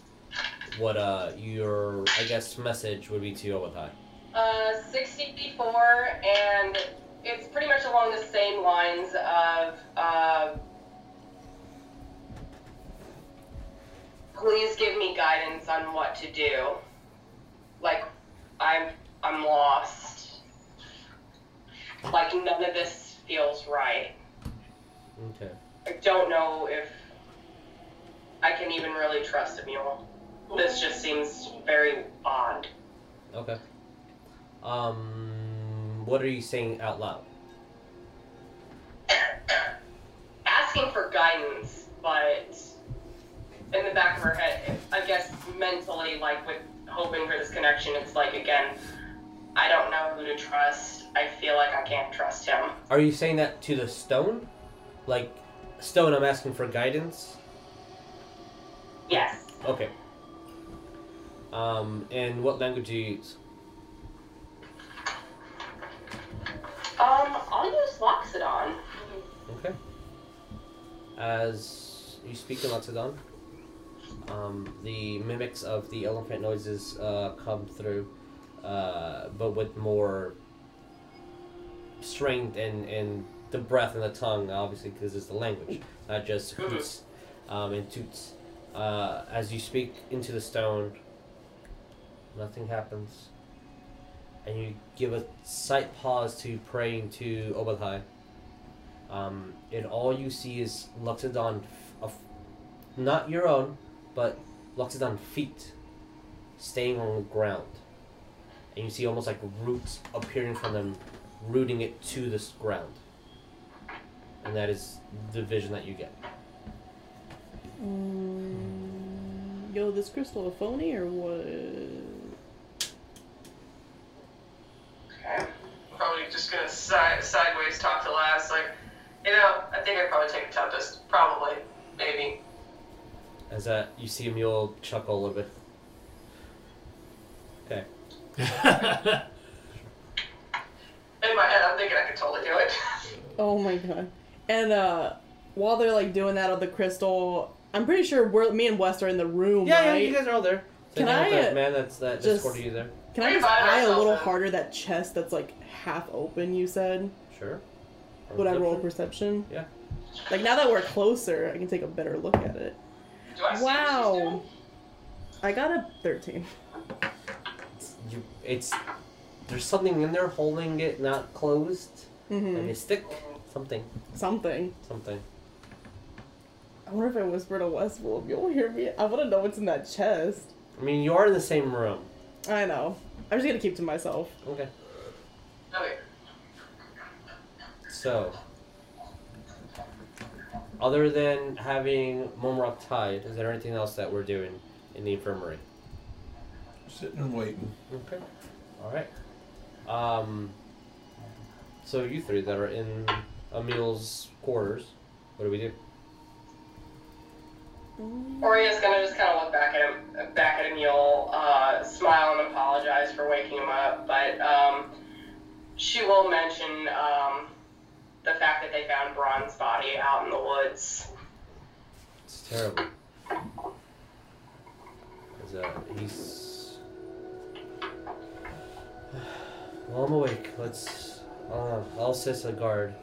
what uh your I guess message would be to Obahai.
Uh, 64, and it's pretty much along the same lines of, uh, please give me guidance on what to do. Like, I'm, I'm lost. Like, none of this feels right.
Okay.
I don't know if I can even really trust a mule. This just seems very odd.
Okay. Um, what are you saying out loud?
Asking for guidance, but in the back of her head, I guess mentally, like with hoping for this connection, it's like, again, I don't know who to trust. I feel like I can't trust him.
Are you saying that to the stone? Like, stone, I'm asking for guidance?
Yes.
Okay. Um, and what language do you use?
Um, I'll use Loxodon.
Okay. As you speak in Loxodon, um, the mimics of the elephant noises uh, come through, uh, but with more strength and, and the breath and the tongue, obviously, because it's the language, not just hoots um, and toots. Uh, as you speak into the stone, nothing happens. And you give a slight pause to praying to Obadhai. Um, and all you see is Luxodon, f- of, not your own, but Luxodon feet staying on the ground. And you see almost like roots appearing from them, rooting it to this ground. And that is the vision that you get.
Mm, yo, this crystal a phony or what?
Okay. Probably just gonna side, sideways talk to Laz. Like, you know, I think I'd probably take a top test. Probably. Maybe.
As that you see a mule chuckle a little bit. Okay.
In my head, I'm thinking I could totally do it.
Oh my god. And uh, while they're like doing that on the crystal, I'm pretty sure we're me and Wes are in the room,
Yeah, yeah,
right?
you guys are all there. Sitting
Can
with
I,
that
uh,
man that's that
just-
escorted you there?
Can I
We
just
buy
eye a
ourselves
little
in.
harder that chest that's like half open? You said.
Sure.
Would I roll
Perception?
perception?
Yeah.
Like now that we're closer, I can take a better look at it.
Do I see what she's
Wow.
doing?
I got a 13.
you it's there's something in there holding it not closed and
hmm
a stick something
Something.
something
I wonder if I whisper to Wes, will you'll hear me? I want to know what's in that chest.
i mean you are in the same room
I know. I'm just gonna keep to myself.
okay
Okay.
so other than having momrock tied is there anything else that we're doing in the infirmary
Sitting and waiting.
okay all right um so you three that are in Emil's quarters what do we do
Oria's gonna just kind of look back at him, back at Emil, uh, smile and apologize for waking him up, but um, she will mention um, the fact that they found Bron's body out in the woods.
It's terrible. Is, uh, he's. Well, I'm awake. Let's. Uh, I'll assist a guard.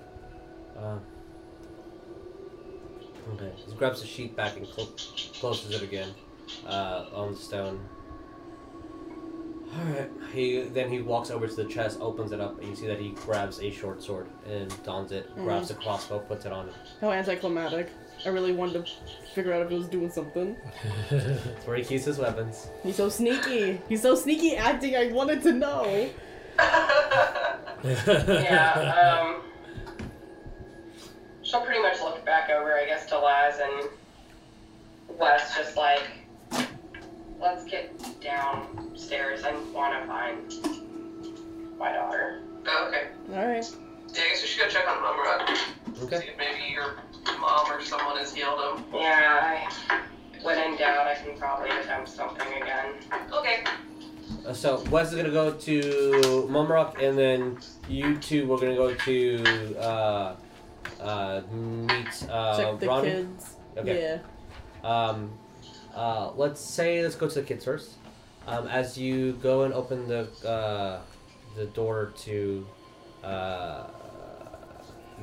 Uh, okay. He grabs the sheet back and cl- closes it again uh, on the stone. Alright. He Then he walks over to the chest, opens it up, and you see that he grabs a short sword and dons it, grabs the crossbow, puts it on him.
How anticlimactic. I really wanted to figure out if it was doing something.
That's where he keeps his weapons.
He's so sneaky. He's so sneaky acting. I wanted to know.
Yeah, um, she'll pretty much look back over, I guess, to Laz and Wes, just like, let's get downstairs. I want to find my daughter. Okay.
All right.
Yeah, I guess we should go check on Mumrock.
Okay.
See if maybe your mom or someone has healed him.
Yeah, I, when in doubt, I can probably attempt something again.
Okay.
Uh, So Wes is gonna go to Mumrock, and then you two were gonna go to uh, uh, meet uh,
Check the
Ronnie.
kids.
Okay.
Yeah.
Um, uh, let's say let's go to the kids first. Um, as you go and open the uh, the door to uh,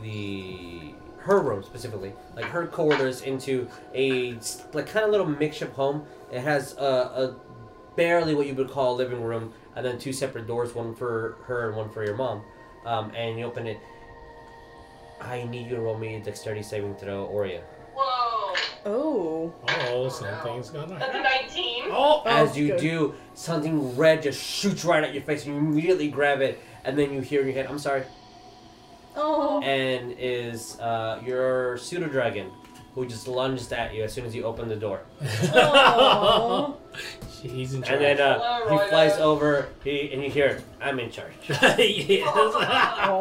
the her room specifically, like her corridors into a s- like kind of little makeshift home. It has a, a barely what you would call a living room, and then two separate doors, one for her and one for your mom. Um, and you open it. I need you to roll me a dexterity saving throw, Oria.
Whoa.
Oh.
Oh, something's gonna
That's a
happen.
19.
Oh,
As you
good.
do, something red just shoots right at your face, and you immediately grab it, and then you hear in your head, "I'm sorry,"
Oh.
and is uh, your pseudo dragon, who just lunges at you as soon as you open the door,
Aw.
he's in charge.
and then uh,
Hello,
he
Roy.
flies over, he and you hear, "I'm in charge."
yes.
Oh.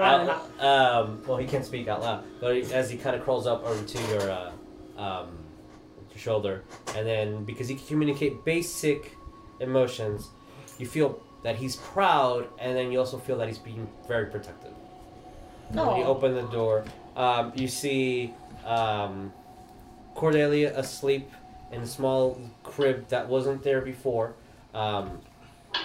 Out, um, well, he can't speak out loud, but he- as he kind of crawls up over to your, uh, um, your shoulder, and then because he can communicate basic emotions, you feel that he's proud, and then you also feel that he's being very protective. And When you
Aw.
open the door, um, you see um, Cordelia asleep in a small crib that wasn't there before. Um,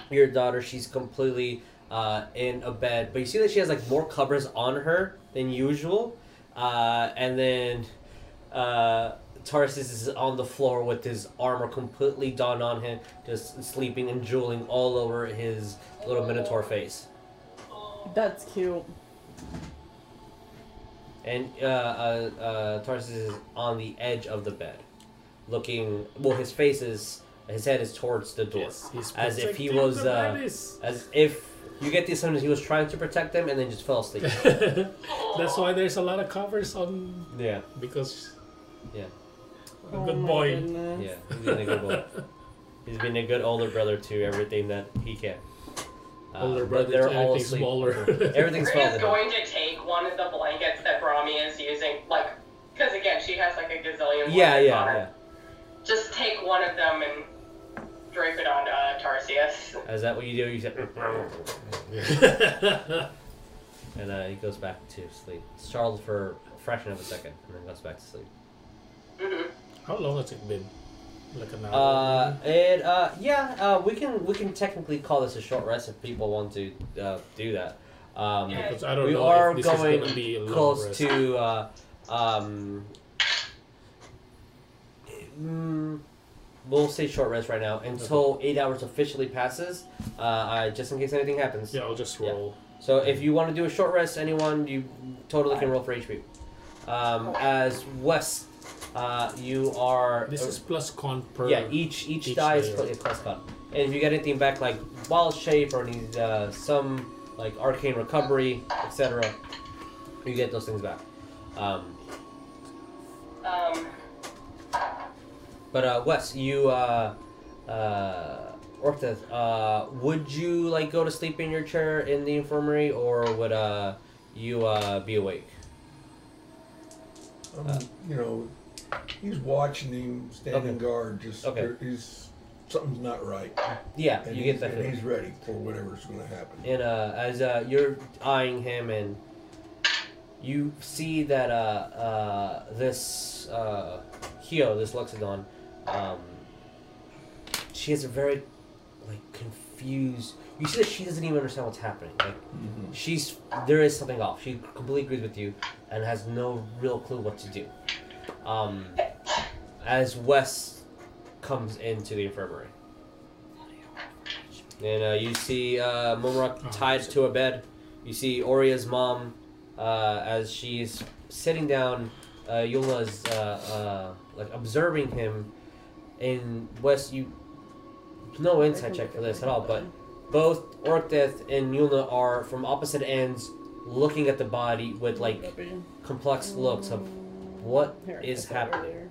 your daughter, she's completely uh, in a bed, but you see that she has like more covers on her than usual. Uh, and then uh, Tarsus is on the floor with his armor completely done on him, just sleeping and drooling all over his little minotaur face.
That's cute.
And uh, uh, uh, Tarsus is on the edge of the bed, looking. Well, his face is, his head is towards the door,
Yes, he's
as if he
protecting
was,
the
uh,
menace.
as if you get the assumption he was trying to protect them and then just fell asleep.
That's why there's a lot of covers on
yeah,
because
Yeah.
a
Oh
good
my
boy.
goodness.
yeah, he's been a good boy. He's been a good older brother to everything that he can. Uh,
Older
but
brother
they're
to
all
anything
asleep.
smaller.
Everything's
Rhea's
falling.
going to take one of the blankets that Brahmi is using, like, because again, she has like a gazillion blankets
Yeah, yeah,
on
yeah.
her. Just take one of them and drape it on uh, Tarsius.
Is that what you do? You say, and uh, he goes back to sleep. It's Charles for a fraction of a second, and then goes back to sleep.
hmm
How long has it been? Like an
Uh,
hour.
it uh, yeah, uh, we can we can technically call this a short rest if people want to uh, do that. Um,
Yeah.
because I don't
we
know
are
if this is
going
gonna be a long
close
rest.
to uh, um, mm, we'll say short rest right now until eight hours officially passes. Uh, uh, just in case anything happens.
Yeah, I'll just
Yeah.
roll.
So if you want to do a short rest, anyone, you totally can roll for HP. Um, as West, uh, you are.
This is plus con per.
Yeah, e- each each,
each
die is
layer.
pl- is plus con. And if you get anything back like ball shape or any uh, some like arcane recovery, etc., you get those things back. Um,
Um,
but uh, Wes, you uh, uh, Orthez, uh, would you like go to sleep in your chair in the infirmary, or would uh, you uh, be awake?
Um, you know, he's watching him, standing guard. Just
Uh. Okay.
there- he's something's not right,
Yeah,
and,
you
he's,
get that.
and
feeling.
he's ready for whatever's going to happen.
and uh, as uh, you're eyeing him and you see that uh, uh, this uh, Hio, this Luxodon, um, she has a very like confused. You see that she doesn't even understand what's happening. Like she's there is something off. She completely agrees with you and has no real clue what to do. Um, as Wes comes into the infirmary. And uh, you see uh, Momorok
Oh,
tied to a bed. You see Oria's mom uh, as she's sitting down. Uh, Yulna is uh, uh, like observing him. And Wes, you no insight check for this at all, but both Orkdeth and Yulna are from opposite ends, looking at the body with like complex looks of what
Here, I
is
saw it
happening
earlier.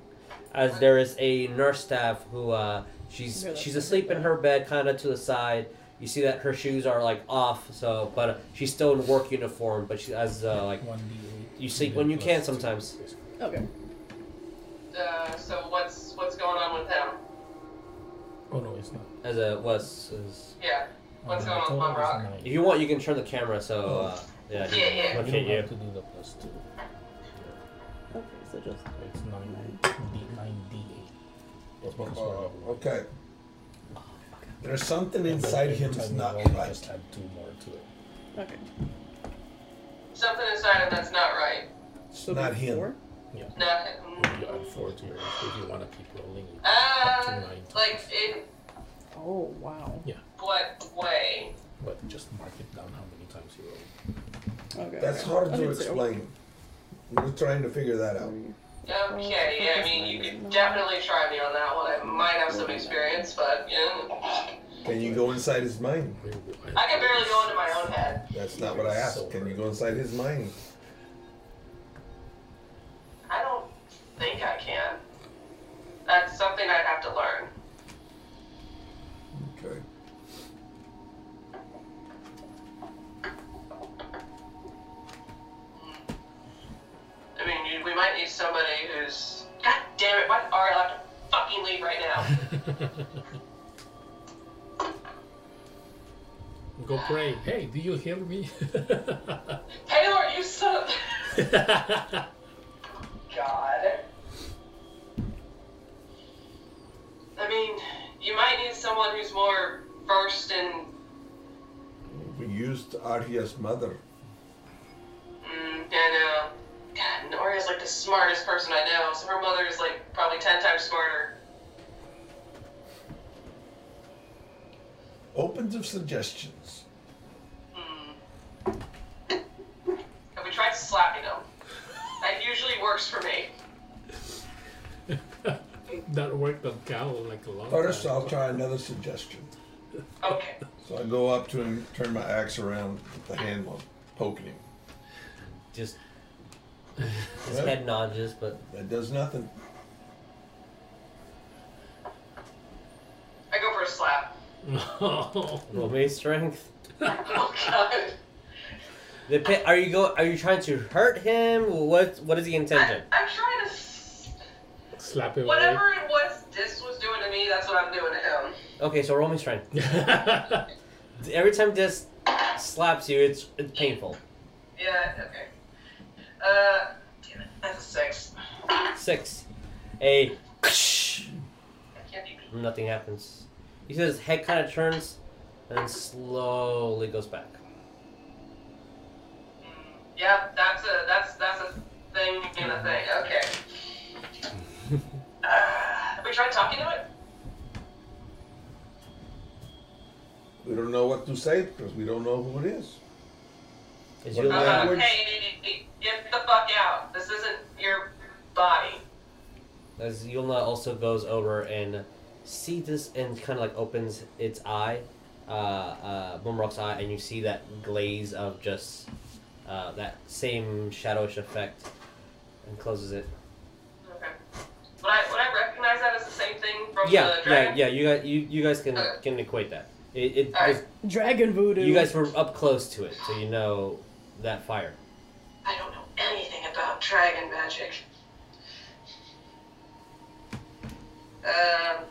as there is a nurse staff who uh, she's
Really?
she's asleep in her bed, kind of to the side. You see that her shoes are like off, so but uh, she's still in work uniform. But she has uh, like
One D8.
you sleep when you
Plus
can
two.
sometimes.
Okay.
Uh, so what's what's going on with him?
Oh no, it's not.
As a was is,
Yeah. What's
Uh,
going on
total
with
is
Rock?
nine.
if you want you can turn the camera. So uh, yeah,
Yeah, yeah.
Look
You don't
at you.
have to do the plus two.
Okay, so just
It's nine D nine D eight. It's because we're
Uh,
all-
okay.
Oh,
There's something inside
Every
him that's
time we
not
roll, we Just
right.
add two more to it.
okay.
Something inside him that's not right.
It's
So
not him.
four?
Yeah.
Not.
You add four to your if you want to keep rolling. you- Up to
Uh,
nine.
like in
Oh wow.
what way?
But just mark it down how many times you roll.
Okay.
That's
okay.
hard
I
to
did two.
explain. I'm just trying to figure that out.
Okay, yeah, I mean, you could definitely try me on that one. I might have some experience, but yeah,
Can you go inside his mind?
I can barely go into my own head.
That's not what I asked. Can you go inside his mind?
I don't think I can. That's something I'd have to learn.
Okay.
I mean, you- we might need somebody who's. God damn it, why did Ariel have to fucking leave right now?
Go pray. Hey, do you hear me?
Taylor, you son of. God. I mean, you might need someone who's more versed in.
We used Arya's mother.
Mm, I know. God, Noria's like the smartest person I know, so her mother is like probably 10 times smarter.
Open to suggestions.
Have we tried slapping them? That usually works for me.
that worked on Cal like a lot.
First, I'll try another suggestion.
Okay.
So I go up to him, turn my axe around with the handle, poking him.
Just his head nodges, but
That does nothing.
I go for a slap.
roll base strength.
Oh, God.
The pit, are you go? Are you trying to hurt him? What What is the
I,
intention?
I'm trying to. s-
Slap him
Whatever it was this was doing to me, that's what I'm doing to him.
Okay, so roll me strength.
away.
Every time this slaps you, it's, it's painful.
Yeah, okay. Uh, damn it. That's a six. I
Six, a
can't be beat.
nothing happens. He says his head kind of turns, and then slowly goes back.
Yep, mm, that's a that's that's a thing and a thing. Okay. Uh, we tried talking to it.
We don't know what to say because we don't know who it is.
As
What
you
The
Uh,
look,
language-
hey, hey, hey, hey, get the fuck out! This isn't your body.
as Yulna also goes over and see this, and kind of like opens its eye, uh, uh, Boomerang's eye, and you see that glaze of just uh, that same shadowish effect, and closes it.
Okay. Would I would I recognize that as the same thing from
Yeah,
the
yeah,
dragon?
yeah. You guys, you, you guys can
Okay.
can equate that. It, it
Alright.
it's-
Dragon voodoo.
you guys were up close to it, so you know that fire.
I don't know anything about dragon magic. Um.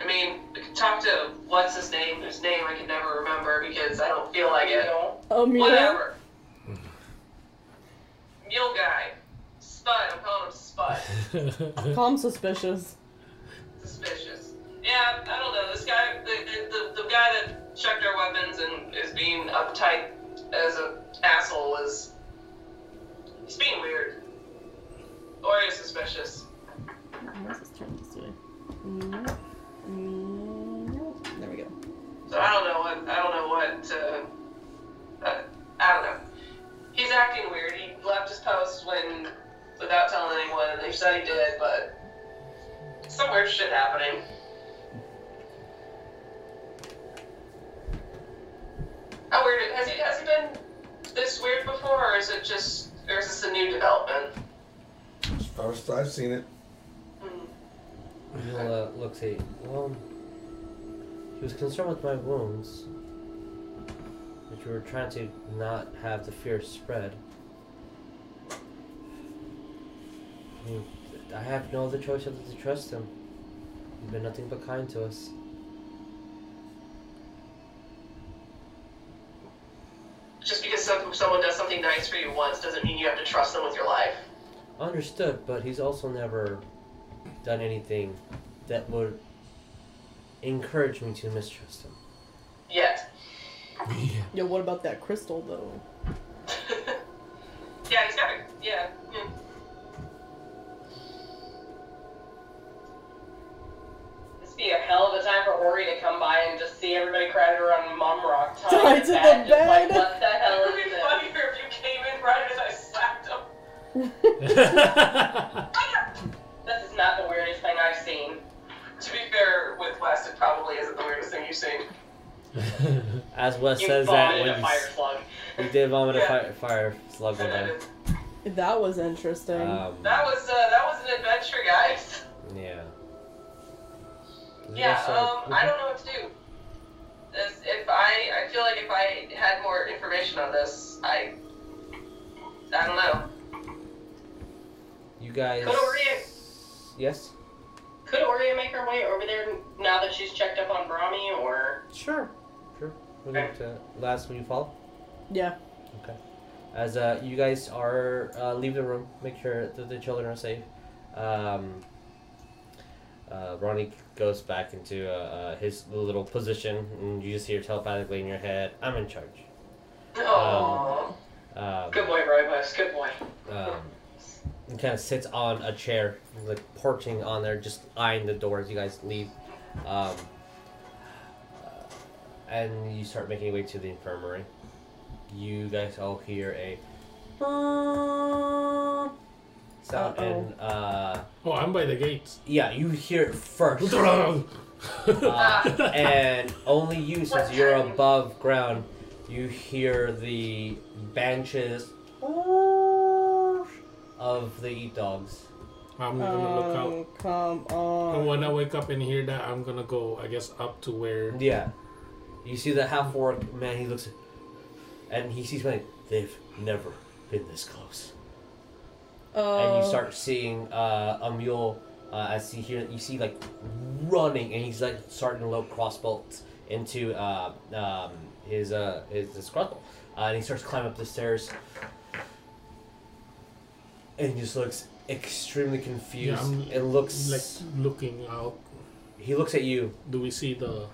I mean, we could talk to what's his name, whose name I can never remember because I don't feel like it.
Oh, Mira?
Whatever. Mule guy. Spud. I'm calling him Spud.
Call him suspicious.
Suspicious. Yeah, I don't know. This guy, the, the, the guy that checked our weapons and is being uptight as an asshole is. He's being weird. Or he's suspicious.
What's his turn this way? No. No. There we go.
So I don't know what. I don't know what. Uh, uh, I don't know. He's acting weird. He left his post when without telling anyone, and they said he did, but some weird shit happening. How weird has he has he been this weird before, or is it just or is this a new development?
As far as I've seen it,
Yula looks at you. uh, Well, he was concerned with my wounds, that you were trying to not have the fear spread. I mean, I have no other choice other to trust him. He's been nothing but kind to us.
Just because some, someone does something nice for you once doesn't mean you have to trust them with your life.
Understood, but he's also never done anything that would encourage me to mistrust him.
Yet.
Yo, what about that crystal though?
yeah, he's got it. Yeah.
hmm.
yeah. This would be a hell of a time for Ori to come by and just see everybody crowded around Mum Rock.
Tied to the
just like,
bed.
what the hell is this? funnier if you This is not the weirdest thing I've seen.
To be fair, with Wes, it probably isn't the weirdest thing you've seen.
As Wes
You
says that
vomited
when
a
you,
fire
s-
plug.
you did vomit a
Yeah.
fire, fire slug one
And that
time.
is-
That was interesting.
Um,
that was uh, that was an adventure, guys.
yeah.
Yeah, um,
Mm-hmm.
I don't know what to do. This, if I, I feel like if I had more information on this, I, I don't know.
You guys.
Could Oria,
Yes.
Could Oria make her way over there now that she's checked up on Brahmi, or
Sure. Sure. We
Okay.
need to- last when you fall.
yeah.
Okay. As uh, you guys are uh, leave the room, make sure that the children are safe. Um, uh, Ronnie goes back into uh, uh, his little position, and you just hear telepathically in your head, "I'm in charge."
oh,
Um,
good boy, Roy West, good boy.
um, and kind of sits on a chair, like perching on there, just eyeing the door as you guys leave. Um, uh, and you start making your way to the infirmary. You guys all hear a sound, and uh,
oh, I'm by the gates.
yeah, you hear it first.
uh,
Ah.
and only you, since you're above ground, you hear the benches of the eat dogs.
I'm gonna look out.
Oh, come
And
on.
when I wake up and hear that, I'm gonna go, I guess, up to where.
Yeah. You see the half orc man, he looks and he sees like they've never been this close. and you
Oh.
start seeing uh, a mule uh, as you hear you see like running and he's like starting to load crossbolts into uh, um, his uh, his, his crossbow uh, and he starts climbing up the stairs and just looks extremely
Yeah,
confused
I'm
It looks
like looking out.
he looks at you
Do we see the?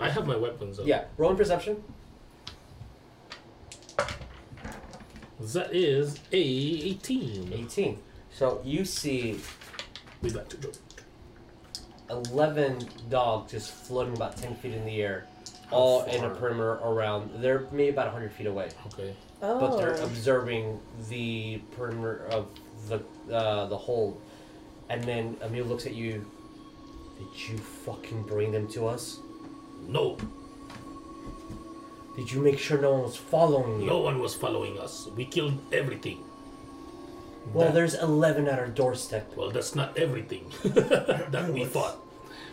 I have my weapons. Up.
yeah roll in perception
That is a 18.
18 so you see
We like to joke.
11 dogs just floating about 10 feet in the air all in a
far?
perimeter around they're maybe about 100 feet away
Okay.
oh.
but they're observing the perimeter of the uh, the hold. And then Emil looks at you. Did you fucking bring them to us?
No,
Did you make sure no one was following you?
no one was following us. We killed everything.
Well,
That-
there's 11 at our doorstep.
Well, that's not everything that we fought.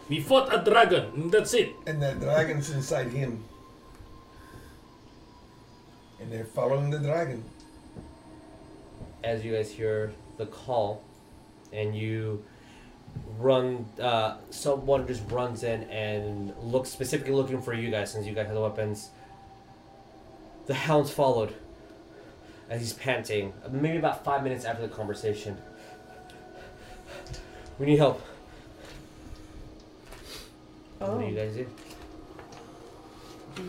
We fought a dragon. and That's it.
And the dragon's inside him. And they're following the dragon.
As you guys hear the call, and you run, uh, someone just runs in and looks specifically looking for you guys since you guys have the weapons. The hounds followed. as he's panting, maybe about five minutes after the conversation. We need help. What do you
Oh.
guys do?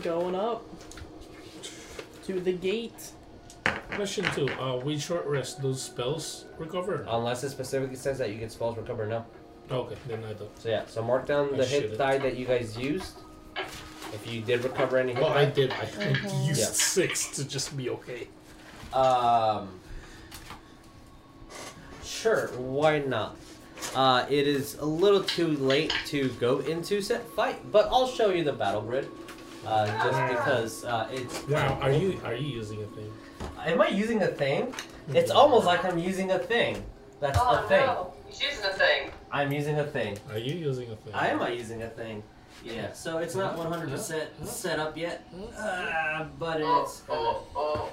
Going up to the gate.
Question two. Uh, we short rest. Those spells recover.
Unless it specifically says that you get spells recover now.
Okay, then I don't.
So yeah, so mark down
I
the hit
should've.
die that you guys used. If you did recover any hit
Well, I
die.
did. I used
Yeah.
six to just be okay.
Um, sure, why not? Uh, it is a little too late to go into set fight, but I'll show you the battle grid. Uh, just because uh, it's
Wow, are you are you using a thing?
Am I using a thing?
Mm-hmm.
It's almost like I'm using a thing. That's
oh
a thing.
no, he's using a thing.
I'm using a thing.
Are you using a thing?
I am not using a thing. Yeah, so it's not 100% set up yet, uh, but
Oh,
it's.
oh, oh.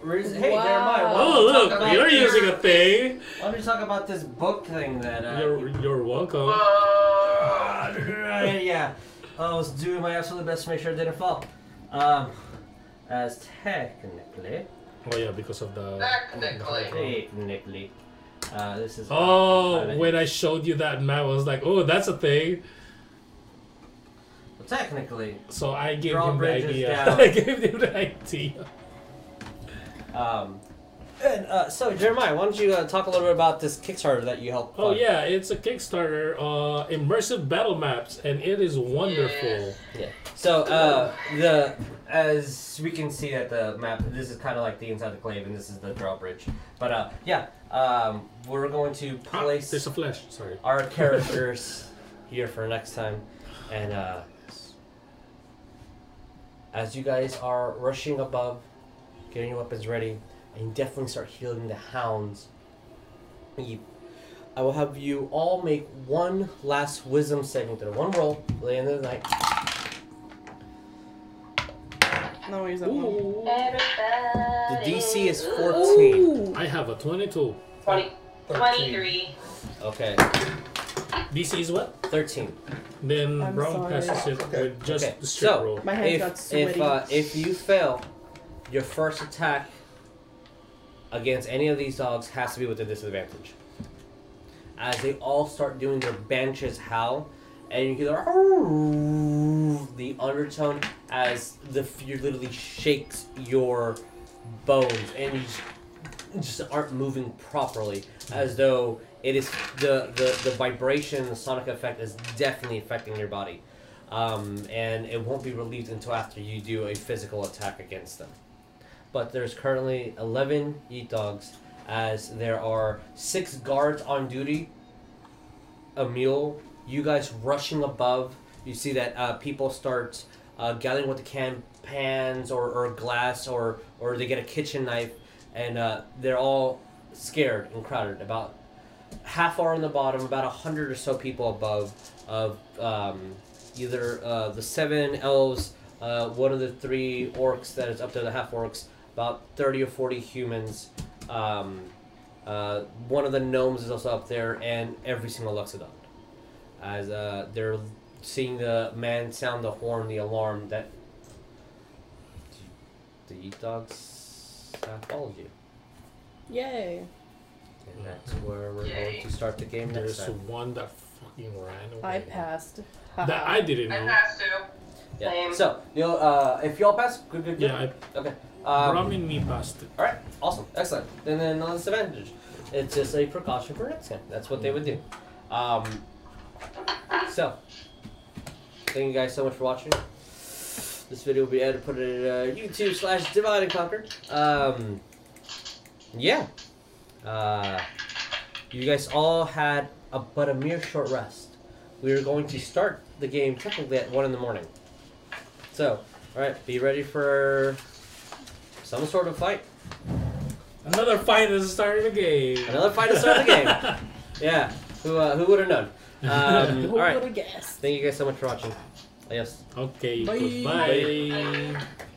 Hey, Jeremiah, why
Oh
don't you talk
look,
about
you're
your-
using a thing.
Why don't you talk about this book thing that uh,
You're you're welcome. Oh,
Whoa.
Right, yeah. Oh, I was doing my absolute best to make sure it didn't fall. Um, as technically,
Oh yeah, because of the.
Technically.
technically, uh, this is.
Oh, when I showed you that map, I was like, oh, that's a thing.
Technically,
So I gave
Draw
him the
bridges
idea.
down.
I gave him the idea.
um, And, uh, so Jeremiah, why don't you uh, talk a little bit about this Kickstarter that you helped?
Oh
fund?
yeah, it's a Kickstarter, uh, immersive battle maps, and it is wonderful.
Yeah. So uh, the as we can see at the map, this is kind of like the inside the clave, and this is the drawbridge. But uh, yeah, um, we're going to
Ah,
place
there's a flash. Sorry.
our characters here for next time, and uh, as you guys are rushing above, getting your weapons ready, and definitely start healing the hounds. You, I will have you all make one last wisdom saving throw, one roll, at the end of the night.
No, he's that one.
The
Everybody.
DC is 14.
Ooh.
I have a 22.
20,
23.
23.
Okay,
DC is what?
13.
Then
I'm
Brown
sorry.
passes it
Okay.
with just
Okay,
the straight
so-
roll.
My hands got
If,
sweaty.
if, uh, if you fail, your first attack against any of these dogs has to be with a disadvantage. As they all start doing their benches howl, and you hear the, the undertone as the fear literally shakes your bones, and you just just aren't moving properly, as though it is the the, the vibration, the sonic effect is definitely affecting your body, um, and it won't be relieved until after you do a physical attack against them. But there's currently eleven eat dogs, as there are six guards on duty. A mule, you guys rushing above. You see that uh, people start uh, gathering with the can pans or, or glass or or they get a kitchen knife and uh, they're all scared and crowded. About half are on the bottom, about a hundred or so people above of um, either uh, the seven elves, uh, one of the three orcs that is up there, the half orcs, about thirty or forty humans. Um, uh, one of the gnomes is also up there, and every single Luxodon. As uh, they're seeing the man sound the horn, the alarm that the eat dogs have followed you.
Yay.
And that's where we're
Yay.
going to start the game Mm-hmm. next
There's
time.
one that fucking ran away.
I passed.
That I didn't
I
know.
passed too.
Yeah.
Same.
So you'll uh, if y'all pass, good, good, good.
Yeah, I,
Okay. Um,
Bram and me passed it.
all right. Awesome. Excellent. And then on disadvantage, it's just a precaution for next time. That's what they would do. Um, so thank you guys so much for watching. This video will be added, put it uh, YouTube slash Divide and Conquer. Um, yeah. Uh, you guys all had a, but a mere short rest. We were going to start the game technically at one in the morning. So, all right, be ready for some sort of fight.
Another fight is starting the game.
Another fight to start the game. Yeah. Who uh, who would have known? Um,
Who
all right.
would've guessed?
Thank you guys so much for watching. Yes.
okay,
Bye.
goodbye.